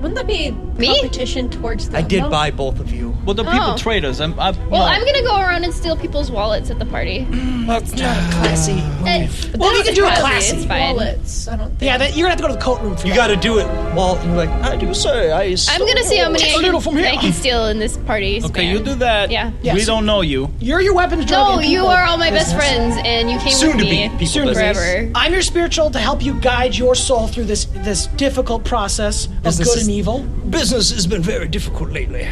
[SPEAKER 7] Wouldn't that be competition towards them?
[SPEAKER 2] Mm-hmm. I did
[SPEAKER 7] though?
[SPEAKER 2] buy both of you.
[SPEAKER 5] Well, the people
[SPEAKER 6] Oh.
[SPEAKER 5] traders. I'm. I'm
[SPEAKER 6] Well,
[SPEAKER 5] no.
[SPEAKER 6] I'm gonna go around and steal people's wallets at the party.
[SPEAKER 3] Mm,
[SPEAKER 2] That's
[SPEAKER 5] Ah.
[SPEAKER 2] not
[SPEAKER 3] Classy.
[SPEAKER 6] Eh,
[SPEAKER 3] Well, we
[SPEAKER 6] that's
[SPEAKER 3] can do it
[SPEAKER 6] probably-
[SPEAKER 3] classy.
[SPEAKER 6] It's fine.
[SPEAKER 7] Wallets. I don't think.
[SPEAKER 3] Yeah, that, you're gonna have to go to the coat room for
[SPEAKER 2] You
[SPEAKER 3] that.
[SPEAKER 2] got to do it while you're like. I do say I.
[SPEAKER 6] I'm gonna see how many
[SPEAKER 3] Take a
[SPEAKER 6] I
[SPEAKER 3] little from
[SPEAKER 6] can,
[SPEAKER 3] here.
[SPEAKER 6] I can steal in this party.
[SPEAKER 5] okay,
[SPEAKER 6] span.
[SPEAKER 5] you do that.
[SPEAKER 6] Yeah.
[SPEAKER 3] Yeah,
[SPEAKER 5] We
[SPEAKER 3] so-
[SPEAKER 5] don't know you.
[SPEAKER 3] You're your weapons drug.
[SPEAKER 6] No,
[SPEAKER 3] and
[SPEAKER 6] you
[SPEAKER 3] people
[SPEAKER 6] are all my best
[SPEAKER 3] business.
[SPEAKER 6] friends, and you came
[SPEAKER 2] Soon
[SPEAKER 6] with
[SPEAKER 2] to be
[SPEAKER 6] me
[SPEAKER 2] people Soon business.
[SPEAKER 6] forever.
[SPEAKER 3] I'm your spiritual to help you guide your soul through this this difficult process of
[SPEAKER 2] Business
[SPEAKER 3] good
[SPEAKER 2] is-
[SPEAKER 3] and evil.
[SPEAKER 2] Business has been very difficult lately.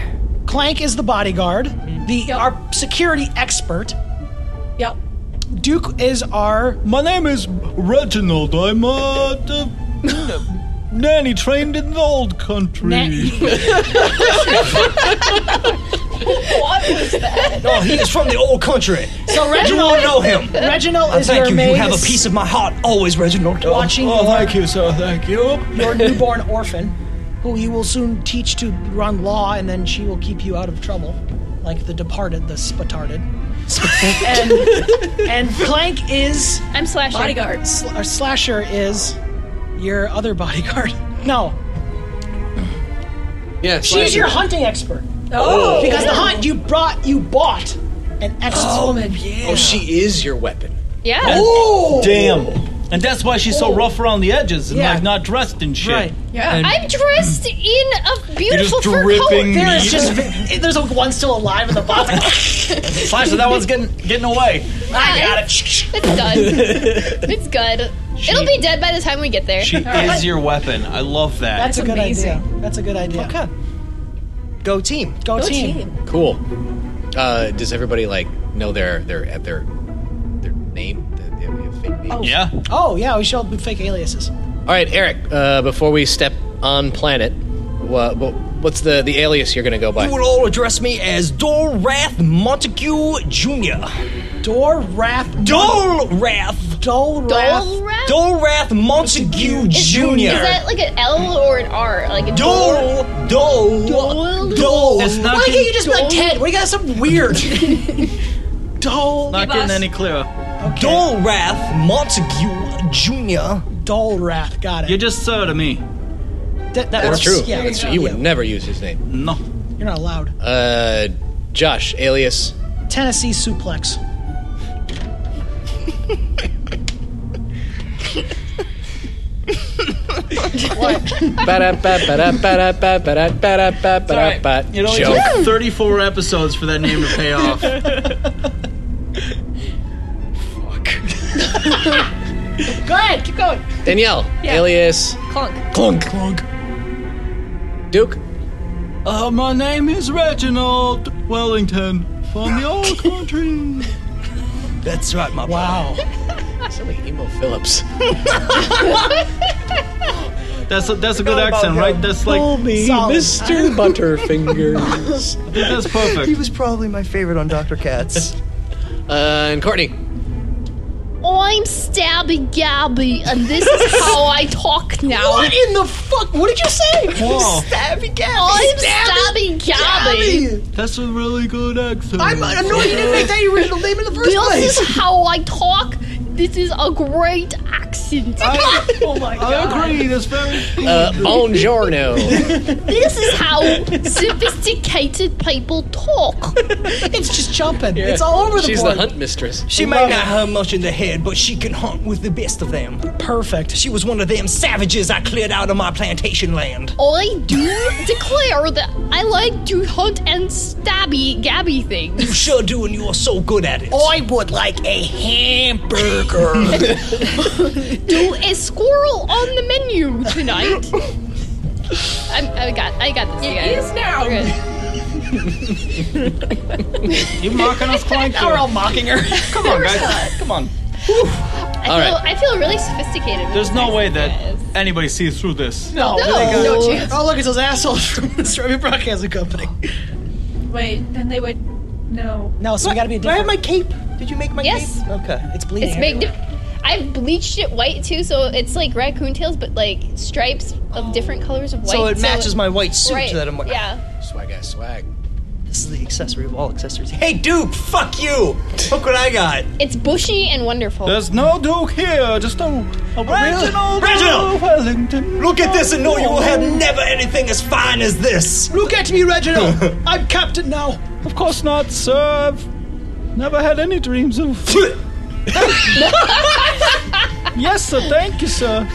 [SPEAKER 3] Clank is the bodyguard, the our security expert.
[SPEAKER 7] Yep.
[SPEAKER 3] Duke is our
[SPEAKER 5] My name is Reginald. I'm a uh, nanny trained in the old country.
[SPEAKER 2] No, Oh, he is from the old country. So Reginald, you all know him.
[SPEAKER 3] Reginald
[SPEAKER 2] I
[SPEAKER 3] is your
[SPEAKER 2] thank you.
[SPEAKER 3] maid.
[SPEAKER 2] You have a piece of my heart, always, Reginald.
[SPEAKER 3] Watching
[SPEAKER 5] Oh,
[SPEAKER 3] your-
[SPEAKER 5] thank you, sir. Thank you.
[SPEAKER 3] your newborn orphan, who you will soon teach to run law, and then she will keep you out of trouble, like the departed, the spatarded. and, and Plank is,
[SPEAKER 6] I'm slashing.
[SPEAKER 7] Bodyguards.
[SPEAKER 3] sl- or Slasher is your other bodyguard. No,
[SPEAKER 8] Yeah.
[SPEAKER 3] she's your hunting expert.
[SPEAKER 7] Oh.
[SPEAKER 3] Because the hunt you brought, you bought an expert.
[SPEAKER 8] Oh, she is your weapon.
[SPEAKER 6] Yeah. Oh.
[SPEAKER 5] Damn. And that's why she's so rough around the edges and
[SPEAKER 3] Yeah.
[SPEAKER 5] like not dressed and shit.
[SPEAKER 3] Right.
[SPEAKER 7] Yeah.
[SPEAKER 6] I'm dressed in a beautiful fur
[SPEAKER 5] dripping
[SPEAKER 6] coat.
[SPEAKER 3] There is just, there's a one still alive in the box.
[SPEAKER 5] Slash, so that one's getting getting away.
[SPEAKER 6] I got it. It's done. it's good. It'll be dead by the time we get there.
[SPEAKER 5] She is your weapon. I love that.
[SPEAKER 3] That's a good
[SPEAKER 7] amazing.
[SPEAKER 3] idea. That's a good idea.
[SPEAKER 2] Okay. Go team.
[SPEAKER 3] Go,
[SPEAKER 7] Go
[SPEAKER 3] team.
[SPEAKER 7] team.
[SPEAKER 8] Cool. Uh, does everybody like know their their at their their name? They have- they have fake names?
[SPEAKER 5] yeah.
[SPEAKER 3] Oh, yeah, we shall do fake aliases.
[SPEAKER 8] All right, Eric. Uh, before we step on planet, wha wha- what's the the alias you're gonna go by?
[SPEAKER 2] You will all address me as Dolrath Montague Jr.
[SPEAKER 3] Door Wrath.
[SPEAKER 2] Dolrath.
[SPEAKER 3] Dole
[SPEAKER 6] Dole
[SPEAKER 3] Wrath.
[SPEAKER 6] wrap?
[SPEAKER 2] Dolrath Montague
[SPEAKER 6] Is-
[SPEAKER 2] Jr.
[SPEAKER 6] Is that like an L or an R? Like a dole?
[SPEAKER 2] Dole, dole,
[SPEAKER 6] Dole?
[SPEAKER 2] dole.
[SPEAKER 5] That's not
[SPEAKER 3] Why can't
[SPEAKER 5] getting,
[SPEAKER 3] you just be like Ted? We got something weird. Dole.
[SPEAKER 5] not getting
[SPEAKER 7] boss.
[SPEAKER 5] any clearer.
[SPEAKER 2] Dolrath Montague Jr.
[SPEAKER 3] Dole Wrath. Got it.
[SPEAKER 5] You're just sir to me.
[SPEAKER 3] That- that
[SPEAKER 8] That's
[SPEAKER 3] works.
[SPEAKER 8] true.
[SPEAKER 3] Yeah,
[SPEAKER 8] that's
[SPEAKER 3] yeah.
[SPEAKER 8] true. You would never use his name.
[SPEAKER 5] No.
[SPEAKER 3] You're not allowed.
[SPEAKER 8] Uh, Josh, alias.
[SPEAKER 3] Tennessee suplex.
[SPEAKER 8] uh,
[SPEAKER 5] It only
[SPEAKER 8] Joke.
[SPEAKER 5] took 34 episodes for that name to pay off.
[SPEAKER 3] Go ahead. Keep going.
[SPEAKER 8] Danielle, alias.
[SPEAKER 6] Clunk.
[SPEAKER 2] Clunk, clunk.
[SPEAKER 8] Duke.
[SPEAKER 5] Uh, my name is Reginald Wellington from the old country.
[SPEAKER 2] That's right, my wow.
[SPEAKER 3] Wow.
[SPEAKER 8] Somebody emo Phillips.
[SPEAKER 5] That's a, that's a good
[SPEAKER 2] about
[SPEAKER 5] accent,
[SPEAKER 2] him.
[SPEAKER 5] right? That's like
[SPEAKER 2] Call me
[SPEAKER 5] Solid.
[SPEAKER 2] Mr.
[SPEAKER 8] Butterfingers.
[SPEAKER 5] That's perfect.
[SPEAKER 10] He was probably my favorite on Dr. Katz.
[SPEAKER 8] Uh, and Courtney.
[SPEAKER 6] Oh, I'm Stabby Gabby, and this is how I talk now.
[SPEAKER 2] What
[SPEAKER 6] in the fuck? What did you say?
[SPEAKER 5] Whoa.
[SPEAKER 6] Stabby Gabby. Oh, I'm Stabby, Gabby.
[SPEAKER 5] That's a really good accent.
[SPEAKER 6] I'm
[SPEAKER 10] annoyed you didn't make that your original name in the first
[SPEAKER 6] this
[SPEAKER 10] place.
[SPEAKER 6] is how I talk. This is a great accent. oh my
[SPEAKER 5] I agree. That's very.
[SPEAKER 8] Uh, buongiorno.
[SPEAKER 6] This is how sophisticated people talk.
[SPEAKER 3] It's just jumping. It's all over the
[SPEAKER 8] She's
[SPEAKER 3] board.
[SPEAKER 8] the hunt mistress.
[SPEAKER 2] She may not have much in the head, but she can hunt with the best of them.
[SPEAKER 3] Perfect.
[SPEAKER 2] She was one of them savages I cleared out of my plantation land.
[SPEAKER 6] I do declare that I like to hunt and stabby gabby things.
[SPEAKER 2] You sure do, and you are so good at it.
[SPEAKER 6] I would like a
[SPEAKER 7] Oh,
[SPEAKER 6] hamburger. Do a squirrel on the menu tonight. I'm, I got, I got this. You guys.
[SPEAKER 7] is now.
[SPEAKER 6] We're good.
[SPEAKER 5] You mocking us, Clank?
[SPEAKER 6] Now we're all mocking her.
[SPEAKER 5] Come on, guys. Come on.
[SPEAKER 6] I
[SPEAKER 5] All
[SPEAKER 6] feel,
[SPEAKER 5] right.
[SPEAKER 6] I feel really sophisticated. with
[SPEAKER 5] There's
[SPEAKER 6] this
[SPEAKER 5] no way
[SPEAKER 6] accent,
[SPEAKER 5] that anybody sees through this.
[SPEAKER 3] No,
[SPEAKER 6] No.
[SPEAKER 3] no,
[SPEAKER 6] No
[SPEAKER 7] chance.
[SPEAKER 3] Oh, look, it's those assholes from the Strawberry Broadcasting Company.
[SPEAKER 7] Wait, then they would. No.
[SPEAKER 3] No, so we gotta be a
[SPEAKER 10] Do I have
[SPEAKER 3] different.
[SPEAKER 10] my cape? Did you make my
[SPEAKER 6] Yes.
[SPEAKER 10] cape? Okay.
[SPEAKER 3] It's bleeding.
[SPEAKER 6] It's big. I've bleached it white too, so it's like raccoon tails, but like stripes of different colors of white.
[SPEAKER 10] So it matches my white suit
[SPEAKER 6] Right,
[SPEAKER 10] that I'm wearing.
[SPEAKER 6] Yeah.
[SPEAKER 8] Swag ass swag.
[SPEAKER 10] This is the accessory of all accessories.
[SPEAKER 2] Hey, Duke, fuck you! Look what I got.
[SPEAKER 6] It's bushy and wonderful.
[SPEAKER 5] There's no Duke here, just a, a Reginald,
[SPEAKER 2] Reginald!
[SPEAKER 5] Wellington. Oh.
[SPEAKER 2] Look at this and know you will have never anything as fine as this.
[SPEAKER 3] Look at me, Reginald. I'm captain now.
[SPEAKER 5] Of course not, sir. I've never had any dreams of. yes, sir. Thank you, sir.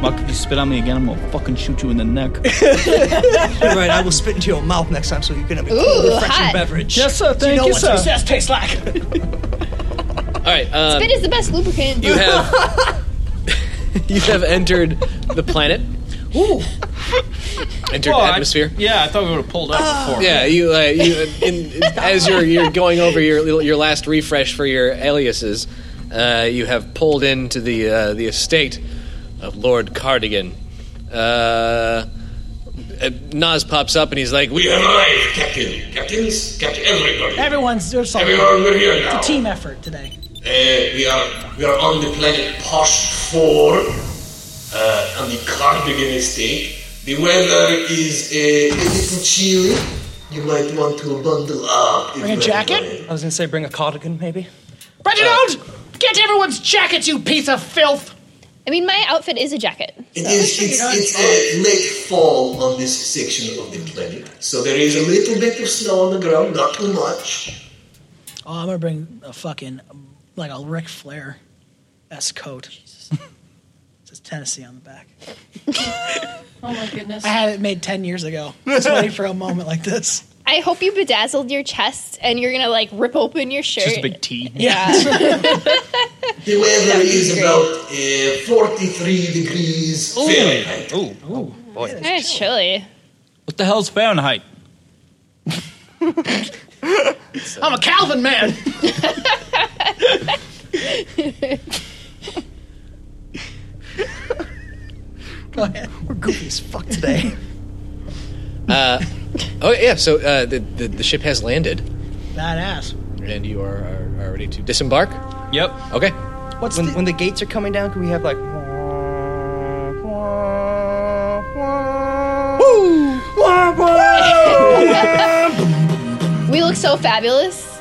[SPEAKER 5] Mark, if you spit on me again, I'm gonna fucking shoot you in the neck.
[SPEAKER 10] All right, I will spit into your mouth next time so you can have a cool,
[SPEAKER 6] Ooh,
[SPEAKER 10] refreshing
[SPEAKER 6] hot.
[SPEAKER 10] beverage.
[SPEAKER 5] yes, sir.
[SPEAKER 2] You
[SPEAKER 5] Thank
[SPEAKER 2] know
[SPEAKER 5] you,
[SPEAKER 2] what
[SPEAKER 5] sir.
[SPEAKER 2] success tastes like.
[SPEAKER 8] All right. Um,
[SPEAKER 6] Spit is the best lubricant.
[SPEAKER 8] you have you have entered the planet.
[SPEAKER 3] Ooh,
[SPEAKER 8] Entered
[SPEAKER 5] Oh, I-
[SPEAKER 8] atmosphere.
[SPEAKER 5] yeah, I thought we would have pulled up before.
[SPEAKER 8] Yeah, you, uh, you in, as you're you're going over your little- your last refresh for your aliases, uh, you have pulled into the uh, the estate of Lord Cardigan. Uh, uh, Nas pops up and he's like, "We
[SPEAKER 9] We
[SPEAKER 8] have
[SPEAKER 9] are
[SPEAKER 8] arrived."
[SPEAKER 9] alive, Captain. Captains, Captain, everybody. Uh,
[SPEAKER 3] everyone's they're solid.
[SPEAKER 9] Everyone, we're here now.
[SPEAKER 3] It's a team effort today.
[SPEAKER 9] Uh, we are we are on the planet Posh Four, uh, on the Cardigan Estate. The weather is a, a little chilly. You might want to bundle up.
[SPEAKER 3] Bring a jacket.
[SPEAKER 10] I was gonna say bring a cardigan, maybe.
[SPEAKER 3] Reginald, get everyone's jackets, you piece of filth.
[SPEAKER 6] I mean, my outfit is a jacket.
[SPEAKER 9] It is, it's, it's a late fall on this section of the planet, so there is a little bit of snow on the ground, not too much.
[SPEAKER 3] Oh, I'm gonna bring a fucking like a Ric Flair s coat. it says Tennessee on the back.
[SPEAKER 7] Oh my goodness.
[SPEAKER 3] I had it made ten years ago. Just waiting for a moment like this.
[SPEAKER 6] I hope you bedazzled your chest and you're gonna like rip open your shirt.
[SPEAKER 5] Just a big T.
[SPEAKER 6] yeah.
[SPEAKER 9] The weather is about uh, 43 degrees Fahrenheit.
[SPEAKER 5] Ooh,
[SPEAKER 10] Oh,
[SPEAKER 5] ooh, boy.
[SPEAKER 6] it's chilly.
[SPEAKER 5] What the hell's Fahrenheit?
[SPEAKER 3] I'm a Calvin man.
[SPEAKER 10] We're goofy as fuck today.
[SPEAKER 8] Oh yeah, so uh, the, the the ship has landed,
[SPEAKER 3] Badass.
[SPEAKER 8] and you are, are, are ready to disembark.
[SPEAKER 5] Yep.
[SPEAKER 8] Okay.
[SPEAKER 10] What's when, when the gates are coming down? Can we have like? Woo!
[SPEAKER 6] We look so fabulous.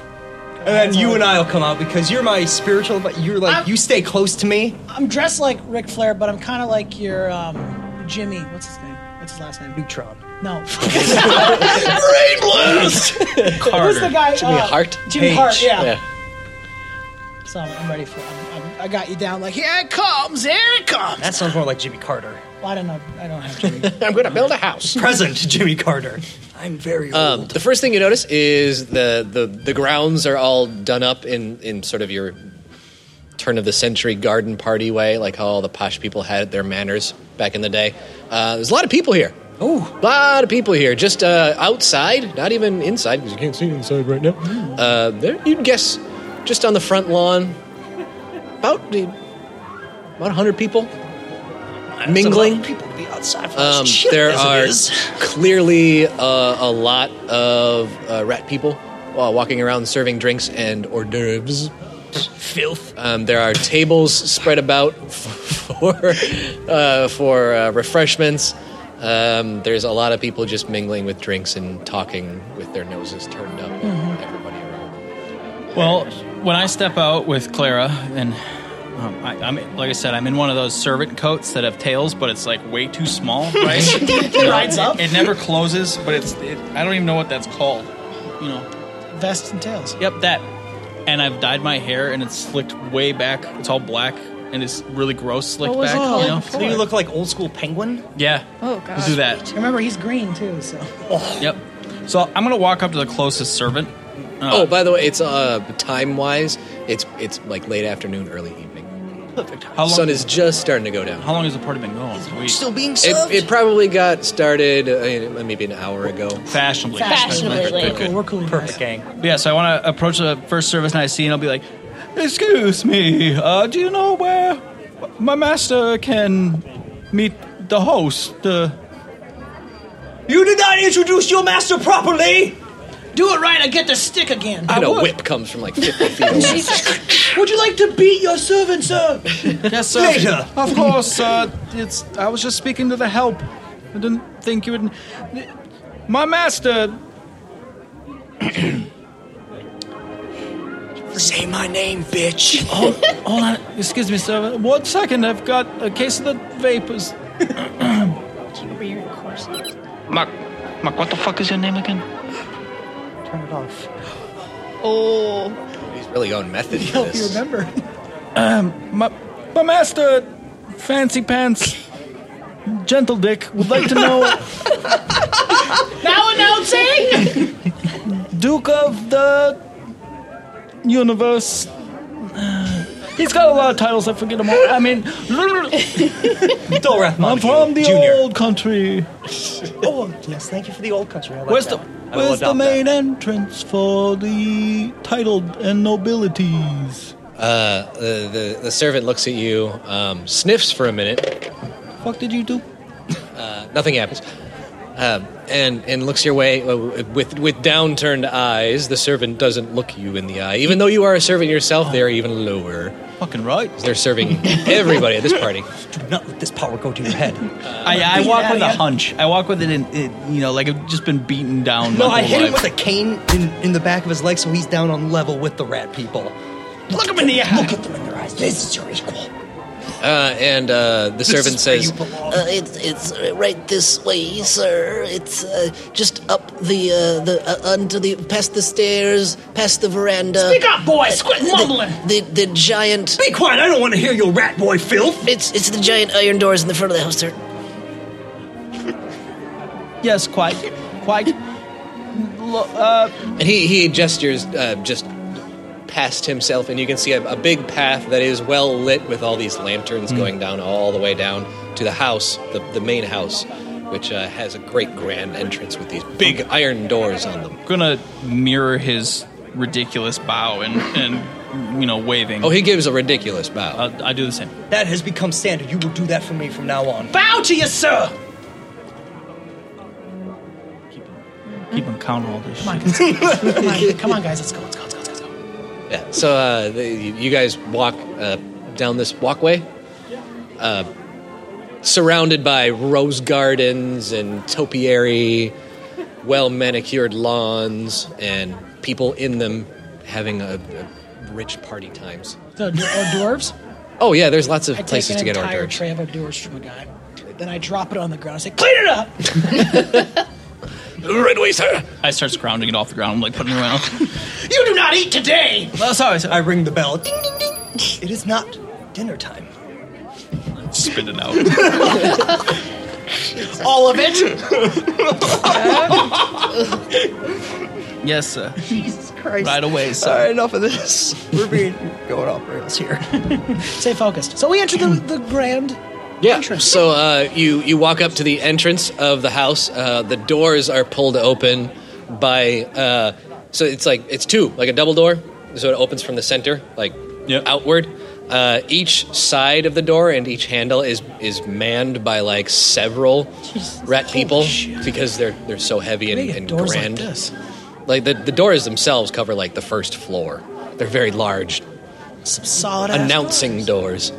[SPEAKER 10] and then you and I will come out because you're my spiritual. But you're like
[SPEAKER 3] I'm-
[SPEAKER 10] you stay close to me.
[SPEAKER 3] I'm dressed like Ric Flair, but I'm kind of like your um, Jimmy. What's his name? What's his last name?
[SPEAKER 10] Neutron.
[SPEAKER 3] No,
[SPEAKER 9] Brain blast!
[SPEAKER 3] who's the
[SPEAKER 5] Carter.
[SPEAKER 3] guy?
[SPEAKER 8] Jimmy
[SPEAKER 3] uh,
[SPEAKER 8] Hart?
[SPEAKER 3] Jimmy Hart.
[SPEAKER 10] Page.
[SPEAKER 3] Yeah. So I'm, I'm ready for. I'm, I'm, I got you down. Like here it comes. Here it comes.
[SPEAKER 10] That sounds more like Jimmy Carter.
[SPEAKER 3] Well, I don't know. I don't have Jimmy.
[SPEAKER 8] I'm gonna build a house.
[SPEAKER 10] Present Jimmy Carter. I'm very old.
[SPEAKER 8] Um, the first thing you notice is the, the, the grounds are all done up in, in sort of your turn of the century garden party way, like how all the posh people had their manners back in the day. Uh, there's a lot of people here. Oh, a lot of people here. Just uh, outside, not even inside because you can't see inside right now. Uh, there, you'd guess just on the front lawn, about the- about hundred people. mingling.
[SPEAKER 12] people to be outside for
[SPEAKER 8] Um,
[SPEAKER 12] this shit
[SPEAKER 8] there
[SPEAKER 12] as it
[SPEAKER 8] are
[SPEAKER 12] is.
[SPEAKER 8] clearly uh, a lot of uh, rat people uh, walking around serving drinks and hors d'oeuvres.
[SPEAKER 12] Filth.
[SPEAKER 8] Um, there are tables spread about for uh, for uh, refreshments. Um, there's a lot of people just mingling with drinks and talking with their noses turned up.
[SPEAKER 5] Mm-hmm. Well, when I step out with Clara, and um, I, I'm like I said, I'm in one of those servant coats that have tails, but it's like way too small, right?
[SPEAKER 3] It
[SPEAKER 5] You know,
[SPEAKER 3] rides up.
[SPEAKER 5] It, never closes, but it's it, I don't even know what that's called. You know,
[SPEAKER 3] Vests and tails.
[SPEAKER 5] yep, that. And I've dyed my hair, and it's slicked way back. It's all black, and it's really gross slicked
[SPEAKER 3] What was
[SPEAKER 5] back.
[SPEAKER 3] it called
[SPEAKER 5] you know,
[SPEAKER 3] before? So you
[SPEAKER 5] look
[SPEAKER 10] like old school penguin.
[SPEAKER 5] Yeah.
[SPEAKER 3] Oh,
[SPEAKER 5] Let's do that.
[SPEAKER 3] Remember, he's green too, so.
[SPEAKER 5] Yep. So I'm gonna walk up to the closest servant.
[SPEAKER 8] oh, by the way, it's uh, time wise, it's it's like late afternoon, early evening.
[SPEAKER 12] Perfect.
[SPEAKER 8] The sun is just starting to go down.
[SPEAKER 5] How long has the party been going? We-
[SPEAKER 12] Still being
[SPEAKER 8] It,
[SPEAKER 12] served?
[SPEAKER 8] it probably got started uh, maybe an hour ago.
[SPEAKER 5] Fashionably. Fashionably late. We're cool,
[SPEAKER 3] We're cool.
[SPEAKER 5] Perfect gang. Yeah, so I want to approach the first service and I see, and I'll be like, "Excuse me, uh, do you know where my master can meet the host?" Uh,
[SPEAKER 10] you did not introduce your master properly.
[SPEAKER 3] Do it right, I get the stick again.
[SPEAKER 8] And a whip comes from like 50 feet away.
[SPEAKER 10] Would you like to beat your servant, sir?
[SPEAKER 5] yes, sir.
[SPEAKER 10] Later.
[SPEAKER 5] Of course. Uh, it's. I was just speaking to the help. I didn't think you would. My master.
[SPEAKER 12] Say my name, bitch.
[SPEAKER 5] Hold, hold on. Excuse me, sir. One second. I've got a case of the vapors.
[SPEAKER 12] Weird corset.
[SPEAKER 5] Mark, Mark, what the fuck is your name again? Turn it off.
[SPEAKER 12] Oh.
[SPEAKER 8] He's really going method.
[SPEAKER 12] I
[SPEAKER 8] to
[SPEAKER 12] hope
[SPEAKER 8] this.
[SPEAKER 12] you remember.
[SPEAKER 5] Um, my, my master, Fancy Pants, Gentle Dick, would like to know
[SPEAKER 12] Now
[SPEAKER 3] Oh,
[SPEAKER 12] announcing!
[SPEAKER 5] Duke of the Universe. Uh, He's got a lot of titles, I forget them all. I mean, I'm from the old country.
[SPEAKER 12] oh, yes, thank you for the old country. I like
[SPEAKER 5] Where's the,
[SPEAKER 12] that.
[SPEAKER 5] where's the main entrance for the titled and nobilities?
[SPEAKER 8] Uh, the, the the servant looks at you, um, sniffs for a minute.
[SPEAKER 5] Fuck did you do?
[SPEAKER 8] Uh, nothing happens. Um, and and looks your way uh, with with downturned eyes. The servant doesn't look you in the eye, even though you are a servant yourself. They are even lower.
[SPEAKER 5] Fucking right.
[SPEAKER 8] They're serving everybody at this party.
[SPEAKER 10] Do not let this power go to your head.
[SPEAKER 5] I, I
[SPEAKER 10] Beat
[SPEAKER 5] walk
[SPEAKER 10] that
[SPEAKER 5] with a
[SPEAKER 10] again.
[SPEAKER 5] hunch. I walk with it, in, it, you know, like I've just been beaten down.
[SPEAKER 10] No,
[SPEAKER 5] my
[SPEAKER 10] I
[SPEAKER 5] whole
[SPEAKER 10] hit him
[SPEAKER 5] life.
[SPEAKER 10] with a cane in, in the back of his leg, so he's down on level with the rat people. Look him in the eye. Look at them in their eyes. This is your equal.
[SPEAKER 8] Uh, and uh, the servant says,
[SPEAKER 12] Uh, it's it's uh, right this way, sir. It's uh, just up the uh, the uh, under the past the stairs, past the veranda. Uh,
[SPEAKER 10] Speak up, boys! Quit
[SPEAKER 12] the-
[SPEAKER 10] mumbling.
[SPEAKER 12] The, the giant.
[SPEAKER 10] Be quiet! I don't want to hear your rat boy filth.
[SPEAKER 12] It's it's the giant iron doors in the front of the house, sir.
[SPEAKER 5] Yes, quite, quite. Lo- uh,
[SPEAKER 8] and he he gestures uh, just past himself, and you can see a, a big path that is well lit with all these lanterns
[SPEAKER 5] Hmm.
[SPEAKER 8] going down all the way down to the house, the the main house, which uh, has a great grand entrance with these big iron doors on them.
[SPEAKER 5] gonna mirror his ridiculous bow and and you know waving. Uh,
[SPEAKER 8] Oh, he gives a ridiculous bow.
[SPEAKER 5] I do the same.
[SPEAKER 10] That has become standard. You will do that for me from now on.
[SPEAKER 3] Bow to you, sir!
[SPEAKER 5] Keep him count all this.
[SPEAKER 3] Come on, guys. come, on, come on, guys, let's go, let's go, let's go, let's go.
[SPEAKER 8] Yeah. So uh, the, you you guys walk uh, down this walkway, uh, surrounded by rose gardens and topiary, well manicured lawns, and people in them having a, a rich party times.
[SPEAKER 3] So, d- oh, dwarves?
[SPEAKER 8] Oh yeah, there's lots of
[SPEAKER 3] I take
[SPEAKER 8] places
[SPEAKER 3] an
[SPEAKER 8] to get hors
[SPEAKER 3] entire
[SPEAKER 8] d'oeuvres.
[SPEAKER 3] tray of hors d'oeuvres from a guy. Then I drop it on the ground. I say, clean it up!
[SPEAKER 8] Right away, sir.
[SPEAKER 5] I start grounding it off the ground. I'm like putting it around.
[SPEAKER 3] You do not eat today!
[SPEAKER 5] well, sorry,
[SPEAKER 10] I ring the bell. Ding, ding, ding. It is not dinner time.
[SPEAKER 5] Spit it out.
[SPEAKER 3] All of it!
[SPEAKER 5] yes, sir.
[SPEAKER 10] Jesus Christ.
[SPEAKER 5] Right away, sir.
[SPEAKER 10] All right, enough of this. We're being going off rails here.
[SPEAKER 3] Stay focused. So we enter the, the grand.
[SPEAKER 8] Yeah. So uh, you you walk up to the entrance of the house. Uh, the doors are pulled open by uh, so it's like it's two like a double door. So it opens from the center like outward, Uh, each side of the door and each handle is is manned by like several rat people because they're they're so heavy and, and
[SPEAKER 3] doors like
[SPEAKER 8] grand. Like, the, the doors themselves cover like the first floor. They're very large,
[SPEAKER 3] Some solid ass.
[SPEAKER 8] announcing doors.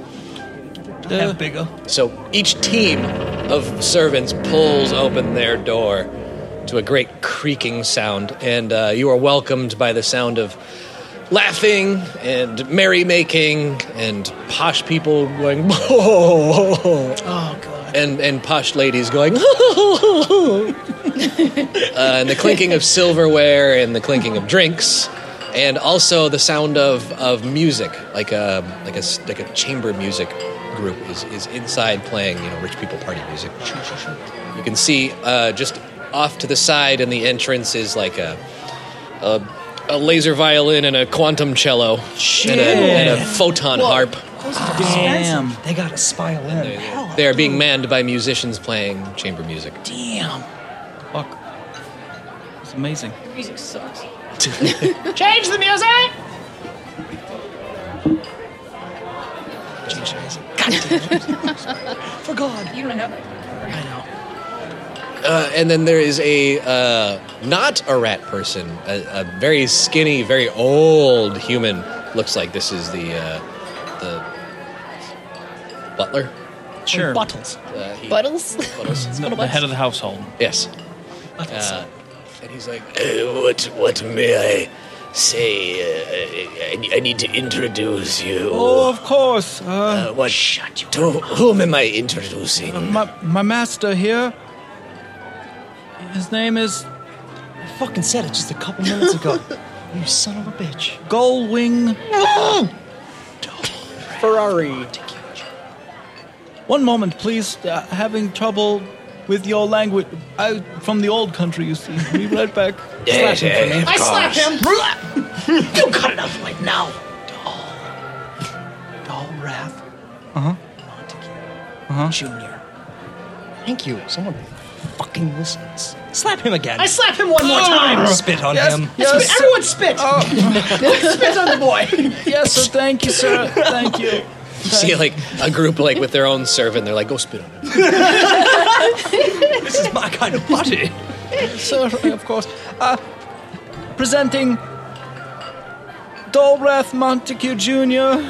[SPEAKER 5] Have bigger.
[SPEAKER 8] So each team of servants pulls open their door to a great creaking sound, and uh, you are welcomed by the sound of laughing and merrymaking and posh people going, oh, God. And, and posh ladies going, uh, and the clinking of silverware and the clinking of drinks, and also the sound of, of music, like a like a s- like a chamber music group is, is inside playing you know rich people party music. You can see uh, just off to the side in the entrance is like a a, a laser violin and a quantum cello and a, and a photon
[SPEAKER 10] Whoa.
[SPEAKER 8] harp.
[SPEAKER 10] Those are
[SPEAKER 5] Damn.
[SPEAKER 10] expensive. They got a spile in. Hell,
[SPEAKER 8] They are being manned by musicians playing chamber music.
[SPEAKER 10] damn.
[SPEAKER 5] Fuck. It's amazing.
[SPEAKER 7] Music sucks.
[SPEAKER 14] Change the music.
[SPEAKER 7] For God. You don't have it.
[SPEAKER 8] Uh, and then there is a uh, not a rat person, a, a very skinny, very old human. Looks like this is the uh, the butler.
[SPEAKER 5] Sure.
[SPEAKER 8] Buttles. Uh, he-
[SPEAKER 14] Buttles.
[SPEAKER 8] Buttles.
[SPEAKER 5] The, the head of the household.
[SPEAKER 8] Yes. Uh, and he's like, "Uh, what what may I say? Uh, I, I need to introduce you.
[SPEAKER 5] Oh, of course. Uh,
[SPEAKER 8] what? to whom am I introducing?
[SPEAKER 5] my my master here. His name is
[SPEAKER 10] I fucking said it just a couple minutes ago. you son of a bitch.
[SPEAKER 5] Goldwing
[SPEAKER 10] Ferrari.
[SPEAKER 5] One moment, please. Uh, having trouble with your language. I from the old country, you see. Be right back.
[SPEAKER 14] Yeah,
[SPEAKER 5] Slap him for me.
[SPEAKER 14] yeah, of I slapped course. him.
[SPEAKER 10] you cut it off like now. Doll. Doll Wrath.
[SPEAKER 5] Uh huh. Uh huh.
[SPEAKER 10] Junior. Thank you. Someone fucking listens. Slap him again. Ah!
[SPEAKER 3] I slap him one more time.
[SPEAKER 10] Spit on
[SPEAKER 5] Oh! Yes,
[SPEAKER 10] him.
[SPEAKER 5] yes. Oh.
[SPEAKER 3] I spit- Everyone spit. spit on the boy.
[SPEAKER 5] Yes, sir. Thank you, sir. Thank you.
[SPEAKER 8] You see, like a group, like with their own servant, they're like, "Go spit on him."
[SPEAKER 10] this is my kind of party.
[SPEAKER 5] sir, of course. Uh, presenting Dolrath Montague Jr.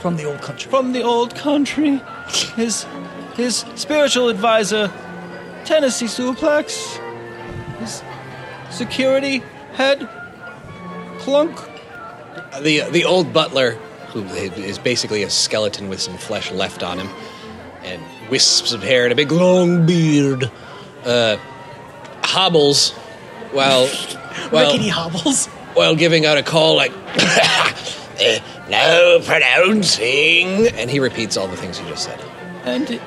[SPEAKER 10] From the old country.
[SPEAKER 5] From the old country. His his spiritual advisor, Tennessee Suplex. His security head, Clunk.
[SPEAKER 8] the uh, the old butler, who is basically a skeleton with some flesh left on him, and wisps of hair and a big long beard, uh, hobbles while while
[SPEAKER 3] Rickety hobbles.
[SPEAKER 8] while giving out a call like "Eh, no pronouncing, and he repeats all the things he just said.
[SPEAKER 5] And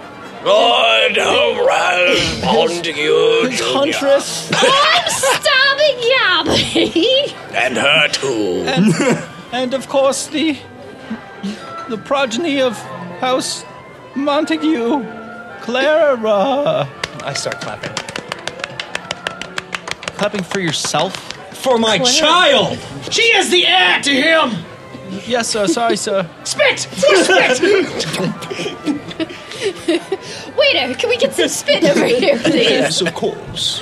[SPEAKER 8] Lord of Rome, Montague
[SPEAKER 5] his
[SPEAKER 8] Jr.
[SPEAKER 5] huntress.
[SPEAKER 6] I'm starving, yabbing.
[SPEAKER 8] and her too.
[SPEAKER 5] and, and of course the the progeny of House Montague, Clara.
[SPEAKER 10] I start clapping.
[SPEAKER 5] Clapping for yourself?
[SPEAKER 10] For my
[SPEAKER 5] Clara.
[SPEAKER 10] child!
[SPEAKER 3] She is the heir to him.
[SPEAKER 5] Yes, sir. Sorry, sir.
[SPEAKER 3] Spit. Spit.
[SPEAKER 6] Waiter, can we get some spit over here, please?
[SPEAKER 10] of course.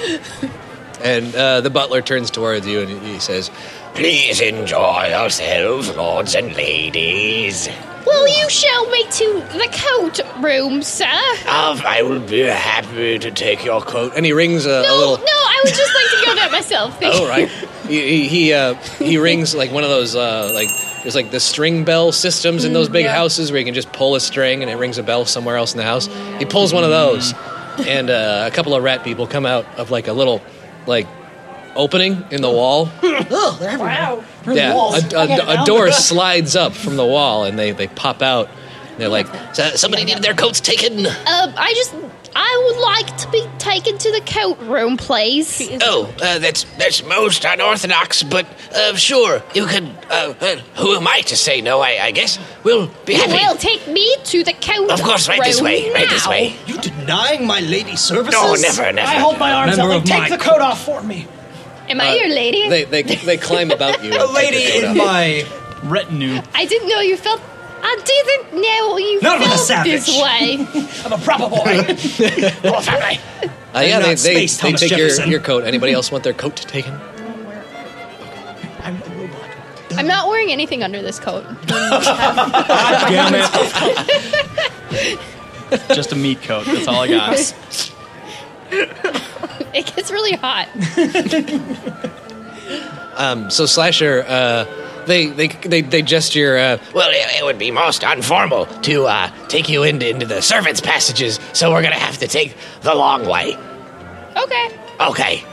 [SPEAKER 8] And uh, the butler turns towards you and he says, "Please enjoy yourselves, lords and ladies."
[SPEAKER 6] Will you show me to the coat room, sir?
[SPEAKER 8] Of, I will be happy to take your coat. And he rings a, a
[SPEAKER 6] No,
[SPEAKER 8] little.
[SPEAKER 6] I would just like to go there myself. Thank
[SPEAKER 8] Oh
[SPEAKER 6] you.
[SPEAKER 8] right, he he he, uh, he rings like one of those uh, like there's like the string bell systems in those big
[SPEAKER 6] Mm, yeah.
[SPEAKER 8] houses where you can just pull a string and it rings a bell somewhere else in the house. He pulls one of those,
[SPEAKER 6] Mm.
[SPEAKER 8] and uh, a couple of rat people come out of like a little like opening in the wall.
[SPEAKER 3] oh, they're everywhere. Wow.
[SPEAKER 8] yeah, a, a- a door slides up from the wall and they they pop out. And they're like,
[SPEAKER 12] Uh,
[SPEAKER 8] "S- somebody needed their coats taken.
[SPEAKER 6] Um, I just, I would like to be taken to the coat room, please.
[SPEAKER 12] Oh, uh, that's that's most unorthodox, but uh, sure you can. Uh, uh, who am I to say no? I, I guess we'll be
[SPEAKER 6] You
[SPEAKER 12] happy.
[SPEAKER 6] will take me to the coat.
[SPEAKER 12] Of course, right this
[SPEAKER 6] room
[SPEAKER 12] way, right this
[SPEAKER 6] now.
[SPEAKER 12] way.
[SPEAKER 10] You denying my lady services?
[SPEAKER 12] No, never, never.
[SPEAKER 3] I hold my arms
[SPEAKER 10] Member
[SPEAKER 3] up. Like,
[SPEAKER 10] of
[SPEAKER 3] take
[SPEAKER 10] my
[SPEAKER 3] the coat off for me.
[SPEAKER 6] Am I
[SPEAKER 8] Uh,
[SPEAKER 6] your lady?
[SPEAKER 8] They they they climb about you.
[SPEAKER 10] A
[SPEAKER 8] and take your
[SPEAKER 10] lady
[SPEAKER 8] coat Uh,
[SPEAKER 10] in
[SPEAKER 8] off.
[SPEAKER 10] my
[SPEAKER 5] Retinue.
[SPEAKER 6] I didn't know you felt I didn't know you
[SPEAKER 8] Not with a
[SPEAKER 6] felt
[SPEAKER 8] savage.
[SPEAKER 6] this way.
[SPEAKER 10] I'm a proper boy. Royal family.
[SPEAKER 8] Uh, yeah,
[SPEAKER 10] Not
[SPEAKER 8] they, they,
[SPEAKER 10] space
[SPEAKER 8] they
[SPEAKER 10] Thomas
[SPEAKER 8] take your,
[SPEAKER 10] Jefferson.
[SPEAKER 8] your coat. Anybody else want their coat taken?
[SPEAKER 6] I'm not wearing anything under this coat.
[SPEAKER 5] Damn it. Just a meat coat. That's all I got.
[SPEAKER 6] it gets really hot.
[SPEAKER 8] Um, so Slasher, uh, they, they they they gesture. Uh,
[SPEAKER 15] Well, it, it would be most informal to uh, take you into, into the servants' passages, so we're gonna have to take the long way.
[SPEAKER 6] Okay.
[SPEAKER 15] Okay.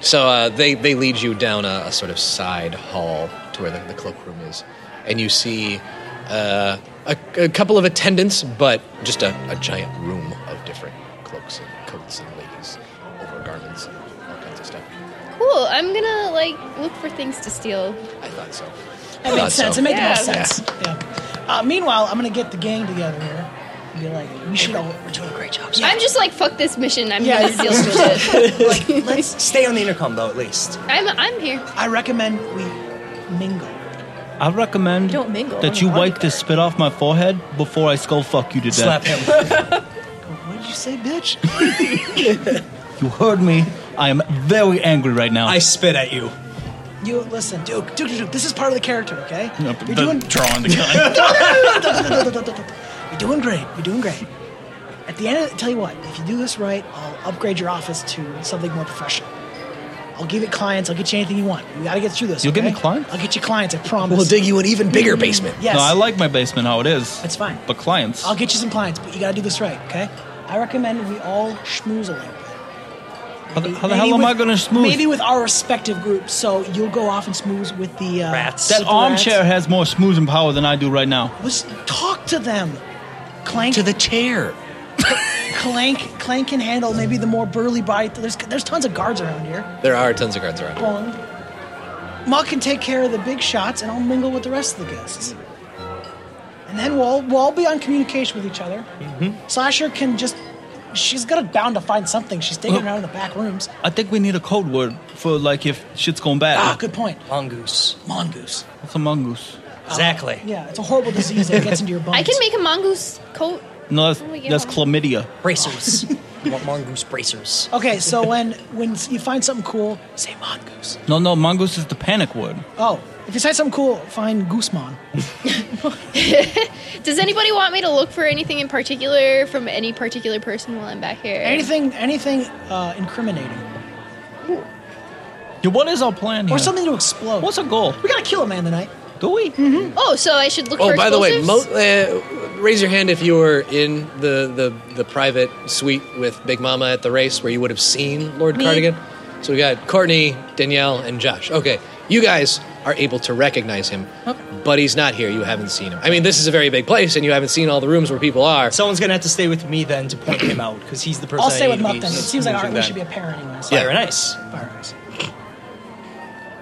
[SPEAKER 8] so uh, they they lead you down a, a sort of side hall to where the, the cloakroom is, and you see uh, a, a couple of attendants, but just a, a giant room of different cloaks and coats and ladies over garments and all kinds of stuff.
[SPEAKER 6] Cool. I'm gonna like look for things to steal.
[SPEAKER 8] I thought so.
[SPEAKER 3] That makes sense. It makes
[SPEAKER 6] Yeah.
[SPEAKER 3] more sense. Yeah. Uh, meanwhile, I'm gonna get the gang together here and be like, "We should all. We're doing a great job."
[SPEAKER 6] I'm just like fuck this mission. I'm
[SPEAKER 3] Yeah,
[SPEAKER 6] gonna steal some shit.
[SPEAKER 10] like, let's stay on the intercom though, at least.
[SPEAKER 6] I'm I'm here.
[SPEAKER 3] I recommend we mingle.
[SPEAKER 5] I recommend
[SPEAKER 3] Don't mingle.
[SPEAKER 5] that you wipe this spit off my forehead before I skull fuck you to death.
[SPEAKER 10] Slap him.
[SPEAKER 3] What did you say, bitch?
[SPEAKER 5] You heard me. I am very angry right now. I
[SPEAKER 10] spit at you.
[SPEAKER 3] You listen, Duke, Duke, Duke, Duke. This is part of the character, okay?
[SPEAKER 5] You're
[SPEAKER 3] doing-
[SPEAKER 5] drawing the gun.
[SPEAKER 3] You're doing great. You're doing great. At the end, of, tell you what, if you do this right, I'll upgrade your office to something more professional. I'll give it clients. I'll get you anything you want. You got to get through this.
[SPEAKER 5] You'll
[SPEAKER 3] okay?
[SPEAKER 5] give me clients?
[SPEAKER 3] I'll get you clients. I promise.
[SPEAKER 5] We'll dig
[SPEAKER 3] you
[SPEAKER 8] an even
[SPEAKER 5] bigger basement.
[SPEAKER 3] Yes.
[SPEAKER 5] No, I like my basement how it is.
[SPEAKER 3] That's fine.
[SPEAKER 5] But clients.
[SPEAKER 3] I'll get you some clients, but you got to do this right, okay? I recommend we all schmooze a little. bit.
[SPEAKER 5] How the, how the
[SPEAKER 3] Maybe
[SPEAKER 5] hell am
[SPEAKER 3] with-
[SPEAKER 5] I going to smooth?
[SPEAKER 3] Maybe with our respective groups, so you'll go off and smooze with the uh,
[SPEAKER 5] That
[SPEAKER 3] with the rats.
[SPEAKER 5] armchair has more smoozing power than I do right now.
[SPEAKER 3] Let's talk to them. Clank to
[SPEAKER 8] the chair.
[SPEAKER 3] Clank, Clank can handle maybe the more burly body. There's there's tons of guards around here.
[SPEAKER 8] There are tons of guards around.
[SPEAKER 3] Bong. Muck can take care of the big shots, and I'll mingle with the rest of the guests. And then we'll we'll all be on communication with each other.
[SPEAKER 8] Mm-hmm.
[SPEAKER 3] Slasher can just she's got to bound to find something. She's digging
[SPEAKER 8] Oh.
[SPEAKER 5] Well-
[SPEAKER 3] around in the back rooms.
[SPEAKER 5] I think we need a code word for like if shit's going bad.
[SPEAKER 3] Ah, good point.
[SPEAKER 10] Mongoose.
[SPEAKER 3] Mongoose.
[SPEAKER 5] What's a mongoose?
[SPEAKER 10] Exactly.
[SPEAKER 3] Yeah, it's a horrible disease that gets into your bones.
[SPEAKER 6] I can make a mongoose coat.
[SPEAKER 5] No, that's,
[SPEAKER 6] Oh, yeah.
[SPEAKER 5] that's chlamydia.
[SPEAKER 10] Bracers. you want mongoose bracers.
[SPEAKER 3] Okay, so when when you find something cool, say mongoose.
[SPEAKER 5] No, no, mongoose is the panic word.
[SPEAKER 3] Oh, if you find something cool, find Goosemon.
[SPEAKER 6] Does anybody want me to look for anything in particular from any particular person while I'm back here?
[SPEAKER 3] Anything, anything uh, incriminating,
[SPEAKER 5] Yeah, what is our plan here?
[SPEAKER 3] or something to explode. What's
[SPEAKER 5] our goal?
[SPEAKER 3] We gotta kill a man tonight.
[SPEAKER 5] Do we?
[SPEAKER 6] Oh, so I should look
[SPEAKER 8] Oh,
[SPEAKER 6] for
[SPEAKER 8] by the way, mo-
[SPEAKER 6] explosives?
[SPEAKER 8] uh, raise your hand if you were in the, the, the private suite with Big Mama at the race where you would have seen Lord
[SPEAKER 6] Me.
[SPEAKER 8] Cardigan. So we got Courtney, Danielle, and Josh. Okay, you guys are able to recognize him, but he's not here. You haven't seen him. I mean, this is a very big place, and you haven't seen all the rooms where people are.
[SPEAKER 10] Someone's gonna have to stay with me then to point him out because he's the person.
[SPEAKER 3] I'll
[SPEAKER 10] I
[SPEAKER 3] stay
[SPEAKER 10] need
[SPEAKER 3] with
[SPEAKER 10] to
[SPEAKER 3] Muck
[SPEAKER 10] be
[SPEAKER 3] then. It seems like all right, we
[SPEAKER 10] smoozing
[SPEAKER 3] should be a
[SPEAKER 10] down.
[SPEAKER 3] pair anyway. so-
[SPEAKER 10] Fire and ice.
[SPEAKER 3] Fire and ice.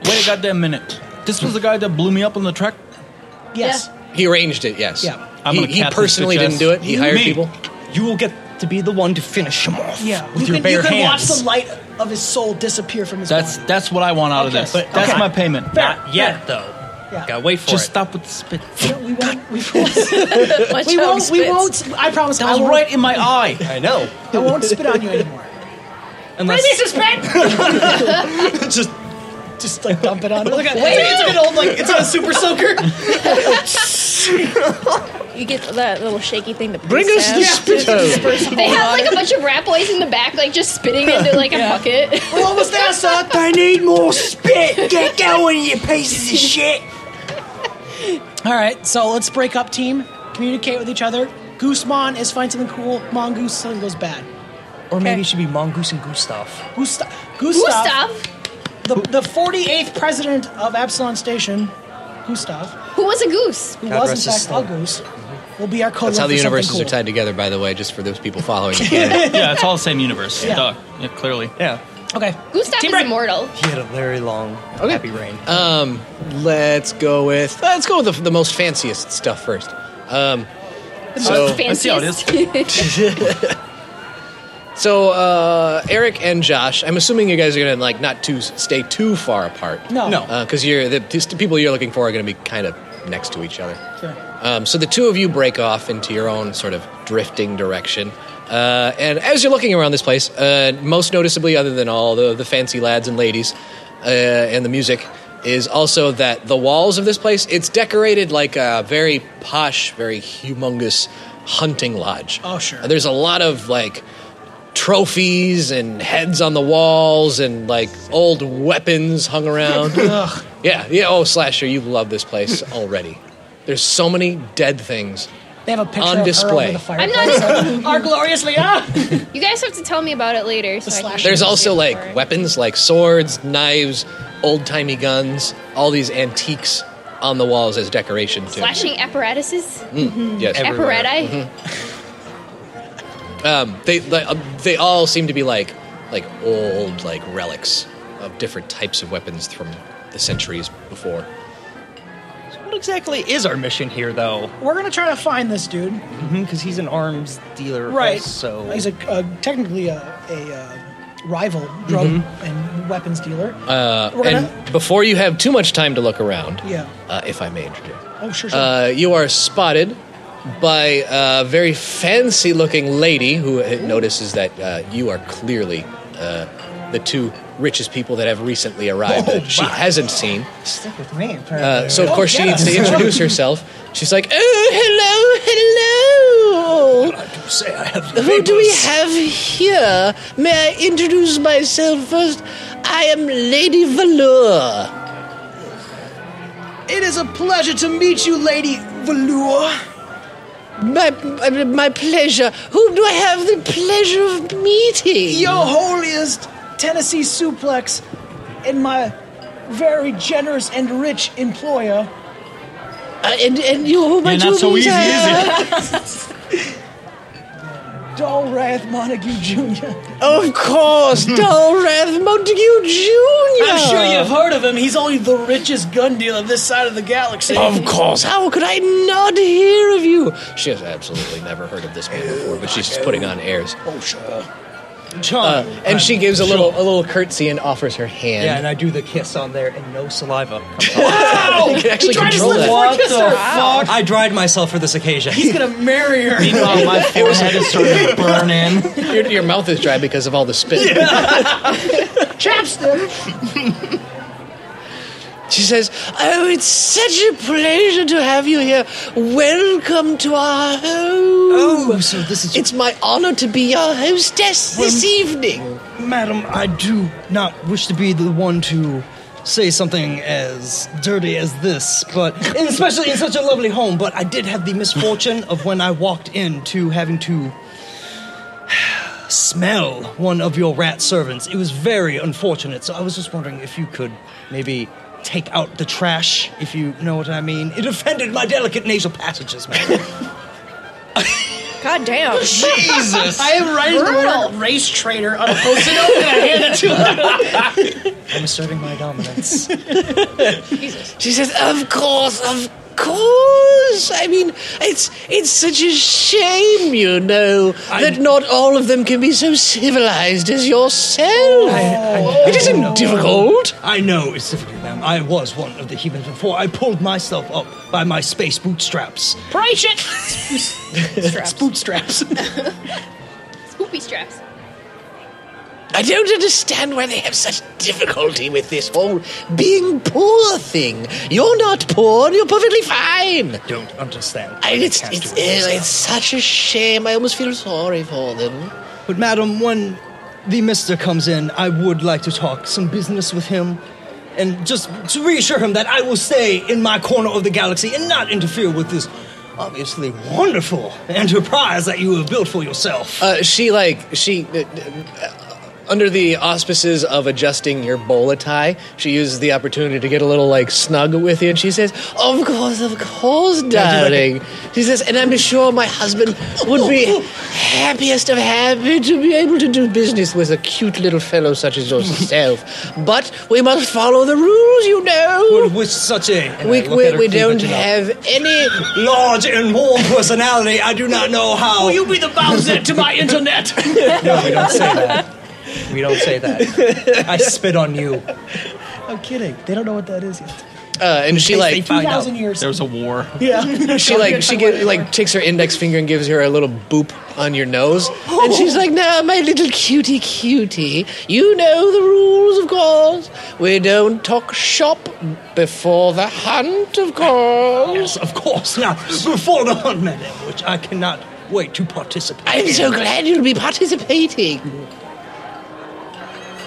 [SPEAKER 5] Wait a goddamn minute. This was the guy that blew me up on the track?
[SPEAKER 3] Yes.
[SPEAKER 8] He arranged it, yes.
[SPEAKER 5] Yeah. I'm
[SPEAKER 8] He,
[SPEAKER 5] gonna
[SPEAKER 8] he
[SPEAKER 5] cap this
[SPEAKER 8] personally
[SPEAKER 5] bitch
[SPEAKER 8] didn't
[SPEAKER 5] ass.
[SPEAKER 8] do it. He hired
[SPEAKER 5] Me.
[SPEAKER 8] people.
[SPEAKER 10] You will get to be the one to finish him off.
[SPEAKER 3] Yeah,
[SPEAKER 10] With
[SPEAKER 3] you
[SPEAKER 10] your
[SPEAKER 3] can, you
[SPEAKER 10] bare
[SPEAKER 3] can watch
[SPEAKER 10] hands.
[SPEAKER 3] the light of his soul disappear from his.
[SPEAKER 5] That's that's what I want out of this.
[SPEAKER 3] but-
[SPEAKER 5] that's
[SPEAKER 3] okay.
[SPEAKER 5] my payment.
[SPEAKER 10] Not yet though.
[SPEAKER 3] Yeah.
[SPEAKER 10] Gotta wait for
[SPEAKER 5] Just
[SPEAKER 10] it.
[SPEAKER 5] stop with the spit.
[SPEAKER 3] we won't. We won't.
[SPEAKER 10] Watch
[SPEAKER 3] we
[SPEAKER 10] how
[SPEAKER 3] won't.
[SPEAKER 10] he
[SPEAKER 3] We
[SPEAKER 10] spits.
[SPEAKER 3] won't. I promise.
[SPEAKER 10] That
[SPEAKER 3] I
[SPEAKER 10] was
[SPEAKER 3] won't,
[SPEAKER 10] right in my eye. I know.
[SPEAKER 3] I won't spit on you anymore.
[SPEAKER 10] Unless
[SPEAKER 3] just, just like dump it on him.
[SPEAKER 10] Look at- Wait. it's an old, like, it's on a super soaker.
[SPEAKER 16] you get that little shaky thing that
[SPEAKER 10] Bring us the
[SPEAKER 16] spit
[SPEAKER 10] spittoon.
[SPEAKER 6] they have like a bunch of rat boys in the back, like just spitting into like a
[SPEAKER 10] Yeah.
[SPEAKER 6] bucket.
[SPEAKER 10] We're almost there, sir. I need more spit. Get going, you pieces of shit.
[SPEAKER 3] All right, so let's break up, team. Communicate with each other. Goosemon is find something cool. Mongoose something goes bad.
[SPEAKER 10] Or maybe it should be Mongoose and Gustav.
[SPEAKER 3] Gustav. Gustav. The, the 48th president of Absalon Station, Gustav.
[SPEAKER 6] Who was a goose?
[SPEAKER 3] Who
[SPEAKER 8] God
[SPEAKER 3] was,
[SPEAKER 8] rest
[SPEAKER 3] in
[SPEAKER 8] his
[SPEAKER 3] fact, a goose. Will be our code
[SPEAKER 8] That's how the
[SPEAKER 3] word for something
[SPEAKER 8] universes
[SPEAKER 3] cool.
[SPEAKER 8] are tied together, by the way, just for those people following.
[SPEAKER 5] yeah, yeah, it's all the same universe.
[SPEAKER 8] Yeah.
[SPEAKER 5] Duh. Yeah, clearly.
[SPEAKER 10] Yeah.
[SPEAKER 3] Okay.
[SPEAKER 6] Gustav is immortal.
[SPEAKER 10] He had a very long, happy reign.
[SPEAKER 8] Um, let's go with let's go with the, the most fanciest stuff first. Um,
[SPEAKER 6] The
[SPEAKER 8] so,
[SPEAKER 6] most fanciest.
[SPEAKER 8] so uh, Eric and Josh, I'm assuming you guys are gonna like not too stay too far apart. Uh,
[SPEAKER 3] No. No.
[SPEAKER 8] because you're the, just the people you're looking for are gonna be kind of next to each other.
[SPEAKER 3] Sure.
[SPEAKER 8] Um, so the two of you break off into your own sort of drifting direction. Uh, and as you're looking around this place, uh, most noticeably, other than all the, the fancy lads and ladies uh, and the music, is also that the walls of this place it's decorated like a very posh, very humongous hunting lodge.
[SPEAKER 3] Oh, sure.
[SPEAKER 8] There's a lot of like trophies and heads on the walls and like old weapons hung around.
[SPEAKER 3] Ugh.
[SPEAKER 8] yeah, yeah. Oh, Slasher, you love this place already. There's so many dead things.
[SPEAKER 3] They have a picture
[SPEAKER 8] On
[SPEAKER 3] of
[SPEAKER 8] display.
[SPEAKER 3] her over the
[SPEAKER 6] I'm
[SPEAKER 3] fireplace.
[SPEAKER 6] not.
[SPEAKER 3] Our glorious Leah.
[SPEAKER 6] You guys have to tell me about it later. So I can
[SPEAKER 8] There's
[SPEAKER 6] see
[SPEAKER 8] also
[SPEAKER 6] it
[SPEAKER 8] like
[SPEAKER 6] for it.
[SPEAKER 8] weapons like swords, knives, old timey guns, all these antiques on the walls as decoration too.
[SPEAKER 6] slashing apparatuses.
[SPEAKER 8] Mm, yes. Everywhere. Mm-hmm.
[SPEAKER 6] apparati.
[SPEAKER 8] Um, they they, uh, they all seem to be like like old like relics of different types of weapons from the centuries before.
[SPEAKER 10] What exactly is our mission here, though?
[SPEAKER 3] We're gonna try to find this dude.
[SPEAKER 10] Because he's an arms dealer,
[SPEAKER 3] Right.
[SPEAKER 10] So
[SPEAKER 3] he's a, uh, technically a, a uh, rival drug
[SPEAKER 8] Mhm.
[SPEAKER 3] and weapons dealer.
[SPEAKER 8] Uh,
[SPEAKER 3] We're gonna-
[SPEAKER 8] and before you have too much time to look around,
[SPEAKER 3] Yeah.
[SPEAKER 8] uh, if I may introduce.
[SPEAKER 3] Oh sure. sure.
[SPEAKER 8] Uh, you are spotted by a very fancy looking lady who uh, notices that uh, you are clearly uh, the two richest people that have recently arrived that she hasn't seen.
[SPEAKER 3] Stick with me.
[SPEAKER 8] Uh, so, of
[SPEAKER 3] Oh,
[SPEAKER 8] course, she
[SPEAKER 3] yeah.
[SPEAKER 8] needs to introduce herself. She's like, oh,
[SPEAKER 12] hello, Oh, hello.
[SPEAKER 8] say I have
[SPEAKER 12] Who do we have here? May I introduce myself first? I am Lady Valour.
[SPEAKER 3] It is a pleasure to meet you, Lady Velour.
[SPEAKER 12] My, my pleasure. Whom do I have the pleasure of meeting?
[SPEAKER 3] Your holiest Tennessee suplex and my very generous and rich employer.
[SPEAKER 12] and, and you, who
[SPEAKER 3] my
[SPEAKER 12] You're not so easy, is
[SPEAKER 3] Dolrath Montague Jr.
[SPEAKER 12] Of course, Dolrath Montague Jr.
[SPEAKER 3] I'm sure you've heard of him. He's only the richest gun dealer this side of the galaxy.
[SPEAKER 8] Of course, how could I not hear of you? She has absolutely never heard of this man before, but she's just putting on airs.
[SPEAKER 3] Oh, sure.
[SPEAKER 8] Uh, and she gives a little a little curtsy and offers her hand.
[SPEAKER 10] Um, yeah, and I do the kiss on there, and no saliva. comes
[SPEAKER 8] Wow!
[SPEAKER 10] Oh,
[SPEAKER 8] You can actually control that.
[SPEAKER 10] What the fuck? I dried myself for this occasion.
[SPEAKER 3] He's gonna marry her.
[SPEAKER 10] Meanwhile, my forehead is starting to burn in.
[SPEAKER 8] Your, your mouth is dry because of all the spit.
[SPEAKER 3] Chapstick.
[SPEAKER 12] She says, Oh, it's such a pleasure to have you here. Welcome to our home.
[SPEAKER 10] Oh, so this is.
[SPEAKER 12] It's my honor to be your hostess this evening.
[SPEAKER 10] Madam, I do not wish to be the one to say something as dirty as this, but and especially in such a lovely home. But I did have the misfortune of when I walked in to having to smell one of your rat servants. It was very unfortunate. So I was just wondering if you could maybe take out the trash, if you know what I mean. It offended my delicate nasal passages, man.
[SPEAKER 16] God damn.
[SPEAKER 10] Jesus.
[SPEAKER 3] I am writing the word race traitor on a post-it note and I hand it to her.
[SPEAKER 10] I'm asserting my dominance.
[SPEAKER 12] She says, Of course, of course. I mean, it's it's such a shame, you know, that not all of them can be so civilized as yourself. it isn't difficult.
[SPEAKER 10] I know it's difficult, ma'am. I was one of the humans before. I pulled myself up by my space bootstraps.
[SPEAKER 3] Price it. Straps. Bootstraps.
[SPEAKER 6] Spoopy straps.
[SPEAKER 12] I don't understand why they have such difficulty with this whole being poor thing. You're not poor, you're perfectly fine.
[SPEAKER 10] Don't understand.
[SPEAKER 12] I,
[SPEAKER 10] They
[SPEAKER 12] it's,
[SPEAKER 10] can't
[SPEAKER 12] it's,
[SPEAKER 10] do it
[SPEAKER 12] eh, it's
[SPEAKER 10] themselves.
[SPEAKER 12] such a shame. I almost feel sorry for them.
[SPEAKER 10] But, madam, when the mister comes in, I would like to talk some business with him. And just to reassure him that I will stay in my corner of the galaxy and not interfere with this obviously wonderful enterprise that you have built for yourself.
[SPEAKER 8] Uh, she like she uh, uh, under the auspices of adjusting your bowler tie, she uses the opportunity to get a little like snug with you, and she says,
[SPEAKER 12] Of course, of course,
[SPEAKER 8] Yeah, do
[SPEAKER 12] darling. She says, and I'm sure my husband would be happiest of happy to be able to do business with a cute little fellow such as yourself. but we must follow the rules, you know.
[SPEAKER 10] With such a
[SPEAKER 12] we,
[SPEAKER 10] I look at
[SPEAKER 12] we,
[SPEAKER 10] her
[SPEAKER 12] we don't
[SPEAKER 10] cleavage and all.
[SPEAKER 12] have any
[SPEAKER 10] large and warm personality. I do not know how.
[SPEAKER 3] Will you be the Bowser to my internet?
[SPEAKER 10] No, we don't say that. We don't say that. I spit on you.
[SPEAKER 3] I'm kidding. They don't know what that is yet.
[SPEAKER 8] Uh, and she like
[SPEAKER 5] There was a war.
[SPEAKER 3] Yeah.
[SPEAKER 8] she like she get, like takes her index finger and gives her a little boop on your nose.
[SPEAKER 12] And she's like, now, my little cutie cutie, you know the rules, of course. We don't talk shop before the hunt, of course.
[SPEAKER 10] Yes, of course. Now, before the hunt, madam, which I cannot wait to participate.
[SPEAKER 12] I'm
[SPEAKER 10] in.
[SPEAKER 12] so glad you'll be participating.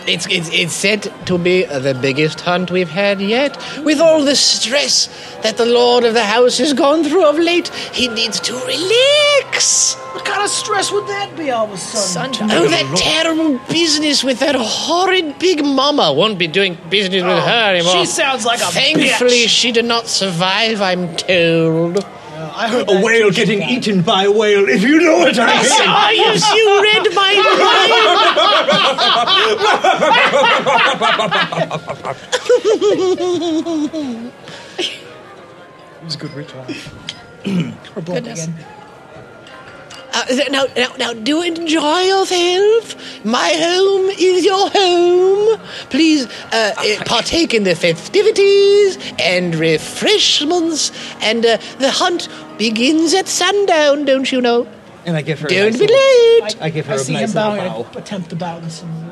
[SPEAKER 12] It's, it's, it's said to be the biggest hunt we've had yet. With all the stress that the lord of the house has gone through of late, he needs to relax.
[SPEAKER 3] What kind of stress would that be all of a sudden?
[SPEAKER 12] Oh, that terrible business with that horrid big mama won't be doing business with
[SPEAKER 3] Oh,
[SPEAKER 12] her anymore.
[SPEAKER 3] she sounds like a
[SPEAKER 12] Thankfully,
[SPEAKER 3] bitch.
[SPEAKER 12] she did not survive, I'm told.
[SPEAKER 3] I heard
[SPEAKER 10] a whale getting eaten by a whale, if you know what I mean.
[SPEAKER 12] Yes, ah, yes, you read my
[SPEAKER 10] mind. it was a good retrieve.
[SPEAKER 3] We're both again.
[SPEAKER 12] Uh, th- now, now, now, do enjoy yourself. My home is your home. Please uh, uh, partake in the festivities and refreshments. And uh, the hunt begins at sundown, don't you know?
[SPEAKER 10] And I give her. a
[SPEAKER 12] Don't
[SPEAKER 10] nice
[SPEAKER 12] be
[SPEAKER 10] little-
[SPEAKER 12] late.
[SPEAKER 10] I give her
[SPEAKER 3] I
[SPEAKER 10] a
[SPEAKER 3] see
[SPEAKER 10] nice
[SPEAKER 3] him
[SPEAKER 10] little
[SPEAKER 3] bowing.
[SPEAKER 10] bow.
[SPEAKER 3] I attempt to bow in some.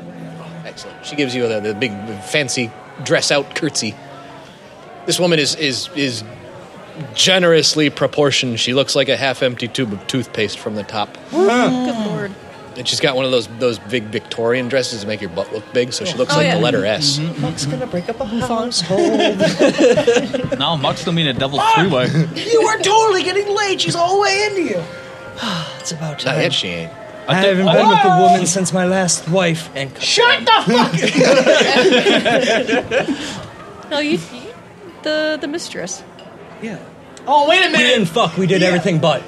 [SPEAKER 8] Excellent. She gives you the, the big fancy dress out curtsy. This woman is is is generously proportioned. She looks like a half empty tube of toothpaste from the top.
[SPEAKER 16] Good lord.
[SPEAKER 8] And she's got one of those those big Victorian dresses to make your butt look big, so she looks
[SPEAKER 16] Oh,
[SPEAKER 8] like
[SPEAKER 16] yeah.
[SPEAKER 8] the letter S.
[SPEAKER 10] Muck's gonna break up a house.
[SPEAKER 5] no, Muck's gonna mean a double freeway.
[SPEAKER 3] You are totally getting laid. She's all the way into you.
[SPEAKER 10] it's about
[SPEAKER 8] Not
[SPEAKER 10] time.
[SPEAKER 8] yet, she ain't.
[SPEAKER 10] I haven't been with a woman since my last wife. And
[SPEAKER 3] shut the fuck.
[SPEAKER 16] No, you, you- the the mistress.
[SPEAKER 10] Yeah.
[SPEAKER 3] Oh wait a
[SPEAKER 10] We didn't fuck. We did everything but.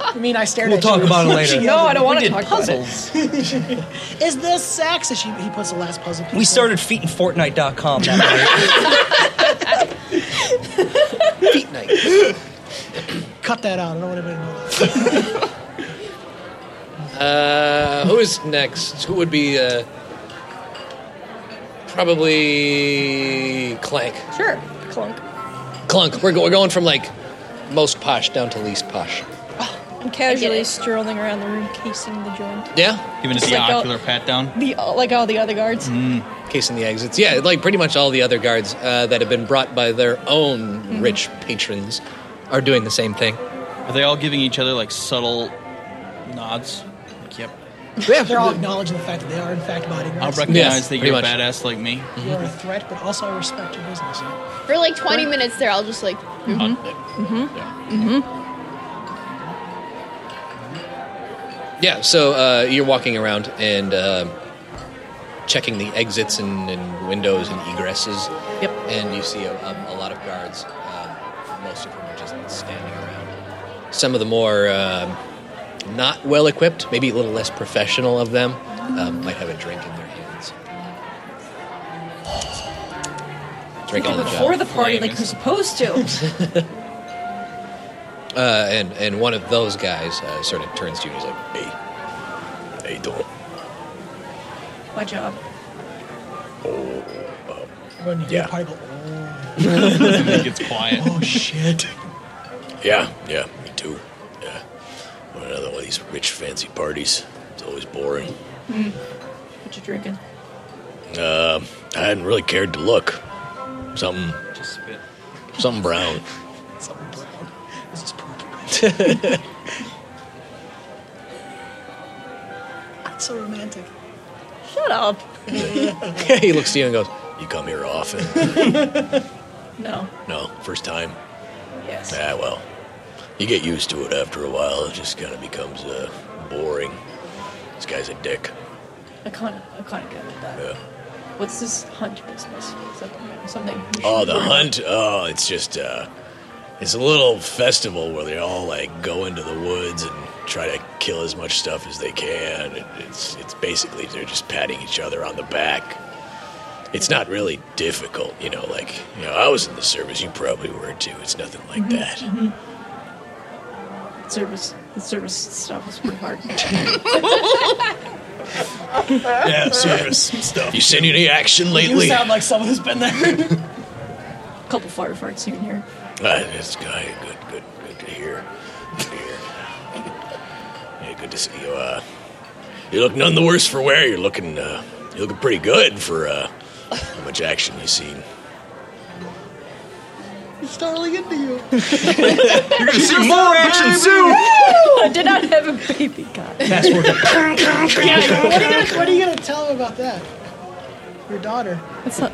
[SPEAKER 3] I mean, I stared
[SPEAKER 10] We'll
[SPEAKER 3] at
[SPEAKER 10] talk
[SPEAKER 3] you.
[SPEAKER 10] about it later.
[SPEAKER 3] She
[SPEAKER 10] No,
[SPEAKER 3] yelled
[SPEAKER 10] I
[SPEAKER 3] at
[SPEAKER 10] don't
[SPEAKER 3] me.
[SPEAKER 10] wanna
[SPEAKER 3] We did
[SPEAKER 10] talk about it.
[SPEAKER 3] puzzles. Is this sex? And she, he puts the last puzzle piece.
[SPEAKER 10] We started feet in Fortnite.com. That
[SPEAKER 8] Feet night.
[SPEAKER 3] Cut that out. I don't want anybody to know that.
[SPEAKER 8] Uh, who is next? Who would be uh, probably Clank?
[SPEAKER 16] Sure. Clunk.
[SPEAKER 8] Clunk. We're, go- we're going from like most posh down to least posh.
[SPEAKER 16] I'm casually strolling around the room, casing the joint.
[SPEAKER 8] Yeah.
[SPEAKER 16] Giving it Just the like, oh. ocular
[SPEAKER 8] pat down.
[SPEAKER 16] The like all the other guards.
[SPEAKER 8] Casing Mm. the exits. Yeah, like pretty much all the other guards uh, that have been brought by their own
[SPEAKER 16] Mm-hmm.
[SPEAKER 8] rich patrons are doing the same thing.
[SPEAKER 5] Are they all giving each other like subtle nods? Like, yep.
[SPEAKER 3] They're all acknowledging the fact that they are, in fact, body
[SPEAKER 5] I'll
[SPEAKER 3] mates.
[SPEAKER 5] recognize that you're a badass like me. Mm-hmm.
[SPEAKER 3] You are a threat, but also I respect your business.
[SPEAKER 16] Oh
[SPEAKER 6] For like 20 minutes there, I'll just like.
[SPEAKER 5] Uh,
[SPEAKER 6] Mm-hmm. Mm-hmm. Mm-hmm.
[SPEAKER 8] Yeah, so uh, you're walking around and uh, checking the exits and, and windows and egresses. Yep. And you see a, a, a lot of guards. Uh, most of them are just standing around. Some of the more um not well equipped, maybe a little less professional of them, um, might have a drink in their hands. Drink on the job.
[SPEAKER 7] before the party like you're supposed to.
[SPEAKER 8] Uh, and and one of those guys uh, sort of turns to you and he's like, "Hey, how you doing?
[SPEAKER 7] My job.
[SPEAKER 3] When you hear
[SPEAKER 8] Yeah.
[SPEAKER 3] the pipe,
[SPEAKER 5] it gets quiet.
[SPEAKER 3] Oh shit.
[SPEAKER 17] Yeah, yeah, me too. Yeah. Want another one of these rich fancy parties. It's always boring.
[SPEAKER 6] Mm-hmm.
[SPEAKER 7] Mm. What you drinking?
[SPEAKER 17] Uh, I hadn't really cared to look. Something
[SPEAKER 5] Just spit.
[SPEAKER 17] something brown.
[SPEAKER 3] This is poop.
[SPEAKER 17] That's
[SPEAKER 3] That's so romantic.
[SPEAKER 16] Shut up.
[SPEAKER 8] he looks to you and goes,
[SPEAKER 17] You come here often.
[SPEAKER 16] no.
[SPEAKER 17] No, first time.
[SPEAKER 16] Yes.
[SPEAKER 17] Ah, well, you get used to it after a while. It just kind of becomes uh, boring. This guy's a dick.
[SPEAKER 7] I kinda, I kinda get with that.
[SPEAKER 17] Yeah.
[SPEAKER 7] What's this hunt business? Is that something? you
[SPEAKER 17] Oh,
[SPEAKER 7] should
[SPEAKER 17] the
[SPEAKER 7] worry about?
[SPEAKER 17] hunt. Oh, it's just uh, it's a little festival where they all like go into the woods and try to kill as much stuff as they can. It, it's it's basically they're just patting each other on the back. It's not really difficult, you know. Like you know, I was in the service. You probably were too. It's nothing like
[SPEAKER 7] Mhm,
[SPEAKER 17] that.
[SPEAKER 7] mhm. Service, the service stuff is pretty hard.
[SPEAKER 17] Yeah, service stuff. You seen any action lately?
[SPEAKER 3] You sound like someone who's been there.
[SPEAKER 7] couple fire farts here and here.
[SPEAKER 17] Ah, this guy, good, good, good to hear. Good to hear. Yeah, good to see you. Uh, you look none the worse for wear. You're looking, uh, you're looking pretty good for uh, how much action you've seen.
[SPEAKER 14] It's totally into you.
[SPEAKER 17] You're gonna see more action soon.
[SPEAKER 7] I did not have a baby. God.
[SPEAKER 10] Password.
[SPEAKER 3] yeah, what, are you gonna, what are you gonna tell him about that? Your daughter.
[SPEAKER 16] That's not.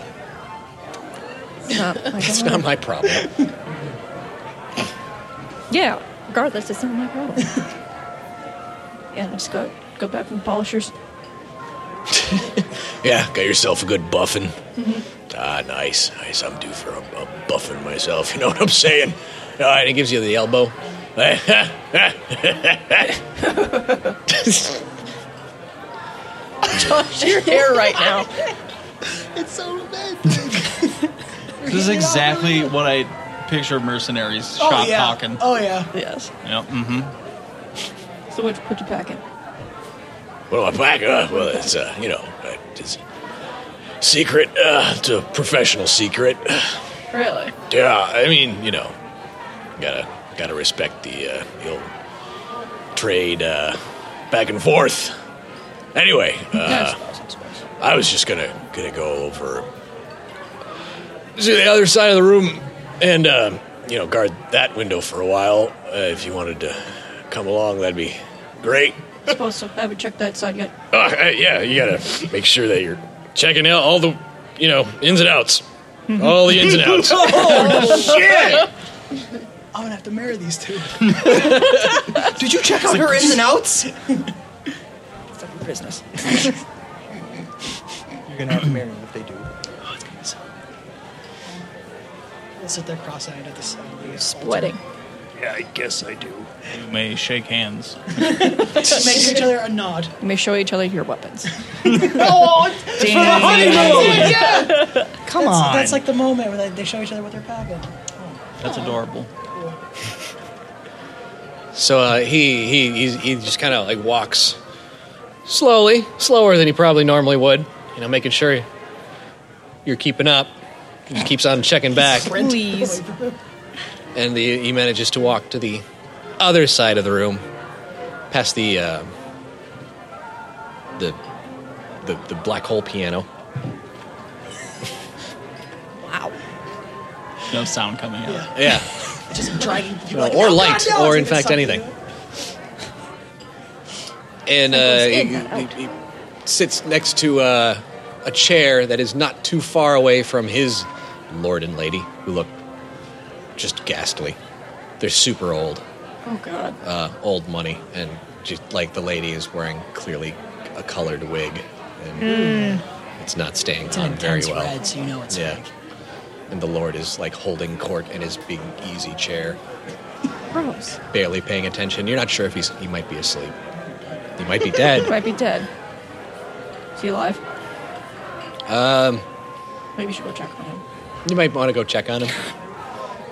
[SPEAKER 16] It's not my
[SPEAKER 8] It's
[SPEAKER 16] problem.
[SPEAKER 8] not my problem.
[SPEAKER 16] Yeah, regardless, it's not my problem.
[SPEAKER 7] Yeah, let's go go back from polishers.
[SPEAKER 17] Yeah, got yourself a good buffing.
[SPEAKER 7] Mhm.
[SPEAKER 17] Ah, nice, nice. I'm due for a, a buffing myself. You know what I'm saying? All right, it gives you the elbow.
[SPEAKER 14] Josh, your hair right now. it's so romantic.
[SPEAKER 5] This is exactly what I picture mercenaries
[SPEAKER 3] Oh,
[SPEAKER 5] shop
[SPEAKER 3] yeah.
[SPEAKER 5] talking.
[SPEAKER 3] Oh yeah.
[SPEAKER 7] Yes.
[SPEAKER 5] Yeah, mm-hmm.
[SPEAKER 7] So what put you back in?
[SPEAKER 17] What do I pack? Uh, well, it's uh, you know, uh, it's secret. Uh, it's a professional secret.
[SPEAKER 7] Really?
[SPEAKER 17] Yeah, I mean, you know, gotta gotta respect the uh, the old trade uh, back and forth. Anyway, uh, I was just gonna gonna go over to the other side of the room and uh, you know guard that window for a while. Uh, if you wanted to come along, that'd be great.
[SPEAKER 7] Supposed to. I haven't checked that side yet.
[SPEAKER 17] Uh, hey, yeah, you gotta make sure that you're checking out all the, you know, ins and outs. All the ins and outs.
[SPEAKER 14] Oh,
[SPEAKER 17] shit!
[SPEAKER 3] I'm gonna have to marry these two.
[SPEAKER 2] Did you check out her ins and outs?
[SPEAKER 7] Fucking business.
[SPEAKER 2] You're gonna have to marry them if they do.
[SPEAKER 3] We'll sit there cross-eyed at the side. of the
[SPEAKER 7] Sweating.
[SPEAKER 5] Yeah, I guess I do. You may shake hands.
[SPEAKER 3] altar. Make each other a nod.
[SPEAKER 16] You may show each other your weapons.
[SPEAKER 3] oh,
[SPEAKER 16] for the honeymoon!
[SPEAKER 3] Come
[SPEAKER 5] on.
[SPEAKER 3] That's like the moment where they, they show each other what they're packing.
[SPEAKER 5] That's adorable.
[SPEAKER 8] So uh, he he he's, he just kind of like walks slowly, slower than he probably normally would. You know, making sure you're keeping up. He just keeps on checking back,
[SPEAKER 16] Please.
[SPEAKER 8] and the, he manages to walk to the other side of the room, past the uh, the, the the black hole piano.
[SPEAKER 5] No sound coming out.
[SPEAKER 8] Yeah,
[SPEAKER 3] Just dragging people.
[SPEAKER 8] Uh,
[SPEAKER 3] like,
[SPEAKER 8] or
[SPEAKER 3] "Oh,
[SPEAKER 8] light,
[SPEAKER 3] God, no,
[SPEAKER 8] or
[SPEAKER 3] it's
[SPEAKER 8] in
[SPEAKER 3] gonna
[SPEAKER 8] fact
[SPEAKER 3] suck."
[SPEAKER 8] anything. And uh, he, he- he sits next to uh, a chair that is not too far away from his lord and lady, who look just ghastly. They're super old,
[SPEAKER 7] Oh God.
[SPEAKER 8] uh, old money, and just like the lady is wearing clearly a colored wig,
[SPEAKER 7] Mm.
[SPEAKER 8] and it's not staying
[SPEAKER 2] Mm. It's an
[SPEAKER 8] on very
[SPEAKER 2] intense
[SPEAKER 8] well.
[SPEAKER 2] red, so you know it's
[SPEAKER 8] yeah. And the lord is like holding court in his big easy chair
[SPEAKER 16] Gross.
[SPEAKER 8] barely paying attention. You're not sure if he's he might be asleep. He might be dead.
[SPEAKER 7] Might be dead. Is he alive?
[SPEAKER 8] um,
[SPEAKER 7] Maybe we should go check on him.
[SPEAKER 8] you might want to go check on him.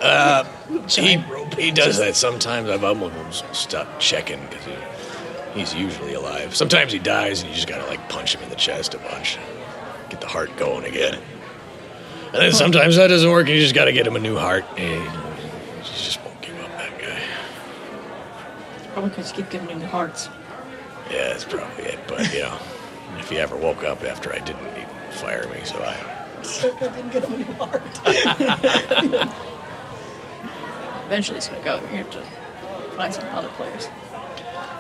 [SPEAKER 17] Uh, he, he does that sometimes. I've almost stopped checking because he, he's usually alive. Sometimes he dies and you just gotta like punch him in the chest a bunch, get the heart going again. And then sometimes that doesn't work. and You just gotta get him a new heart. And he just won't give up. That guy.
[SPEAKER 7] Probably because you keep giving him the hearts.
[SPEAKER 17] Yeah, that's probably it. But you know, if he ever woke up after I didn't, he'd fire me. So I.
[SPEAKER 3] I didn't get him any heart.
[SPEAKER 7] Eventually, he's gonna go. You're gonna have to find some other players.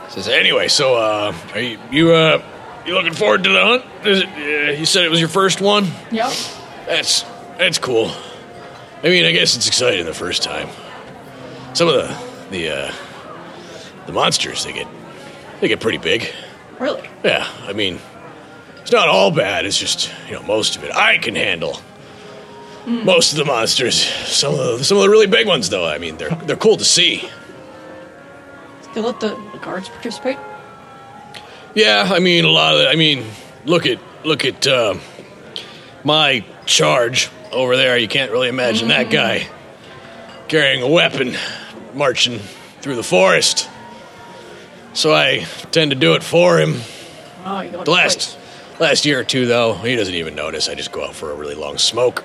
[SPEAKER 17] Says anyway, so uh, are you you uh you looking forward to the hunt? Is it, uh, you said it was your first one.
[SPEAKER 7] Yep.
[SPEAKER 17] That's that's cool. I mean, I guess it's exciting the first time. Some of the the uh, the monsters they get they get pretty big.
[SPEAKER 7] Really?
[SPEAKER 17] Yeah, I mean, it's not all bad. It's just you know most of it I can handle.
[SPEAKER 7] Mm.
[SPEAKER 17] Most of the monsters, some of the, some of the really big ones though. I mean, they're they're cool to see.
[SPEAKER 7] They let the, the guards participate.
[SPEAKER 17] Yeah, I mean a lot of. The, I mean, look at look at uh, my charge over there. You can't really imagine that guy carrying a weapon, marching through the forest. So I tend to do it for him.
[SPEAKER 7] Oh, you got
[SPEAKER 17] The last last year or two, though, he doesn't even notice. I just go out for a really long smoke,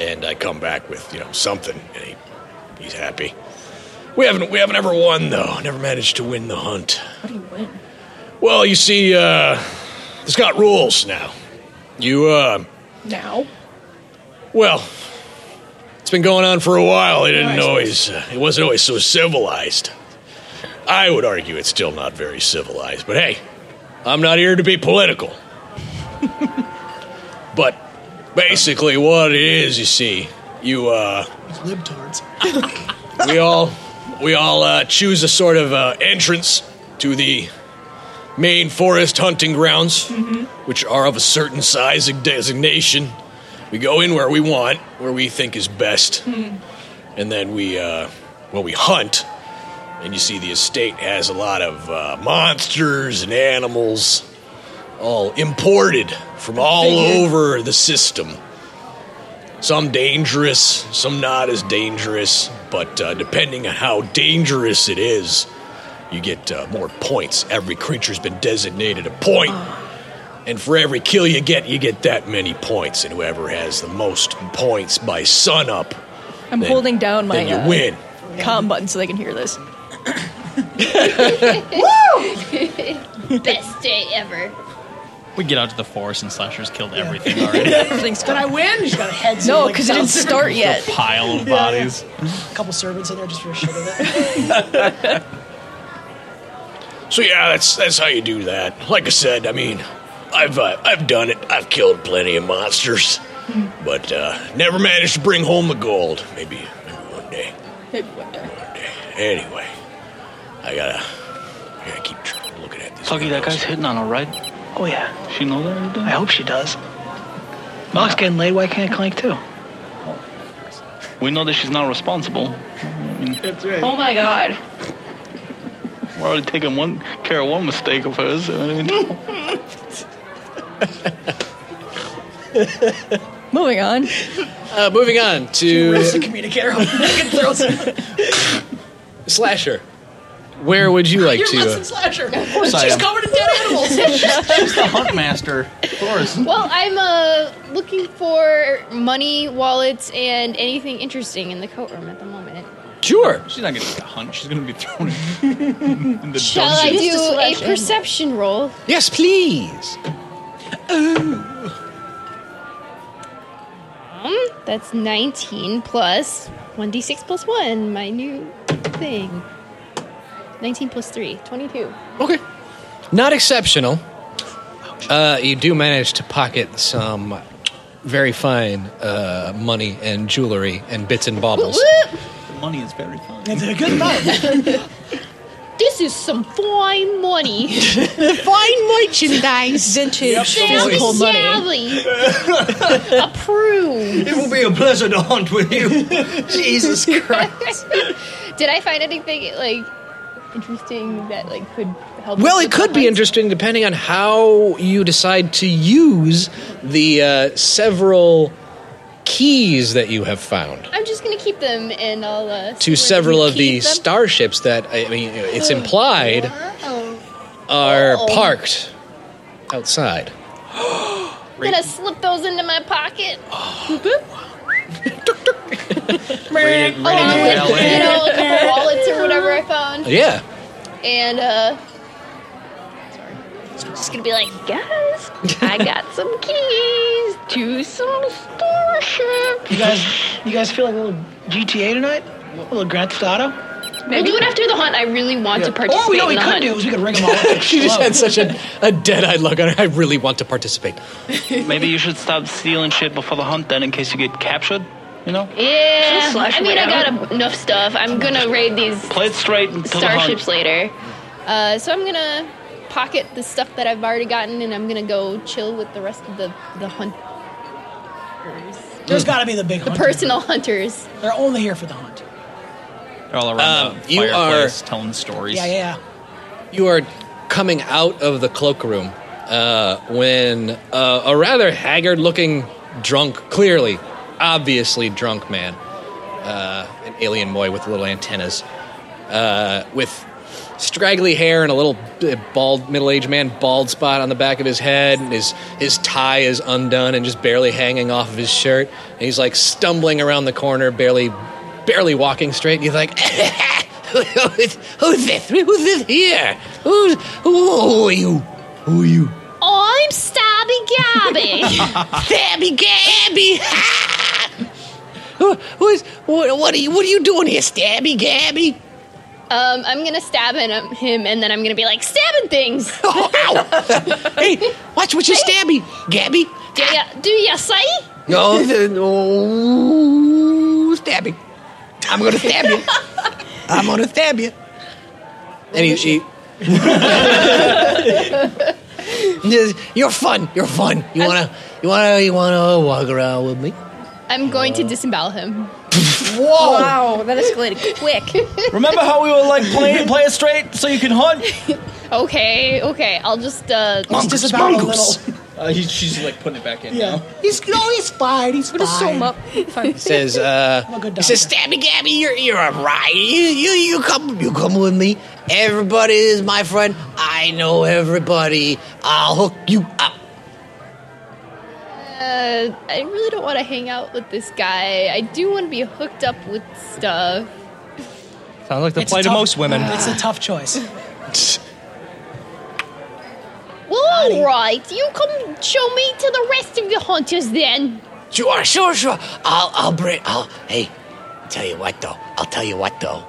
[SPEAKER 17] and I come back with you know something, and he, he's happy. We haven't we haven't ever won though. Never managed to win the hunt.
[SPEAKER 7] What do you win?
[SPEAKER 17] Well, you see, uh, it's got rules now. You uh,
[SPEAKER 7] Now?
[SPEAKER 17] well, it's been going on for a while. It didn't
[SPEAKER 7] Nice.
[SPEAKER 17] always uh, it wasn't always so civilized. I would argue it's still not very civilized, but hey, I'm not here to be political. but basically, what it is, you see, you uh,
[SPEAKER 3] Libtards.
[SPEAKER 17] we all we all uh, choose a sort of uh, entrance to the main forest hunting grounds,
[SPEAKER 7] Mm-hmm.
[SPEAKER 17] which are of a certain size and designation. We go in where we want, where we think is best, and then we uh, well we hunt. And you see, the estate has a lot of uh, monsters and animals, all imported from all
[SPEAKER 14] Figured.
[SPEAKER 17] over the system. Some dangerous, some not as dangerous, but uh, depending on how dangerous it is, you get uh, more points. Every creature's been designated a point, and for every kill you get, you get that many points. And whoever has the most points by sunup,
[SPEAKER 7] I'm
[SPEAKER 17] Then-
[SPEAKER 7] holding down my
[SPEAKER 17] then you
[SPEAKER 7] uh,
[SPEAKER 17] win.
[SPEAKER 7] comm button so they can hear this.
[SPEAKER 6] Woo! Best day ever.
[SPEAKER 18] We get out to the forest and Slasher's killed everything already.
[SPEAKER 7] Everything's
[SPEAKER 3] Did I win? She's got a head.
[SPEAKER 7] No, 'cause it didn't start yet.
[SPEAKER 18] A pile of
[SPEAKER 3] Yeah,
[SPEAKER 18] bodies.
[SPEAKER 3] A couple servants in there just for a shit of it.
[SPEAKER 17] So yeah, that's that's how you do that. Like I said, I mean, I've uh, I've done it. I've killed plenty of monsters, but uh, never managed to bring home the gold. Maybe maybe one day.
[SPEAKER 7] Maybe one day.
[SPEAKER 17] Anyway, I gotta I gotta keep tr- looking at this.
[SPEAKER 18] Tuggy, that guy's hitting on her, right?
[SPEAKER 3] Oh yeah.
[SPEAKER 18] She knows that?
[SPEAKER 3] I hope she does. Malk's getting laid. Why can't Clank too?
[SPEAKER 18] We know that she's not responsible.
[SPEAKER 3] That's right.
[SPEAKER 7] Oh my god.
[SPEAKER 18] We're already taking one care of one mistake of hers. I mean,
[SPEAKER 7] Moving on.
[SPEAKER 8] Uh, moving
[SPEAKER 7] Mm-hmm.
[SPEAKER 8] on
[SPEAKER 7] Where's the
[SPEAKER 8] to
[SPEAKER 7] communicator? Throws
[SPEAKER 8] Slasher. Where would you like
[SPEAKER 7] You're
[SPEAKER 8] to?
[SPEAKER 7] less
[SPEAKER 8] uh,
[SPEAKER 7] than slasher.
[SPEAKER 8] course I
[SPEAKER 7] She's
[SPEAKER 8] am.
[SPEAKER 7] covered in dead animals.
[SPEAKER 18] she's the hunt master, of course.
[SPEAKER 6] Well, I'm uh, looking for money, wallets, and anything interesting in the coat room at the moment.
[SPEAKER 8] Sure.
[SPEAKER 18] She's not gonna get a hunt. She's gonna be thrown in, in the
[SPEAKER 6] Shall I
[SPEAKER 18] dungeon.
[SPEAKER 6] do a perception roll?
[SPEAKER 8] Yes, please.
[SPEAKER 6] Um, that's 19 plus 1d6 plus 1, my new thing. 19 plus 3, 22.
[SPEAKER 8] Okay. Not exceptional. Uh, you do manage to pocket some very fine uh, money and jewelry and bits and baubles.
[SPEAKER 18] Money is very fine.
[SPEAKER 3] It's a good night.
[SPEAKER 6] This is some fine money.
[SPEAKER 14] Fine merchandise. Vintage
[SPEAKER 6] physical money. Approved.
[SPEAKER 10] It will be a pleasure to hunt with you. Jesus Christ.
[SPEAKER 6] Did I find anything like interesting that like could help?
[SPEAKER 8] Well,
[SPEAKER 6] us
[SPEAKER 8] it
[SPEAKER 6] with
[SPEAKER 8] could be interesting depending on how you decide to use the uh, several keys that you have found.
[SPEAKER 6] I'm just gonna keep them, and I'll uh, see
[SPEAKER 8] to
[SPEAKER 6] where
[SPEAKER 8] several
[SPEAKER 6] you
[SPEAKER 8] of the
[SPEAKER 6] keep them.
[SPEAKER 8] starships that I mean, it's implied
[SPEAKER 6] Oh.
[SPEAKER 8] are
[SPEAKER 6] Uh-oh.
[SPEAKER 8] parked outside.
[SPEAKER 6] I'm gonna slip those into my pocket.
[SPEAKER 18] Rated-
[SPEAKER 6] Oh,
[SPEAKER 18] rated
[SPEAKER 6] and,
[SPEAKER 18] LA.
[SPEAKER 6] you know, a couple wallets or whatever I found.
[SPEAKER 8] Yeah.
[SPEAKER 6] And uh, sorry, I'm just gonna be like, guys, I got some keys to some starship.
[SPEAKER 3] You guys, you guys feel like a little GTA tonight? A little Grand Theft Auto?
[SPEAKER 6] We'll do it after the hunt. I really want to participate.
[SPEAKER 3] Or Oh, we know
[SPEAKER 6] in
[SPEAKER 3] we
[SPEAKER 6] the
[SPEAKER 3] could
[SPEAKER 6] hunt.
[SPEAKER 3] do is we could ring them all up.
[SPEAKER 8] she just had such a, a dead eyed look on her. I really want to participate.
[SPEAKER 18] Maybe you should stop stealing shit before the hunt, then, in case you get captured. You know,
[SPEAKER 6] Yeah,
[SPEAKER 18] She'll slash
[SPEAKER 6] I mean,
[SPEAKER 18] right
[SPEAKER 6] I got
[SPEAKER 18] out.
[SPEAKER 6] en- enough stuff. I'm gonna raid these
[SPEAKER 18] play it straight until
[SPEAKER 6] starships
[SPEAKER 18] the hunt.
[SPEAKER 6] later. Uh, so I'm gonna pocket the stuff that I've already gotten, and I'm gonna go chill with the rest of the the hunters,
[SPEAKER 3] There's got to be the big
[SPEAKER 6] the
[SPEAKER 3] hunt.
[SPEAKER 6] personal hunters.
[SPEAKER 3] They're only here for the hunt.
[SPEAKER 18] They're all around the
[SPEAKER 8] Um, you
[SPEAKER 18] fireplace, telling stories.
[SPEAKER 3] Yeah, yeah.
[SPEAKER 8] You are coming out of the cloakroom uh, when uh, a rather haggard looking drunk, clearly, obviously drunk man, uh, an alien boy with little antennas, uh, with straggly hair and a little uh, bald middle-aged man bald spot on the back of his head and his his tie is undone and just barely hanging off of his shirt and he's like stumbling around the corner barely barely walking straight and he's like
[SPEAKER 12] who's, who's this? Who's this here? Who's, who are you? Who are you?
[SPEAKER 6] I'm Stabby Gabby.
[SPEAKER 12] Stabby Gabby! Ah. Who- Who's, what, what, are you, what are you doing here, Stabby Gabby?
[SPEAKER 6] um, I'm gonna stab him, him, and then I'm gonna be like stabbing things.
[SPEAKER 12] hey, watch what you stabby, Gabby.
[SPEAKER 6] Do ya, do ya say?
[SPEAKER 12] No, the- no, Oh, stab me. I'm gonna stab you. I'm gonna stab you.
[SPEAKER 8] and he, he
[SPEAKER 12] You're fun. You're fun. You wanna, you wanna, you wanna walk around with me?
[SPEAKER 6] I'm going to disembowel him.
[SPEAKER 12] Whoa!
[SPEAKER 4] Wow, that escalated quick.
[SPEAKER 5] Remember how we were like play, play it straight so you can hunt?
[SPEAKER 6] Okay, okay. I'll just uh,
[SPEAKER 5] Mongoose,
[SPEAKER 6] disembowel
[SPEAKER 5] mongoose.
[SPEAKER 6] a little.
[SPEAKER 5] Uh, he, she's like putting it back in now.
[SPEAKER 6] He's no, he's fine. He's
[SPEAKER 4] We'll just sew him up. Fine.
[SPEAKER 8] says uh
[SPEAKER 12] He says, "Stabby Gabby, you're you're a riot. You you you come you come with me. Everybody is my friend. I know everybody. I'll hook you up."
[SPEAKER 6] Uh, I really don't want to hang out with this guy. I do want to be hooked up with stuff.
[SPEAKER 10] Sounds like the
[SPEAKER 3] It's
[SPEAKER 10] plight of
[SPEAKER 3] tough-
[SPEAKER 10] most women.
[SPEAKER 3] It's a tough choice.
[SPEAKER 6] Well, all right. You come show me to the rest of the hunters then.
[SPEAKER 12] Sure, sure, sure. I'll I'll bring. I'll hey. Tell you what though. I'll tell you what though.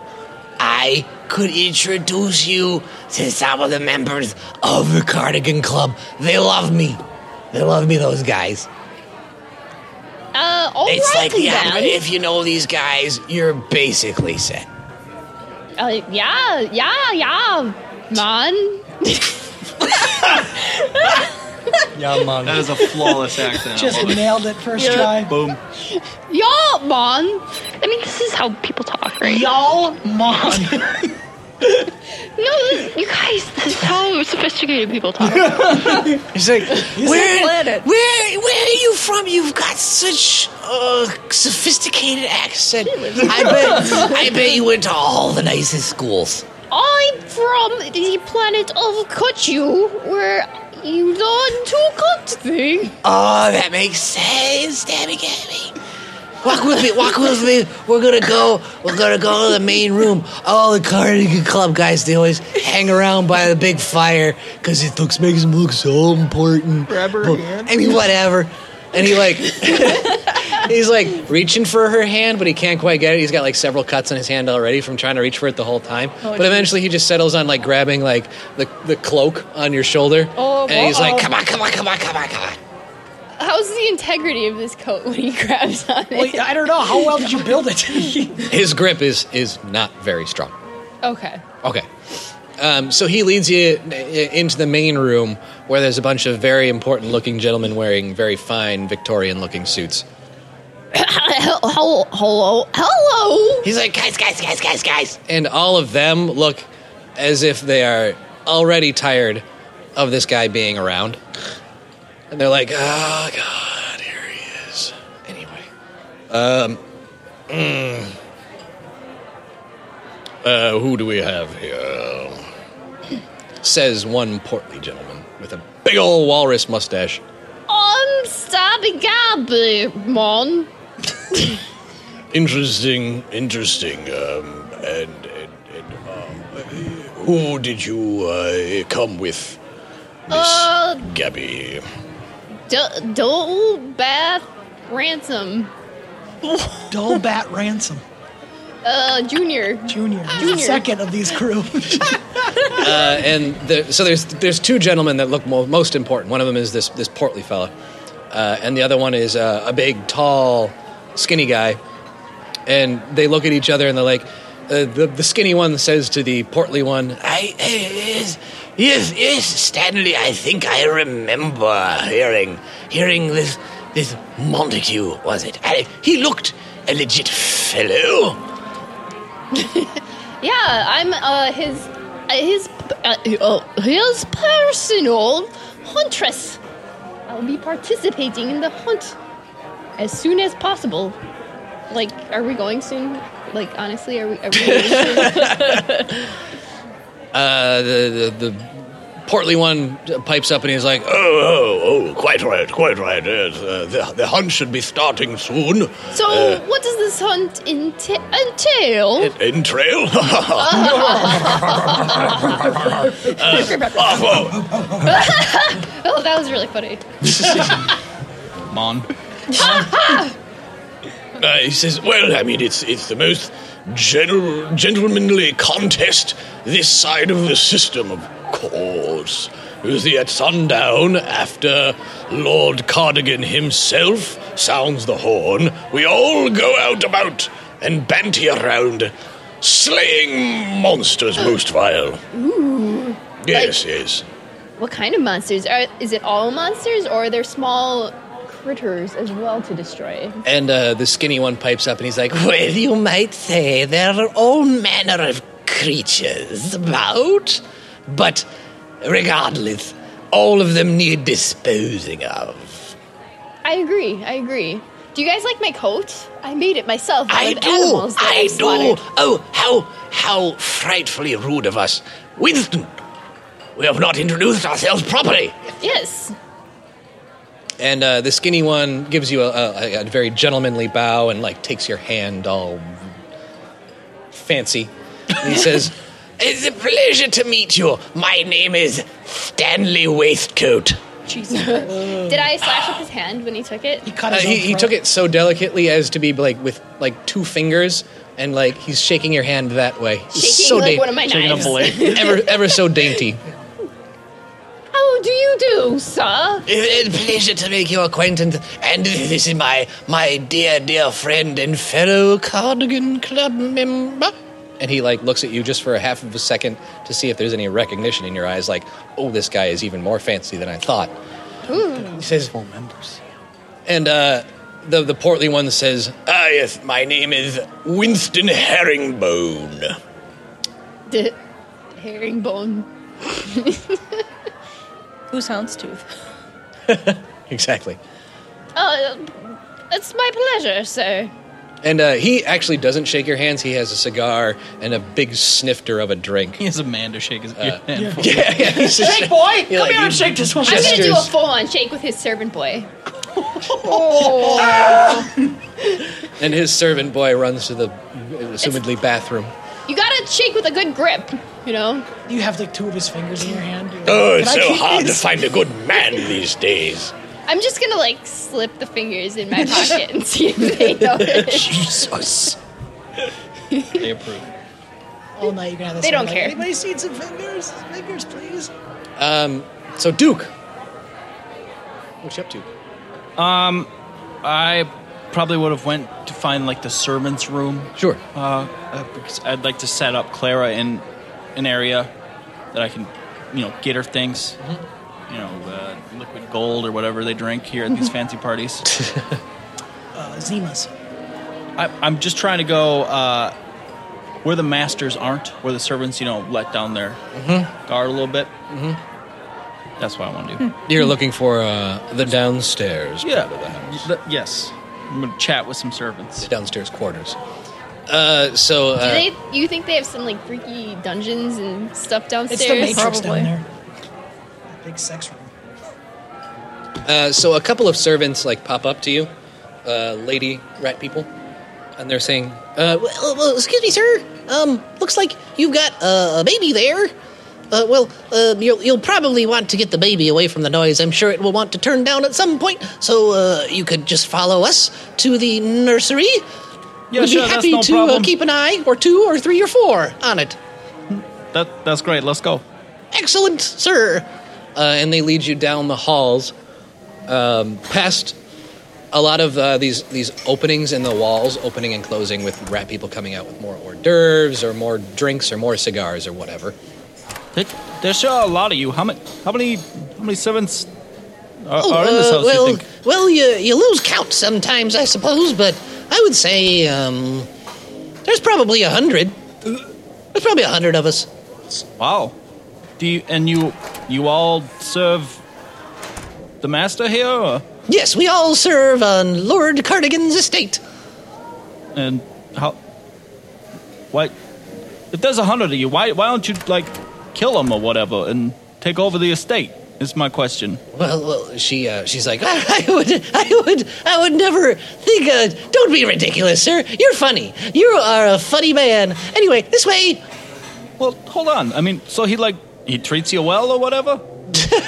[SPEAKER 12] I could introduce you to some of the members of the Cardigan Club. They love me. They love me. Those guys.
[SPEAKER 6] Uh, all right
[SPEAKER 12] it's like the
[SPEAKER 6] then.
[SPEAKER 12] alphabet. If you know these guys, you're basically set.
[SPEAKER 6] Uh, yeah, yeah, yeah, man.
[SPEAKER 10] Yeah, man.
[SPEAKER 18] That is a flawless accent. I
[SPEAKER 3] Just
[SPEAKER 18] love it.
[SPEAKER 3] nailed it first
[SPEAKER 6] Yeah.
[SPEAKER 3] try.
[SPEAKER 18] Boom.
[SPEAKER 6] Y'all, man. I mean, this is how people talk, right?
[SPEAKER 3] Y'all, man.
[SPEAKER 6] No, this- you guys, this is how sophisticated people talk.
[SPEAKER 12] He's like,
[SPEAKER 6] like,
[SPEAKER 12] where,
[SPEAKER 6] "Planet."
[SPEAKER 12] where, where are you from? You've got such a sophisticated accent. I bet, I bet you went to all the nicest schools.
[SPEAKER 6] I'm from the planet of Kuchu, where you learn to cook things.
[SPEAKER 12] Oh, that makes sense, Stabby Gabby. Walk with me, walk with me. We're gonna go. We're gonna go to the main room. All the Carnegie Club guys, they always hang around by the big fire because it looks makes them look so important.
[SPEAKER 8] Rubber
[SPEAKER 12] But-
[SPEAKER 8] hand.
[SPEAKER 12] I mean, whatever.
[SPEAKER 8] and he like he's like reaching for her hand but he can't quite get it he's got like several cuts on his hand already from trying to reach for it the whole time
[SPEAKER 12] Oh,
[SPEAKER 8] but eventually he just settles on like grabbing like the, the cloak on your shoulder
[SPEAKER 6] Oh,
[SPEAKER 8] and he's like
[SPEAKER 6] uh-oh.
[SPEAKER 8] come on come on come on come on come on
[SPEAKER 6] How's the integrity of this coat when he grabs on it?
[SPEAKER 3] Wait, I don't know. How well did you build it?
[SPEAKER 8] his grip is is not very strong
[SPEAKER 6] okay.
[SPEAKER 8] Okay. Um, so he leads you i- into the main room where there's a bunch of very important looking gentlemen wearing very fine Victorian looking suits.
[SPEAKER 6] hello, hello, hello.
[SPEAKER 12] He's like, guys, guys, guys, guys, guys.
[SPEAKER 8] And all of them look as if they are already tired of this guy being around. And they're like, oh, God, here he is. Anyway. Um, mm. uh, who do we have here? Says one portly gentleman with a big old walrus mustache.
[SPEAKER 6] I'm Stabby Gabby, man.
[SPEAKER 17] Interesting, interesting. Um, and and, and um, who did you uh, come with,
[SPEAKER 6] Uh,
[SPEAKER 17] Gabby?
[SPEAKER 6] d- Dole Bath Ransom.
[SPEAKER 3] Dole Bat Ransom.
[SPEAKER 6] Uh, Junior.
[SPEAKER 3] Junior.
[SPEAKER 6] Junior.
[SPEAKER 3] Second of these crew.
[SPEAKER 8] uh, and the, so there's there's two gentlemen that look mo- most important. One of them is this this portly fella, uh, and the other one is uh, a big, tall, skinny guy. And they look at each other and they're like, uh, the the skinny one says to the portly one,
[SPEAKER 12] I, I yes, yes, yes, Stanley. I think I remember hearing hearing this this Montague was it? I, he looked a legit fellow.
[SPEAKER 6] Yeah, I'm uh his uh, his uh, uh, his personal huntress. I'll be participating in the hunt as soon as possible. Like, are we going soon? Like, honestly, are we? Are we going soon?
[SPEAKER 8] Uh, the, the the portly one pipes up and he's like,
[SPEAKER 17] Oh, oh, oh, quite right, quite right. Yes, uh, the, the hunt should be starting soon.
[SPEAKER 6] So,
[SPEAKER 17] Uh,
[SPEAKER 6] what does this hunt enta- entail?
[SPEAKER 17] in trail?
[SPEAKER 6] Uh,
[SPEAKER 17] off, oh,
[SPEAKER 6] oh, that was really funny.
[SPEAKER 5] Mon.
[SPEAKER 17] Uh, he says, "Well, I mean, it's it's the most gen- gentlemanly contest this side of the system, of course. It was the at sundown after Lord Cardigan himself sounds the horn. We all go out about and banty around, slaying monsters most vile.
[SPEAKER 6] Ooh.
[SPEAKER 17] Yes, yes."
[SPEAKER 6] What kind of monsters? Are, is it all monsters, or are there small critters as well to destroy?
[SPEAKER 8] and uh, the skinny one pipes up and he's like,
[SPEAKER 12] Well, you might say there are all manner of creatures about, but regardless, all of them need disposing of.
[SPEAKER 6] I agree. I agree. Do you guys like my coat? I made it myself. out
[SPEAKER 15] I
[SPEAKER 6] of
[SPEAKER 15] do.
[SPEAKER 6] Animals that
[SPEAKER 15] I do.
[SPEAKER 6] slaughtered.
[SPEAKER 15] Oh, how how frightfully rude of us, Winston. We have not introduced ourselves properly.
[SPEAKER 6] Yes.
[SPEAKER 8] and uh, the skinny one gives you a, a, a very gentlemanly bow and like takes your hand all fancy. And he says,
[SPEAKER 15] It's a pleasure to meet you. My name is Stanley Waistcoat.
[SPEAKER 6] Jesus. Did I slash up his hand when he took it? He
[SPEAKER 8] Uh, he, he took it so delicately as to be like with like two fingers and like he's shaking your hand that way. It's
[SPEAKER 6] Shaking
[SPEAKER 8] so
[SPEAKER 6] like
[SPEAKER 8] dainty.
[SPEAKER 6] one of my Shaking a knives. blade.
[SPEAKER 8] ever ever so dainty.
[SPEAKER 6] How do you do, sir?
[SPEAKER 15] It, it's a pleasure to make your acquaintance, and this is my my dear dear friend and fellow Cardigan Club member.
[SPEAKER 8] And he like looks at you just for a half of a second to see if there's any recognition in your eyes, like, oh this guy is even more fancy than I thought.
[SPEAKER 6] Ooh.
[SPEAKER 12] Hmm.
[SPEAKER 8] He says
[SPEAKER 15] "Oh,
[SPEAKER 8] full members. And uh the the portly one says,
[SPEAKER 17] Ah, yes, my name is Winston Herringbone.
[SPEAKER 6] D- herringbone.
[SPEAKER 7] Who's Houndstooth?
[SPEAKER 8] Exactly.
[SPEAKER 6] Uh, it's my pleasure, sir.
[SPEAKER 8] And uh, he actually doesn't shake your hands. He has a cigar and a big snifter of a drink. Uh, He
[SPEAKER 5] has a man to shake his
[SPEAKER 8] hand. Yeah, yeah, he's just-
[SPEAKER 3] Shake, boy! Come
[SPEAKER 8] Yeah, like,
[SPEAKER 3] here
[SPEAKER 8] he
[SPEAKER 3] and shake this one.
[SPEAKER 6] I'm gonna do a
[SPEAKER 8] gestures.
[SPEAKER 6] full-on shake with his servant boy.
[SPEAKER 3] Oh.
[SPEAKER 8] And his servant boy runs to the uh, assumedly bathroom.
[SPEAKER 6] You gotta shake with a good grip, you know.
[SPEAKER 3] You have like two of his fingers in your hand.
[SPEAKER 17] Oh, it's
[SPEAKER 6] Can I
[SPEAKER 17] so
[SPEAKER 6] keep
[SPEAKER 17] hard
[SPEAKER 6] these?
[SPEAKER 17] to find a good man these days.
[SPEAKER 6] I'm just gonna like slip the fingers in my pocket and see if they notice.
[SPEAKER 17] Jesus.
[SPEAKER 5] They approve.
[SPEAKER 3] All night you're gonna have this.
[SPEAKER 6] They
[SPEAKER 3] one,
[SPEAKER 6] don't
[SPEAKER 3] like,
[SPEAKER 6] care.
[SPEAKER 3] Anybody seen some fingers? Fingers, please.
[SPEAKER 8] Um, so Duke, what you up to?
[SPEAKER 5] Um, I probably would have went to find like the servants' room.
[SPEAKER 8] Sure.
[SPEAKER 5] Uh, uh, because I'd like to set up Clara in an area that I can, you know, get her things.
[SPEAKER 8] Mm-hmm.
[SPEAKER 5] You know, uh, liquid gold or whatever they drink here at these fancy parties.
[SPEAKER 3] Uh, Zimas.
[SPEAKER 5] I, I'm just trying to go uh, where the masters aren't, where the servants, you know, let down their guard a little bit. Mm-hmm. That's what I want to do.
[SPEAKER 8] Hmm. You're looking for uh, the downstairs.
[SPEAKER 5] Yeah. Th- yes. I'm gonna chat with some servants.
[SPEAKER 8] downstairs quarters. Uh, so
[SPEAKER 6] Do
[SPEAKER 8] uh,
[SPEAKER 6] they? You think they have some like freaky dungeons and stuff downstairs?
[SPEAKER 3] It's the Matrix down there. That big sex room.
[SPEAKER 8] uh, so a couple of servants like pop up to you, uh, lady rat people, and they're saying, uh,
[SPEAKER 12] Uh, well, well, excuse me, sir. Um, looks like you've got uh, a baby there. Uh, well, uh, you'll, you'll probably want to get the baby away from the noise. I'm sure it will want to turn down at some point. So uh, you could just follow us to the nursery.
[SPEAKER 5] Yeah,
[SPEAKER 12] We'd
[SPEAKER 5] sure,
[SPEAKER 12] be
[SPEAKER 5] that's
[SPEAKER 12] happy
[SPEAKER 5] no
[SPEAKER 12] to uh,
[SPEAKER 5] problem.
[SPEAKER 12] keep an eye, or two, or three, or four on it.
[SPEAKER 5] That that's great. Let's go.
[SPEAKER 8] Excellent, sir. Uh, and they lead you down the halls, um, past a lot of uh, these these openings in the walls, opening and closing with rat people coming out with more hors d'oeuvres or more drinks or more cigars or whatever.
[SPEAKER 5] There- There's sure a lot of you. How many? How many? How many servants are,
[SPEAKER 12] Oh,
[SPEAKER 5] are in this
[SPEAKER 12] uh,
[SPEAKER 5] house?
[SPEAKER 12] well,
[SPEAKER 5] you think?
[SPEAKER 12] well, you you lose count sometimes, I suppose. But I would say um, there's probably a hundred. There's probably a hundred of us.
[SPEAKER 5] Wow. Do you and you you all serve the master here? Or,
[SPEAKER 12] Yes, we all serve on Lord Cardigan's estate.
[SPEAKER 5] and how? Why? If there's a hundred of you, why why don't you like kill him or whatever and take over the estate? Is my question.
[SPEAKER 19] Well, well, she uh, she's like,
[SPEAKER 12] I would, I would, I would never think. Uh, don't be ridiculous, sir. You're funny. You are a funny man. Anyway, this way.
[SPEAKER 5] Well, hold on. I mean, so he like he treats you well or whatever.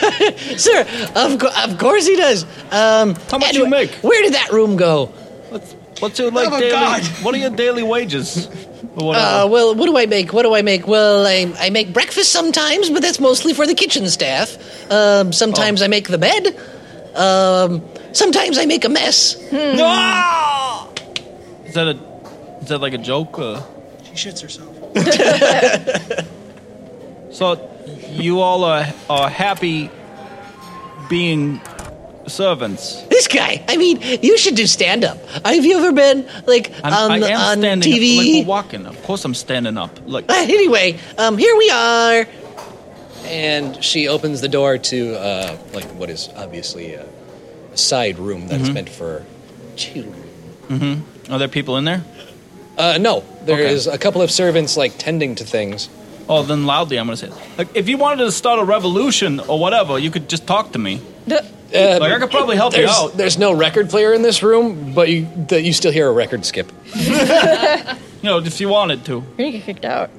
[SPEAKER 12] sir, of co- of course he does. Um,
[SPEAKER 5] How much you make?
[SPEAKER 12] Where did that room go?
[SPEAKER 5] What's what's your like
[SPEAKER 12] my
[SPEAKER 5] daily?
[SPEAKER 12] God.
[SPEAKER 5] What are your daily wages? Or whatever.
[SPEAKER 12] Uh, well, what do I make? What do I make?
[SPEAKER 19] well, I, I make breakfast sometimes, but that's mostly for the kitchen staff. Um, sometimes
[SPEAKER 5] Oh.
[SPEAKER 19] I make the bed. Um, sometimes I make a mess.
[SPEAKER 5] Hmm. is that a is that like a joke? Or?
[SPEAKER 7] She shits herself.
[SPEAKER 5] So you all are are happy being servants.
[SPEAKER 12] This guy. I mean, you should do stand up. Have you ever been like
[SPEAKER 5] I'm,
[SPEAKER 12] on
[SPEAKER 5] I am
[SPEAKER 12] on
[SPEAKER 5] standing up. Like
[SPEAKER 12] TV?
[SPEAKER 5] we're walking. Of course, I'm standing up. Like
[SPEAKER 12] anyway, um, here we are.
[SPEAKER 8] And she opens the door to uh, like what is obviously a, a side room that's
[SPEAKER 5] Mhm.
[SPEAKER 8] meant for children.
[SPEAKER 5] Mm-hmm. Are there people in there?
[SPEAKER 8] Uh, no, there is
[SPEAKER 5] Okay.
[SPEAKER 8] a couple of servants like tending to things.
[SPEAKER 5] Oh, then loudly I'm gonna say, like, if you wanted to start a revolution or whatever, you could just talk to me.
[SPEAKER 8] Uh,
[SPEAKER 5] Like, I could probably help you
[SPEAKER 8] there's-
[SPEAKER 5] out.
[SPEAKER 8] There's no record player in this room, but you the, you still hear a record skip.
[SPEAKER 5] You know, if you wanted to.
[SPEAKER 20] You're gonna get kicked out.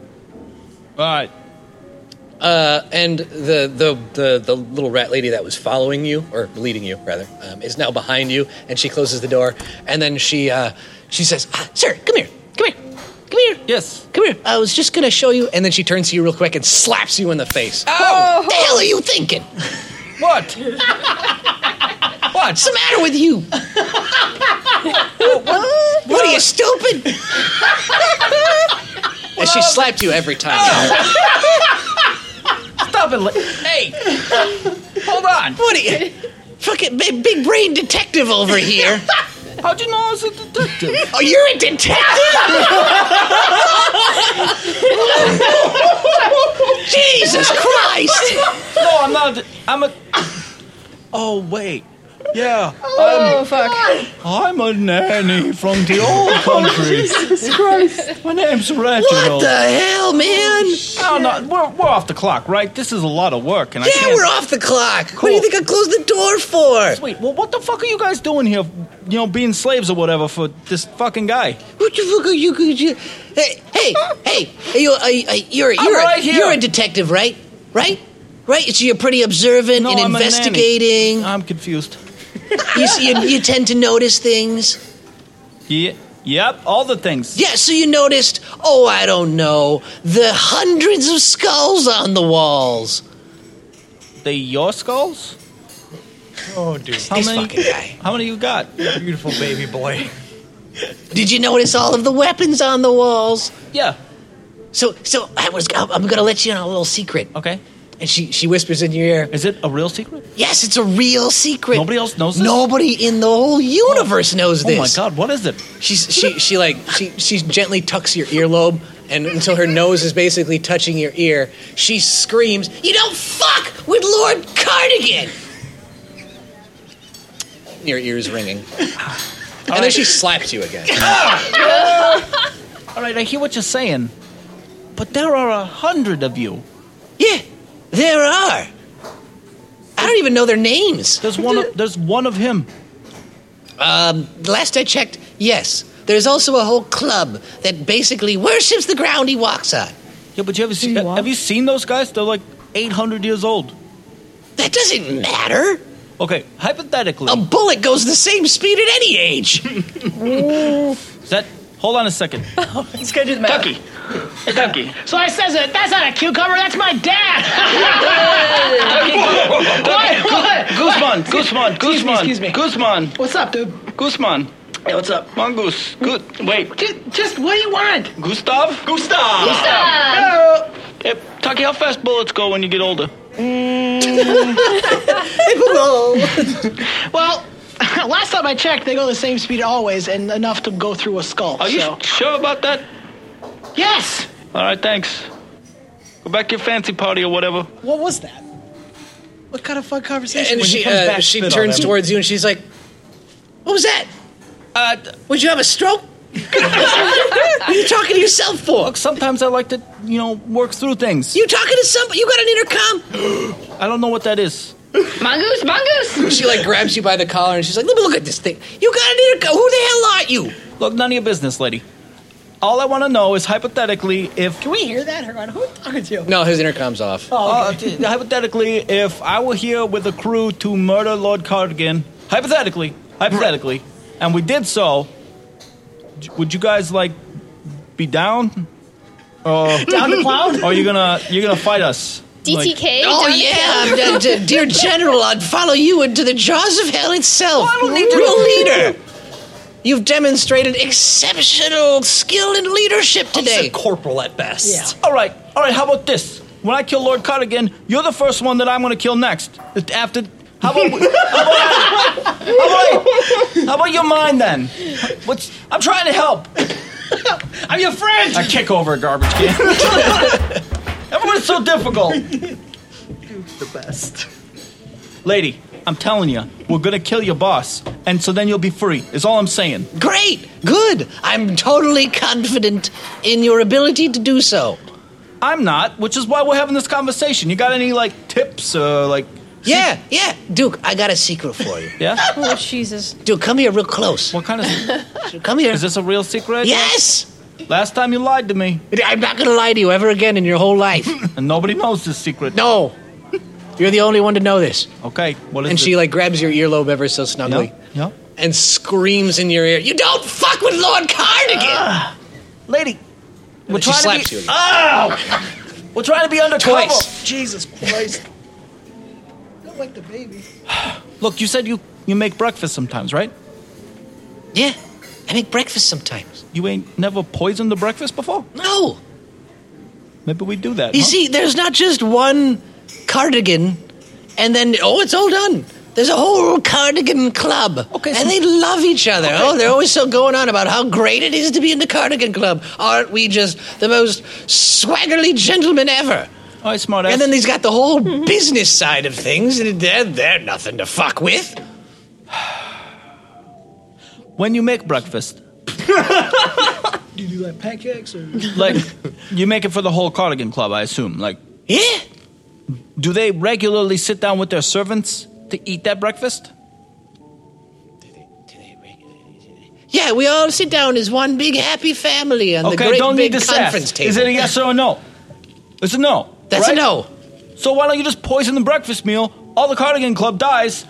[SPEAKER 5] All right.
[SPEAKER 8] Uh, and the, the the the little rat lady that was following you or leading you rather um, is now behind you, and she closes the door, and then she uh, she says, ah, "Sir, come here, come here, come here."
[SPEAKER 5] Yes.
[SPEAKER 8] Come here. I was just gonna show you, and then she turns to you real quick and slaps you in the face.
[SPEAKER 5] Ah,
[SPEAKER 12] Oh, the hell are you thinking?
[SPEAKER 5] What? What's
[SPEAKER 12] the matter with you?
[SPEAKER 8] what?
[SPEAKER 12] are you stupid?
[SPEAKER 8] And she slapped you every
[SPEAKER 5] Ah!
[SPEAKER 8] time.
[SPEAKER 5] Oh, Stop it! li- Hey, hold on.
[SPEAKER 12] What are you? Fucking big, big brain detective over here.
[SPEAKER 5] How'd you know I was a detective?
[SPEAKER 12] Oh, you're a detective? Jesus Christ!
[SPEAKER 5] No, I'm not. a de- I'm a. Oh wait. Yeah.
[SPEAKER 3] Oh,
[SPEAKER 5] I'm,
[SPEAKER 3] fuck.
[SPEAKER 5] I'm a nanny from the old
[SPEAKER 12] Oh,
[SPEAKER 5] country.
[SPEAKER 3] Christ.
[SPEAKER 5] My name's Reginald.
[SPEAKER 3] the hell,
[SPEAKER 12] man?
[SPEAKER 5] Oh, no, we're, we're off the clock, right? This is a lot of work, and I
[SPEAKER 12] Yeah,
[SPEAKER 5] can't...
[SPEAKER 12] we're off the clock. What do you think I closed the door for?
[SPEAKER 5] Sweet. Well, what the fuck are you guys doing here? You know, being slaves or whatever for this fucking guy.
[SPEAKER 12] What the fuck are you? you hey, hey, hey! You, uh, you're
[SPEAKER 5] I'm
[SPEAKER 12] you're
[SPEAKER 5] right
[SPEAKER 12] a,
[SPEAKER 5] here.
[SPEAKER 12] you're a detective, right? Right? Right? So you're pretty observant
[SPEAKER 5] No,
[SPEAKER 12] and
[SPEAKER 5] I'm a nanny.
[SPEAKER 12] investigating.
[SPEAKER 5] I'm confused.
[SPEAKER 12] you, see- you you tend to notice things.
[SPEAKER 5] Yeah. Yep. All the things.
[SPEAKER 12] Yeah, so you noticed, oh, I don't know, the hundreds of skulls on the walls.
[SPEAKER 5] They your skulls?
[SPEAKER 12] Oh, dude.
[SPEAKER 5] How
[SPEAKER 12] this
[SPEAKER 5] many?
[SPEAKER 12] fucking guy.
[SPEAKER 5] How many you got? Beautiful baby boy.
[SPEAKER 12] Did you notice all of the weapons on the walls?
[SPEAKER 5] Yeah.
[SPEAKER 12] So, so I was, I'm gonna let you in on a little secret.
[SPEAKER 5] Okay.
[SPEAKER 12] And she, she whispers in your ear.
[SPEAKER 5] Is it a real secret?
[SPEAKER 12] Yes, it's a real secret.
[SPEAKER 5] Nobody else knows this? Oh,
[SPEAKER 12] Nobody in the whole universe knows
[SPEAKER 8] Oh my
[SPEAKER 12] this.
[SPEAKER 5] God, what is it?
[SPEAKER 8] She's she she like she she gently tucks your earlobe, and until her nose is basically touching your ear, she screams.
[SPEAKER 12] You don't fuck with Lord Cardigan.
[SPEAKER 8] Your ears ringing, and then she slaps you again.
[SPEAKER 5] All right, I hear what you're saying, but there are a hundred of you.
[SPEAKER 12] Yeah, there are. I don't even know their names.
[SPEAKER 5] There's one. Of, there's one of him.
[SPEAKER 12] Um, last I checked, yes. There's also a whole club that basically worships the ground he walks on.
[SPEAKER 5] Yeah, but you ever seen? Have you seen those guys? They're like 800 years old.
[SPEAKER 12] That doesn't matter.
[SPEAKER 5] Okay, hypothetically,
[SPEAKER 12] A bullet goes the same speed at any age.
[SPEAKER 5] is that? Hold on a second.
[SPEAKER 3] Let's go do the math.
[SPEAKER 5] Ducky, Hey, Ducky.
[SPEAKER 3] So I says it. That's not a cucumber. That's my dad.
[SPEAKER 5] Ducky,
[SPEAKER 3] What? What?
[SPEAKER 5] Gu- Guzman, Guzman,
[SPEAKER 3] Excuse
[SPEAKER 5] Guzman,
[SPEAKER 3] me, excuse me.
[SPEAKER 5] Guzman,
[SPEAKER 3] What's up, dude?
[SPEAKER 5] Guzman.
[SPEAKER 3] Hey, what's up?
[SPEAKER 5] Mongoose. Good. Wait.
[SPEAKER 3] Just, just what do you want?
[SPEAKER 5] Gustav. Gustav.
[SPEAKER 3] Gustav.
[SPEAKER 5] Hey, Tucky, how fast bullets go when you get older?
[SPEAKER 3] well, last time I checked, they go the same speed always, and enough to go through a skull.
[SPEAKER 5] Are you
[SPEAKER 3] so.
[SPEAKER 5] sure about that?
[SPEAKER 3] Yes.
[SPEAKER 5] All right, thanks. Go back to your fancy party or whatever.
[SPEAKER 7] What was that? What kind of fun conversation?
[SPEAKER 8] And
[SPEAKER 7] When he
[SPEAKER 8] she
[SPEAKER 7] comes
[SPEAKER 8] uh,
[SPEAKER 7] back,
[SPEAKER 8] she
[SPEAKER 7] spit on
[SPEAKER 8] turns
[SPEAKER 7] him.
[SPEAKER 8] towards you, and she's like,
[SPEAKER 12] What was that?
[SPEAKER 5] Uh,
[SPEAKER 12] Would you have a stroke?
[SPEAKER 5] what are you talking to yourself for? Look, sometimes I like to, you know, work through things. You talking to somebody? You got an intercom? I don't know what that is.
[SPEAKER 14] Mongoose, mongoose.
[SPEAKER 5] She like grabs you by the collar and she's like, "Let me look at this thing. You got an intercom? Who the hell are you?" Look, none of your business, lady. All I want to know is hypothetically if
[SPEAKER 3] Can we hear that? Hang on, who are we talking to?
[SPEAKER 8] No, his intercom's off.
[SPEAKER 3] Oh, okay.
[SPEAKER 5] Uh, hypothetically, if I were here with a crew to murder Lord Cardigan, hypothetically, hypothetically, and we did so, j- would you guys like be down? Or
[SPEAKER 3] Down to clown?
[SPEAKER 5] Or you gonna you're gonna fight us? Like-
[SPEAKER 6] DTK.
[SPEAKER 12] Oh
[SPEAKER 6] down the
[SPEAKER 12] yeah,
[SPEAKER 6] hill.
[SPEAKER 12] d- d- dear General, I'd follow you into the jaws of hell itself. I don't need to Real leader. You've demonstrated exceptional skill and leadership today.
[SPEAKER 10] corporal at best.
[SPEAKER 5] All right, all right. How about this? When I kill Lord Cardigan, you're the first one that I'm going to kill next. After, how about, how about, how about, how about your mind then? What's? I'm trying to help. I'm your friend. I kick over a garbage can. Everyone's so difficult.
[SPEAKER 10] The best.
[SPEAKER 5] Lady, I'm telling you, we're gonna kill your boss, and so then you'll be free. Is all I'm saying.
[SPEAKER 12] Great, good. I'm totally confident in your ability to do so.
[SPEAKER 5] I'm not, which is why we're having this conversation. You got any like tips or like?
[SPEAKER 12] Yeah, yeah, Duke. I got a secret for you.
[SPEAKER 5] Yeah.
[SPEAKER 16] Oh, Jesus.
[SPEAKER 12] Duke, come here real close.
[SPEAKER 5] What kind
[SPEAKER 12] of? come here.
[SPEAKER 5] Is this a real secret?
[SPEAKER 12] Yes.
[SPEAKER 5] Last time you lied to me.
[SPEAKER 12] I'm not gonna lie to you ever again in your whole life.
[SPEAKER 5] and nobody knows this secret.
[SPEAKER 12] No. You're the only one to know this.
[SPEAKER 5] Okay. What is
[SPEAKER 8] And she like grabs your earlobe ever so snugly.
[SPEAKER 5] Yeah.
[SPEAKER 8] And screams in your ear. You don't fuck with Lord Cardigan.
[SPEAKER 5] Ah. lady. We're
[SPEAKER 8] then she
[SPEAKER 5] trying
[SPEAKER 8] slaps
[SPEAKER 5] to be,
[SPEAKER 8] you again.
[SPEAKER 5] Oh! We're trying to be undercover.
[SPEAKER 3] Twice. Jesus Christ. Don't like the baby.
[SPEAKER 5] Look, you said you you make breakfast sometimes, right?
[SPEAKER 12] Yeah, I make breakfast sometimes.
[SPEAKER 5] You ain't never poisoned the breakfast before?
[SPEAKER 12] No.
[SPEAKER 5] Maybe we do that.
[SPEAKER 12] You
[SPEAKER 5] huh?
[SPEAKER 12] see, there's not just one cardigan, and then oh, it's all done. There's a whole cardigan club, okay, and they love each other. Oh, they're always so going on about how great it is to be in the cardigan club. Aren't we just the most swaggerly gentlemen ever?
[SPEAKER 5] Oh, smart
[SPEAKER 12] And then he's got the whole Oh, business side of things, and they're, they're nothing to fuck with.
[SPEAKER 5] when you make breakfast,
[SPEAKER 3] Do you do like pancakes or?
[SPEAKER 5] like you make it for the whole Cardigan Club, I assume. Like,
[SPEAKER 12] yeah.
[SPEAKER 5] Do they regularly sit down with their servants to eat that breakfast?
[SPEAKER 12] Yeah, we all sit down as one big happy family on the
[SPEAKER 5] okay,
[SPEAKER 12] great
[SPEAKER 5] don't
[SPEAKER 12] big
[SPEAKER 5] need to
[SPEAKER 12] conference table.
[SPEAKER 5] Is it a yes or a no? It's a no.
[SPEAKER 12] That's a
[SPEAKER 5] right?
[SPEAKER 12] no.
[SPEAKER 5] So why don't you just poison the breakfast meal? All the Cardigan Club dies.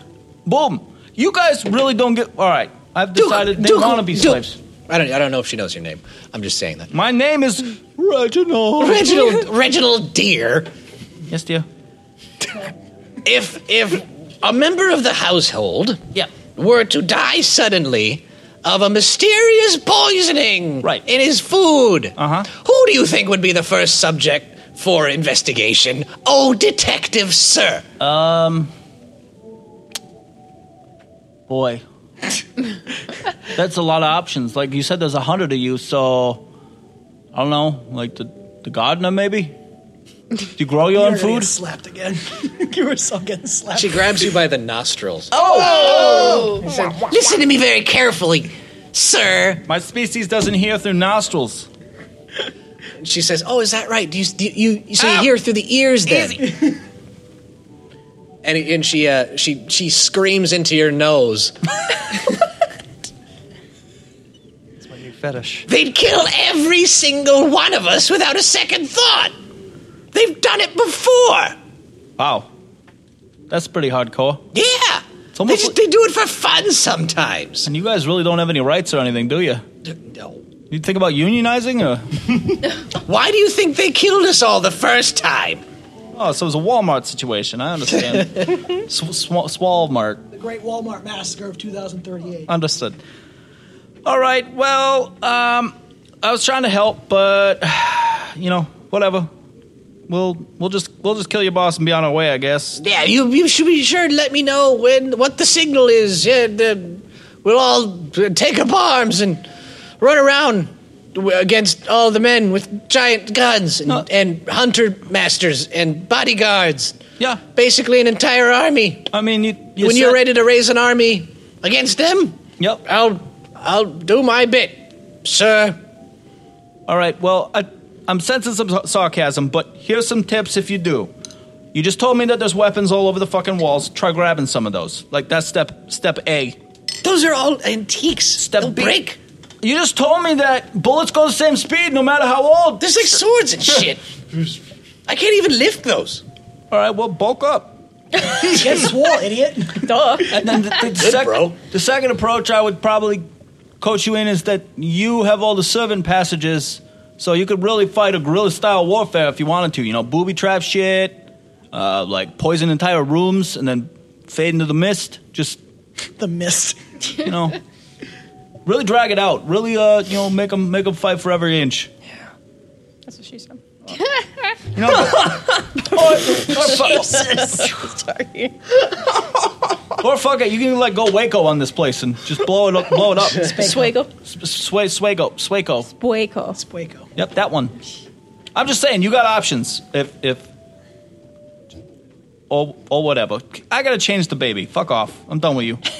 [SPEAKER 5] Boom. You guys really don't get. All right, I've decided they
[SPEAKER 8] Duke,
[SPEAKER 5] want to be
[SPEAKER 8] Duke.
[SPEAKER 5] slaves.
[SPEAKER 8] I don't. I don't know if she knows your name. I'm just saying that.
[SPEAKER 5] My name is Reginald.
[SPEAKER 12] Reginald, Reginald, dear.
[SPEAKER 5] Yes, dear.
[SPEAKER 12] if if a member of the household
[SPEAKER 5] yeah.
[SPEAKER 12] were to die suddenly of a mysterious poisoning right. in his food, uh-huh. who do you think would be the first subject for investigation? Oh, detective, sir.
[SPEAKER 5] Um. Boy, that's a lot of options. Like you said, there's a hundred of you. So I don't know, like the the gardener maybe. Do you grow your own
[SPEAKER 3] You're gonna get
[SPEAKER 5] food?
[SPEAKER 3] slapped again. you were so getting slapped.
[SPEAKER 8] She grabs you by the nostrils.
[SPEAKER 12] Oh! Listen to me very carefully, sir.
[SPEAKER 5] My species doesn't hear through nostrils.
[SPEAKER 12] She says, "Oh, is that right? Do you do you, you so you hear through the ears then?"
[SPEAKER 8] And, and she uh, she she screams into your nose.
[SPEAKER 10] Fetish.
[SPEAKER 12] They'd kill every single one of us without a second thought. They've done it before.
[SPEAKER 5] Wow, that's pretty hardcore.
[SPEAKER 12] Yeah.
[SPEAKER 5] It's almost
[SPEAKER 12] they, just, they do it for fun sometimes.
[SPEAKER 5] And you guys really don't have any rights or anything, do you?
[SPEAKER 12] No.
[SPEAKER 5] You think about unionizing or?
[SPEAKER 12] Why do you think they killed us all the first time?
[SPEAKER 5] Oh, so it was a Walmart situation. I understand. Sw- sw- Swalmart.
[SPEAKER 3] The Great Walmart Massacre of 2038.
[SPEAKER 5] Understood. All right. Well, um, I was trying to help, but you know, whatever. We'll we'll just we'll just kill your boss and be on our way, I guess.
[SPEAKER 12] Yeah, you, you should be sure to let me know when what the signal is. Yeah, the, we'll all uh, take up arms and run around w- against all the men with giant guns and,
[SPEAKER 5] Uh.
[SPEAKER 12] and hunter masters and bodyguards.
[SPEAKER 5] Yeah,
[SPEAKER 12] basically an entire army.
[SPEAKER 5] I mean, you,
[SPEAKER 12] when
[SPEAKER 5] said-
[SPEAKER 12] you're ready to raise an army against them,
[SPEAKER 5] yep,
[SPEAKER 12] I'll I'll do my bit.
[SPEAKER 5] Sir. All right, well, I, I'm sensing some sa- sarcasm, but here's some tips if you do. You just told me that there's weapons all over the fucking walls. Try grabbing some of those. Like that's step step A. Those are all antiques. Step B. Break. You just told me that bullets go the same speed no matter how old. There's like swords and shit. I can't even lift those. All right, well, bulk up.
[SPEAKER 3] Get swole, idiot.
[SPEAKER 5] Duh. And then the, the, sec- the second approach I would probably coach you in is that you have all the servant passages, so you could really fight a guerrilla style warfare if you wanted to. You know, booby trap shit, uh, like poison entire rooms and then fade into the mist. Just
[SPEAKER 3] the mist.
[SPEAKER 5] You know, really drag it out. Really, uh, you know, make them make them fight for every inch.
[SPEAKER 7] That's what she said.
[SPEAKER 5] You know.
[SPEAKER 3] Oh,
[SPEAKER 7] Sorry.
[SPEAKER 5] Or fuck it, you can like go Waco on this place and just blow it up, blow it up.
[SPEAKER 7] Swago.
[SPEAKER 5] Sway, Swago, Swaco.
[SPEAKER 7] Bueco.
[SPEAKER 5] Yep, that one. I'm just saying, you got options. If if or or whatever. I gotta change the baby. Fuck off. I'm done with you.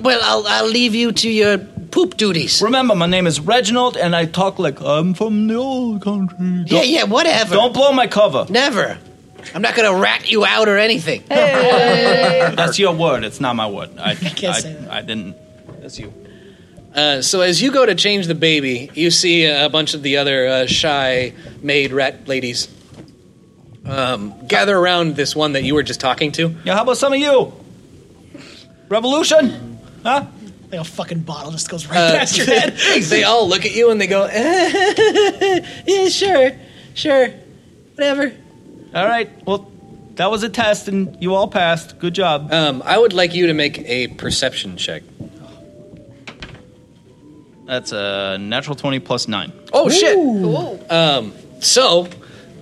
[SPEAKER 12] Well, I'll, I'll leave you to your poop duties.
[SPEAKER 5] Remember, my name is Reginald, and I talk like I'm from the old country.
[SPEAKER 12] Yeah, yeah, whatever.
[SPEAKER 5] Don't blow my cover.
[SPEAKER 12] Never. I'm not going to rat you out or anything.
[SPEAKER 5] That's your word. It's not my word. I, I
[SPEAKER 12] can't say
[SPEAKER 5] I, didn't. That's you.
[SPEAKER 8] Uh, so as you go to change the baby, you see a bunch of the other uh, shy maid rat ladies um, gather around this one that you were just talking to.
[SPEAKER 5] Yeah, how about some of you? Revolution, huh?
[SPEAKER 3] Like a fucking bottle just goes right
[SPEAKER 8] Uh,
[SPEAKER 3] past your head.
[SPEAKER 8] they all look at you and they go, "Eh."
[SPEAKER 12] yeah, sure, sure, whatever.
[SPEAKER 5] All right. Well, that was a test, and you all passed. Good job.
[SPEAKER 8] Um, I would like you to make a perception check.
[SPEAKER 5] That's a natural twenty plus nine.
[SPEAKER 8] Oh shit! Um, so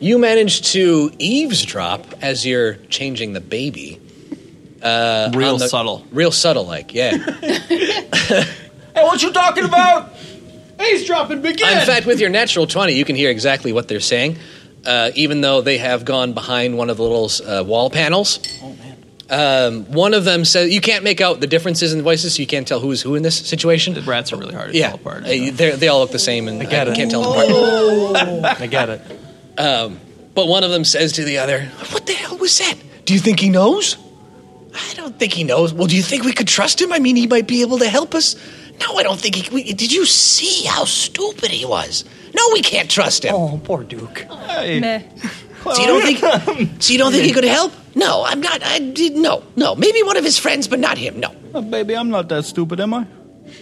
[SPEAKER 8] you managed to eavesdrop as you're changing the baby. Uh,
[SPEAKER 5] Real
[SPEAKER 8] on the-
[SPEAKER 5] subtle.
[SPEAKER 8] real subtle, like yeah.
[SPEAKER 5] Hey, what you talking about?
[SPEAKER 3] Eavesdropping begin.
[SPEAKER 8] In fact, with your natural 20, you can hear exactly what they're saying, uh, even though they have gone behind one of the little uh, wall panels. Oh, man. Um, one of them says, you can't make out the differences in voices, so you can't tell who's who in this situation. The
[SPEAKER 5] rats are really hard
[SPEAKER 8] to yeah. tell apart. they all look the same, and I,
[SPEAKER 2] get it. Oh.
[SPEAKER 8] can't tell them apart.
[SPEAKER 2] I get it.
[SPEAKER 8] Um, but one of them says to the other, What the hell was that? Do you think he knows?
[SPEAKER 12] I don't think he knows. Well, do you think we could trust him? I mean, he might be able to help us. No, I don't think he. We, did you see how stupid he was? No, we can't trust him. Oh, poor Duke.
[SPEAKER 5] Meh.
[SPEAKER 12] So you don't think? So you don't think he could help? No, I'm not. I did no, no. Maybe one of his friends, but not him. No.
[SPEAKER 5] Oh, baby, I'm not that stupid, am I?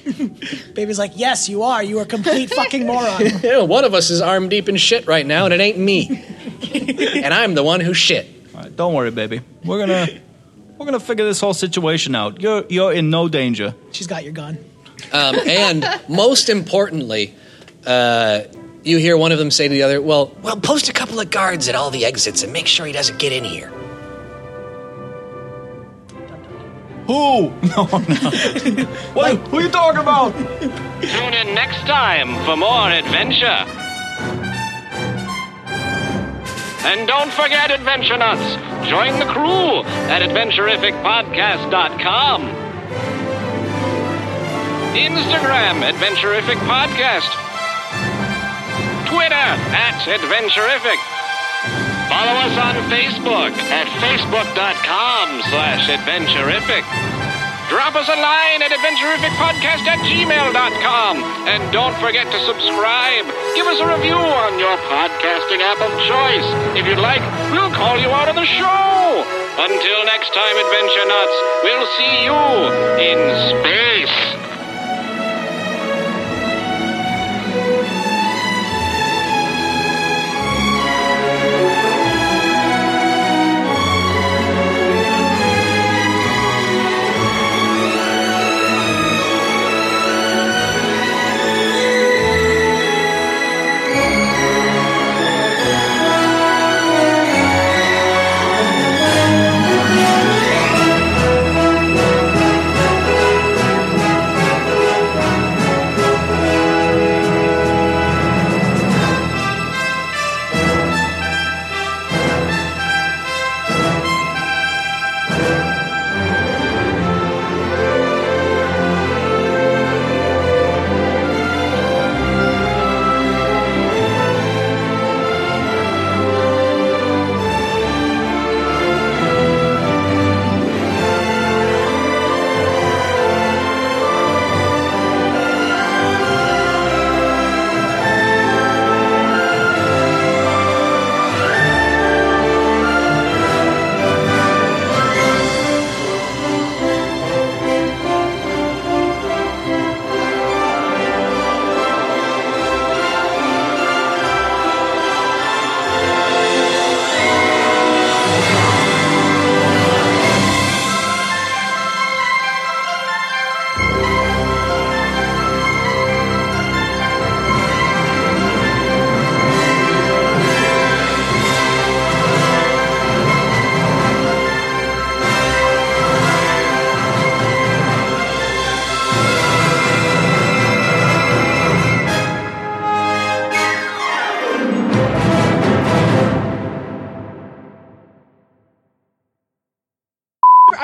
[SPEAKER 3] Baby's like, yes, you are. You are a complete fucking moron.
[SPEAKER 8] Yeah, one of us is arm deep in shit right now, and it ain't me. and I'm the one who shit.
[SPEAKER 5] All right, don't worry, baby. We're gonna we're gonna figure this whole situation out. You're you're in no danger.
[SPEAKER 3] She's got your gun.
[SPEAKER 8] Um, and most importantly, uh, you hear one of them say to the other, "Well,
[SPEAKER 12] Well, post a couple of guards at all the exits and make sure he doesn't get in here.
[SPEAKER 5] Who? No, no. what? Who you talking about?
[SPEAKER 1] Tune in next time for more adventure. And don't forget, Adventure Nuts, join the crew at AdventurificPodcast.com. Instagram, Adventurific Podcast. Twitter, at Adventurific. Follow us on Facebook at Facebook.com slash Adventurific. Drop us a line at adventurificpodcast at gmail.com. And don't forget to subscribe. Give us a review on your podcasting app of choice. If you'd like, we'll call you out on the show. Until next time, Adventure Nuts, we'll see you in space.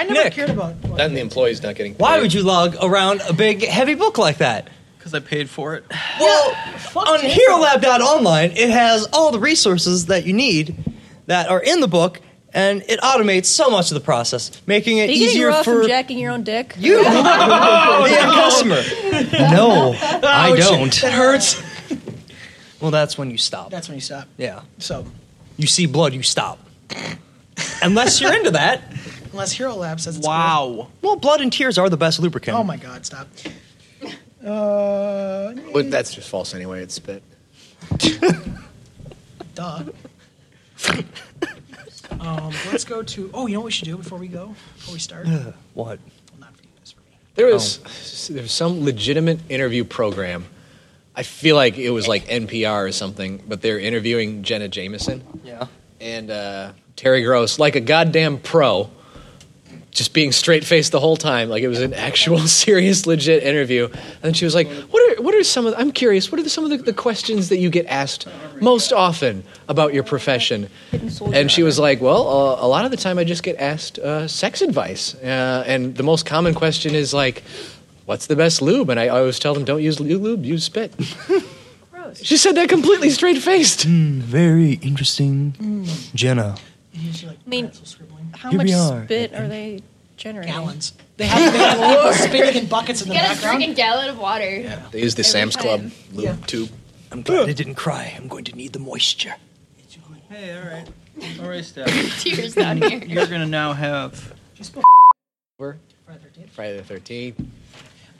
[SPEAKER 10] sick.
[SPEAKER 3] cared about.
[SPEAKER 8] That and the employees not getting.
[SPEAKER 10] Why would you log around a big, heavy book like that?
[SPEAKER 5] Because I paid for it.
[SPEAKER 10] Well, on HeroLab.online, it has all the resources that you need that are in the book, and it automates so much of the process, making
[SPEAKER 16] Are
[SPEAKER 10] it
[SPEAKER 16] you getting
[SPEAKER 10] easier
[SPEAKER 16] raw
[SPEAKER 10] for
[SPEAKER 16] from jacking your own dick?
[SPEAKER 10] you, the end customer. No, I
[SPEAKER 3] Ouch,
[SPEAKER 10] don't.
[SPEAKER 3] Oh, That hurts.
[SPEAKER 10] Well, that's when you stop.
[SPEAKER 3] That's when you stop.
[SPEAKER 10] Yeah.
[SPEAKER 3] So,
[SPEAKER 10] You see blood, you stop. Unless you're into that.
[SPEAKER 3] unless Hero Lab says it's
[SPEAKER 10] Wow. Well, blood and tears are the best lubricant.
[SPEAKER 3] cool. Oh my God! Stop. Uh,
[SPEAKER 8] But that's just false anyway. It's uh, spit.
[SPEAKER 3] duh. um, let's go to. Oh, you know what we should do before we go? Before we start?
[SPEAKER 10] what?
[SPEAKER 8] There was there was some legitimate interview program. I feel like it was like NPR or something, but they're interviewing Jenna Jameson.
[SPEAKER 10] Yeah.
[SPEAKER 8] and uh, Terry Gross, like a goddamn pro, just being straight faced the whole time, like it was an actual, serious, legit interview. And then she was like, "What are what are some of? I'm curious. What are some of the, the questions that you get asked most often about your profession?" And she was like, "Well, uh, a lot of the time, I just get asked uh, sex advice, uh, and the most common question is like." What's the best lube? And I always tell them, don't use lube, use spit. she said that completely straight faced.
[SPEAKER 10] Hmm, very interesting, Jenna.
[SPEAKER 16] I mean, how
[SPEAKER 10] Here
[SPEAKER 16] much
[SPEAKER 10] we are.
[SPEAKER 16] spit are they generating? Gallons.
[SPEAKER 3] They have, they have people
[SPEAKER 16] Lord.
[SPEAKER 3] spitting in buckets in
[SPEAKER 6] You
[SPEAKER 3] the
[SPEAKER 6] got a
[SPEAKER 3] background.
[SPEAKER 6] freaking gallon of water.
[SPEAKER 8] They use the
[SPEAKER 6] Every
[SPEAKER 8] Sam's Club
[SPEAKER 6] time.
[SPEAKER 8] lube tube.
[SPEAKER 10] I'm glad I didn't cry. I'm going to need the moisture.
[SPEAKER 5] Hey, all right. All right,
[SPEAKER 6] Tears down here.
[SPEAKER 5] You're gonna now have.
[SPEAKER 8] Where? Friday the Thirteenth.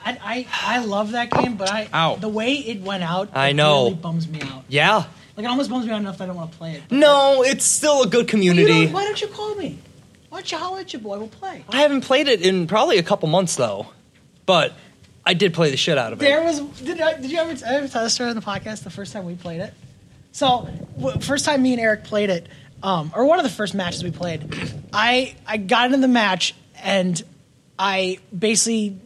[SPEAKER 3] I, I I love that game, but I
[SPEAKER 10] Ow.
[SPEAKER 3] the way it went out,
[SPEAKER 10] I
[SPEAKER 3] it
[SPEAKER 10] know.
[SPEAKER 3] really bums me out.
[SPEAKER 10] Yeah.
[SPEAKER 3] Like it almost bums me out enough that I don't want to play it.
[SPEAKER 10] No, it's still a good
[SPEAKER 3] You
[SPEAKER 10] community.
[SPEAKER 3] don't- why don't you call me? Why don't you holler at your boy? We'll play.
[SPEAKER 10] I haven't played it in probably a couple months though, but I did play the shit out of it.
[SPEAKER 3] There was did I, did you ever I ever tell this story on the podcast the first time we played it? So w- first time me and Eric played it, um, or one of the first matches we played, I I got into the match and I basically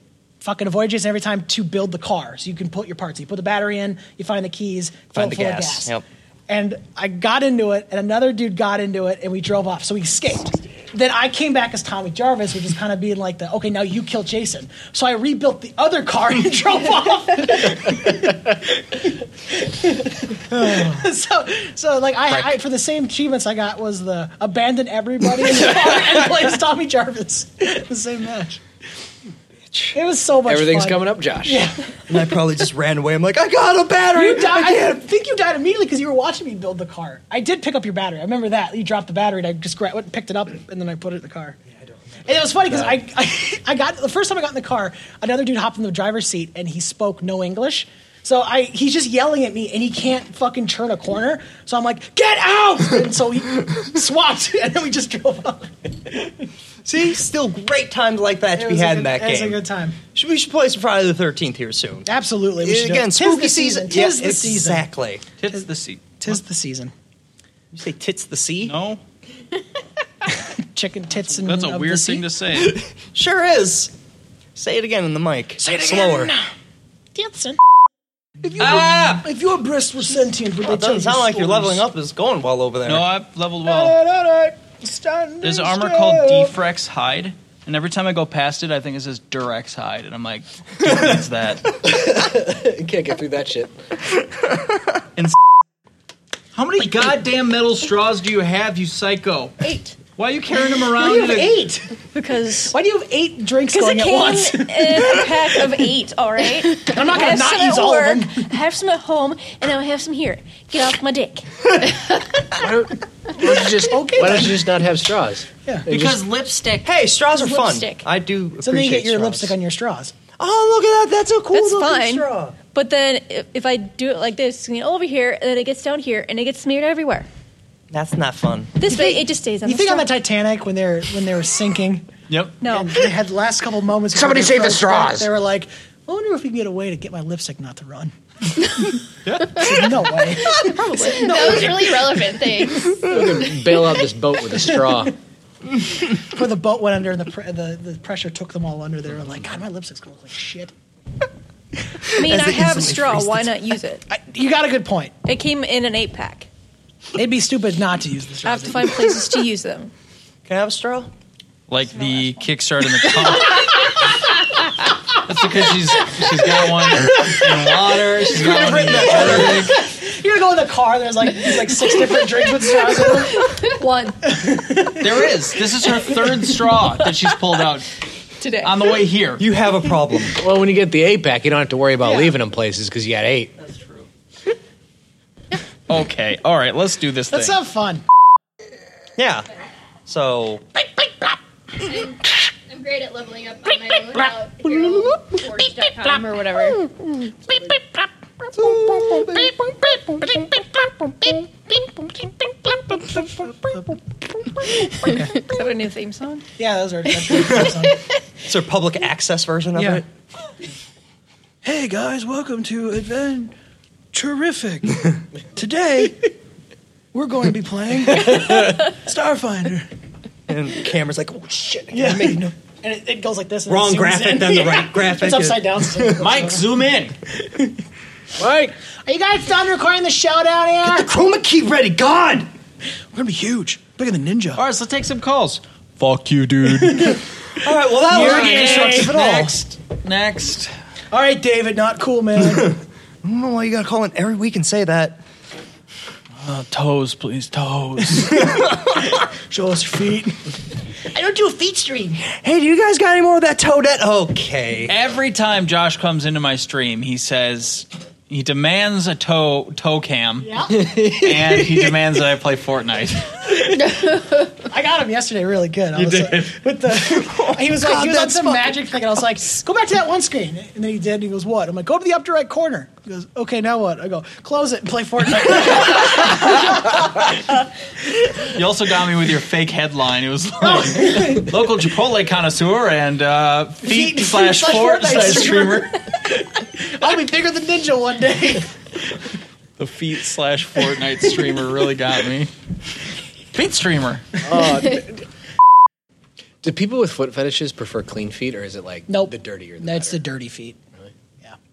[SPEAKER 3] fucking avoid Jason every time to build the car. So you can put your parts. You put the battery in, you find the keys,
[SPEAKER 10] Find
[SPEAKER 3] fill
[SPEAKER 10] the
[SPEAKER 3] it full of
[SPEAKER 10] gas. Yep.
[SPEAKER 3] And I got into it, and another dude got into it, and we drove off. So we escaped. Then I came back as Tommy Jarvis, which is kind of being like the okay, now you kill Jason. So I rebuilt the other car and drove off. so, so like I, I for the same achievements I got was the abandon everybody in the car and plays Tommy Jarvis. The same match. It was so much.
[SPEAKER 8] Everything's
[SPEAKER 3] fun.
[SPEAKER 8] coming up, Josh.
[SPEAKER 3] Yeah.
[SPEAKER 10] and I probably just ran away. I'm like, I got a battery.
[SPEAKER 3] You died.
[SPEAKER 10] I
[SPEAKER 3] I,
[SPEAKER 10] can't.
[SPEAKER 3] think you died immediately because you were watching me build the car. I did pick up your battery. I remember that. You dropped the battery, and I just grabbed, went and picked it up, and then I put it in the car. Yeah, I don't. And it was funny because I, I, I got the first time I got in the car, another dude hopped in the driver's seat, and he spoke no English. So I, he's just yelling at me, and he can't fucking turn a corner. So I'm like, "Get out!" And so he swapped, and then we just drove up.
[SPEAKER 10] See, still great times like that to
[SPEAKER 3] It
[SPEAKER 10] be
[SPEAKER 3] was a
[SPEAKER 10] had
[SPEAKER 3] good-
[SPEAKER 10] in that
[SPEAKER 3] it was a
[SPEAKER 10] game.
[SPEAKER 3] good time.
[SPEAKER 10] Should- We should play some Friday the Thirteenth here soon.
[SPEAKER 3] Absolutely, we should do
[SPEAKER 10] Again,
[SPEAKER 3] it. Tis
[SPEAKER 10] spooky
[SPEAKER 3] the
[SPEAKER 10] season.
[SPEAKER 3] season. Tis
[SPEAKER 10] Yeah,
[SPEAKER 3] the season.
[SPEAKER 10] Exactly.
[SPEAKER 5] Tits the sea.
[SPEAKER 3] Tis the season.
[SPEAKER 10] You say tits the sea?
[SPEAKER 5] No.
[SPEAKER 3] Chicken tits and
[SPEAKER 5] That's a
[SPEAKER 3] of
[SPEAKER 5] weird
[SPEAKER 3] the sea.
[SPEAKER 5] thing to say.
[SPEAKER 10] Sure is. Say it again in the mic.
[SPEAKER 3] Say it
[SPEAKER 10] Slower.
[SPEAKER 3] again. Tits and if, you
[SPEAKER 10] Ah!
[SPEAKER 3] if your breasts were sentient, would
[SPEAKER 10] Well, it doesn't sound like you're leveling up. It's going well over there.
[SPEAKER 5] No, I've leveled well. There's armor called Defrex Hide, and every time I go past it, I think it says Durex Hide, and I'm like, what's that?
[SPEAKER 8] Can't get through that shit.
[SPEAKER 5] And s- how many goddamn metal straws do you have, you psycho?
[SPEAKER 16] Eight.
[SPEAKER 5] Why are you carrying them
[SPEAKER 16] Why
[SPEAKER 5] around?
[SPEAKER 16] do you
[SPEAKER 5] in
[SPEAKER 16] have
[SPEAKER 5] a-
[SPEAKER 16] eight? Because
[SPEAKER 3] why do you have eight drinks
[SPEAKER 16] Because
[SPEAKER 3] going
[SPEAKER 16] it
[SPEAKER 3] at
[SPEAKER 16] came
[SPEAKER 3] once?
[SPEAKER 16] in a pack of eight. All right.
[SPEAKER 3] I'm not gonna
[SPEAKER 16] I have
[SPEAKER 3] not
[SPEAKER 16] some at
[SPEAKER 3] use all of
[SPEAKER 16] work,
[SPEAKER 3] them.
[SPEAKER 16] I have some at home, and I have some here. Get off my dick.
[SPEAKER 8] Why don't you just, why don't you just not have straws?
[SPEAKER 3] Yeah.
[SPEAKER 10] Because
[SPEAKER 16] lipstick.
[SPEAKER 10] Hey, straws are fun.
[SPEAKER 16] Lipstick.
[SPEAKER 10] I do
[SPEAKER 3] So then you
[SPEAKER 10] appreciate
[SPEAKER 3] get your
[SPEAKER 10] straws.
[SPEAKER 3] lipstick on your straws.
[SPEAKER 10] Oh, look at that. That's a cool
[SPEAKER 16] That's
[SPEAKER 10] looking
[SPEAKER 16] fine.
[SPEAKER 10] straw.
[SPEAKER 16] But then if, if I do it like this, it's gonna get over here, and then it gets down here, and it gets smeared everywhere.
[SPEAKER 10] That's not fun.
[SPEAKER 16] This way, it just stays on.
[SPEAKER 3] You
[SPEAKER 16] the
[SPEAKER 3] think on
[SPEAKER 16] straw.
[SPEAKER 3] the Titanic when they're when they were sinking?
[SPEAKER 5] Yep.
[SPEAKER 16] No.
[SPEAKER 3] And they had the last couple moments.
[SPEAKER 16] Somebody
[SPEAKER 3] before they
[SPEAKER 16] save the
[SPEAKER 3] froze back,
[SPEAKER 16] straws.
[SPEAKER 3] They were like, I wonder if we can get a way to get my lipstick not to run. I said, no
[SPEAKER 16] Probably.
[SPEAKER 3] way.
[SPEAKER 6] that was really relevant. Thanks.
[SPEAKER 8] Bail out this boat with a straw.
[SPEAKER 3] Before the boat went under and the, pre- the the pressure took them all under, they were like, God, my lipstick's gonna look like shit.
[SPEAKER 16] I mean,
[SPEAKER 3] As
[SPEAKER 16] I
[SPEAKER 3] they
[SPEAKER 16] have a
[SPEAKER 3] instantly
[SPEAKER 16] straw.
[SPEAKER 3] freeze
[SPEAKER 16] Why
[SPEAKER 3] the-
[SPEAKER 16] not use it?
[SPEAKER 3] You got a good point.
[SPEAKER 16] It came in an eight pack.
[SPEAKER 3] It'd be stupid not to use the
[SPEAKER 16] I
[SPEAKER 3] straws.
[SPEAKER 16] have to find places to use them.
[SPEAKER 10] Can I have a straw?
[SPEAKER 5] like the Kickstarter in the top. That's because she's she's got one in water. She's
[SPEAKER 3] You could
[SPEAKER 5] got
[SPEAKER 3] have
[SPEAKER 5] one in
[SPEAKER 3] written
[SPEAKER 5] drink.
[SPEAKER 3] that. You're gonna go in the car. There's like there's like six different drinks with straws.
[SPEAKER 16] One.
[SPEAKER 5] There is. This is her third straw that she's pulled out
[SPEAKER 16] today
[SPEAKER 5] on the way here.
[SPEAKER 10] You have a problem.
[SPEAKER 8] well, when you get the eight pack, you don't have to worry about leaving them places because you got eight.
[SPEAKER 5] Okay, all right, let's do this
[SPEAKER 3] Let's
[SPEAKER 5] thing.
[SPEAKER 3] have fun.
[SPEAKER 10] Yeah. So
[SPEAKER 6] I'm, I'm great at leveling up on my own without Forge.com or whatever.
[SPEAKER 7] Is that a new theme song?
[SPEAKER 3] Yeah, those are.
[SPEAKER 10] it's her public access version of
[SPEAKER 3] Yeah.
[SPEAKER 10] it.
[SPEAKER 14] Hey guys, welcome to Advent Terrific. Today, we're going to be playing Starfinder.
[SPEAKER 10] And camera's like, oh shit.
[SPEAKER 14] Yeah.
[SPEAKER 3] And it, it goes like this. and it
[SPEAKER 14] Wrong
[SPEAKER 3] zooms
[SPEAKER 14] graphic,
[SPEAKER 3] in.
[SPEAKER 14] then the right graphic.
[SPEAKER 3] It's upside down.
[SPEAKER 14] Mike,
[SPEAKER 5] zoom in.
[SPEAKER 3] Mike, are you guys done recording the showdown here?
[SPEAKER 14] Get the chroma key ready, God! We're gonna be huge, bigger than Ninja. All
[SPEAKER 5] right, let's take some calls. Fuck you, dude.
[SPEAKER 10] All right, well that
[SPEAKER 3] You're
[SPEAKER 10] was
[SPEAKER 3] gay.
[SPEAKER 10] constructive at all.
[SPEAKER 5] Next. Next.
[SPEAKER 3] All right, David, not cool, man.
[SPEAKER 10] I don't know why you gotta call in every week and say that.
[SPEAKER 5] Uh, toes, please, toes.
[SPEAKER 10] Show us your feet.
[SPEAKER 3] I don't do a feet stream.
[SPEAKER 10] Hey, do you guys got any more of that toadette? Oh, Okay.
[SPEAKER 5] Every time Josh comes into my stream, he says he demands a toe toe cam,
[SPEAKER 3] Yeah.
[SPEAKER 5] and he demands that I play Fortnite.
[SPEAKER 3] I got him yesterday, really good. I was like- with the
[SPEAKER 8] Oh
[SPEAKER 3] he was like
[SPEAKER 14] God,
[SPEAKER 3] he was on
[SPEAKER 14] that's
[SPEAKER 3] some
[SPEAKER 14] fucking-
[SPEAKER 3] magic thing, and I was like, go back to that one screen, and then he did. and He goes, what? I'm like, go to the upper right corner. He goes, okay, now what? I go, close it and play Fortnite.
[SPEAKER 5] You also got me with your fake headline. It was like local Chipotle connoisseur and uh, feet,
[SPEAKER 3] Feet
[SPEAKER 5] slash
[SPEAKER 3] slash
[SPEAKER 5] fort
[SPEAKER 3] Fortnite
[SPEAKER 5] slash
[SPEAKER 3] streamer.
[SPEAKER 5] streamer.
[SPEAKER 3] I'll be bigger than Ninja one day.
[SPEAKER 5] The feet slash Fortnite streamer really got me. Feet streamer.
[SPEAKER 8] Oh, Do people with foot fetishes prefer clean feet, or is it like
[SPEAKER 3] Nope.
[SPEAKER 8] the dirtier? The
[SPEAKER 3] That's the dirty feet.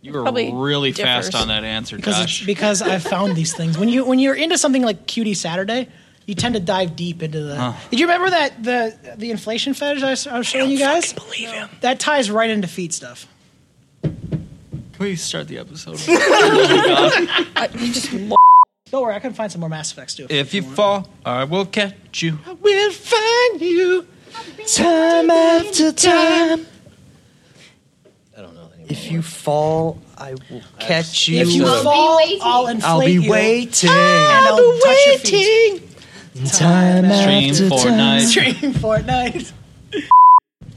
[SPEAKER 5] You were
[SPEAKER 3] Probably
[SPEAKER 5] really
[SPEAKER 3] differs.
[SPEAKER 5] fast on that answer,
[SPEAKER 3] Because
[SPEAKER 5] Josh.
[SPEAKER 3] it's- because I found these things when you when you're into something like Cutie Saturday, you tend to dive deep into the.
[SPEAKER 5] Huh.
[SPEAKER 3] Did you remember that the the inflation fetish I, s- I was showing you guys? Believe him. That ties right into feet stuff.
[SPEAKER 5] Can we start the episode?
[SPEAKER 3] I, you just don't worry, I can find some more Mass Effects too.
[SPEAKER 5] if you fall, I will catch you.
[SPEAKER 14] We'll find you time after time.
[SPEAKER 10] If you fall, I will catch you.
[SPEAKER 3] If you fall, I'll inflate
[SPEAKER 10] I'll be
[SPEAKER 3] you.
[SPEAKER 10] waiting.
[SPEAKER 3] And I'll touch your feet.
[SPEAKER 10] Time
[SPEAKER 5] Stream
[SPEAKER 10] after time.
[SPEAKER 5] Fortnite.
[SPEAKER 3] Stream Fortnite.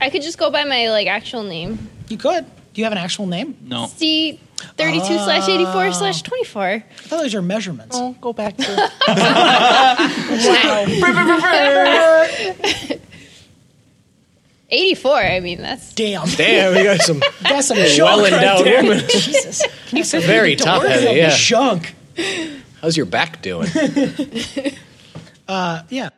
[SPEAKER 6] I could just go by my like actual name.
[SPEAKER 3] You could. Do you have an actual name?
[SPEAKER 5] No.
[SPEAKER 6] C thirty two slash eighty four slash twenty four.
[SPEAKER 3] I thought those were measurements. Oh, go back to
[SPEAKER 6] eighty four. I mean that's
[SPEAKER 3] damn.
[SPEAKER 17] Damn, we got some
[SPEAKER 3] That's some
[SPEAKER 17] well
[SPEAKER 3] junk right
[SPEAKER 17] endowed
[SPEAKER 3] there.
[SPEAKER 17] women.
[SPEAKER 3] Jesus. Can you say
[SPEAKER 8] Very
[SPEAKER 3] don't
[SPEAKER 8] top
[SPEAKER 3] worry
[SPEAKER 8] heavy,
[SPEAKER 3] about
[SPEAKER 8] yeah.
[SPEAKER 3] Junk.
[SPEAKER 8] How's your back doing?
[SPEAKER 3] Uh, yeah.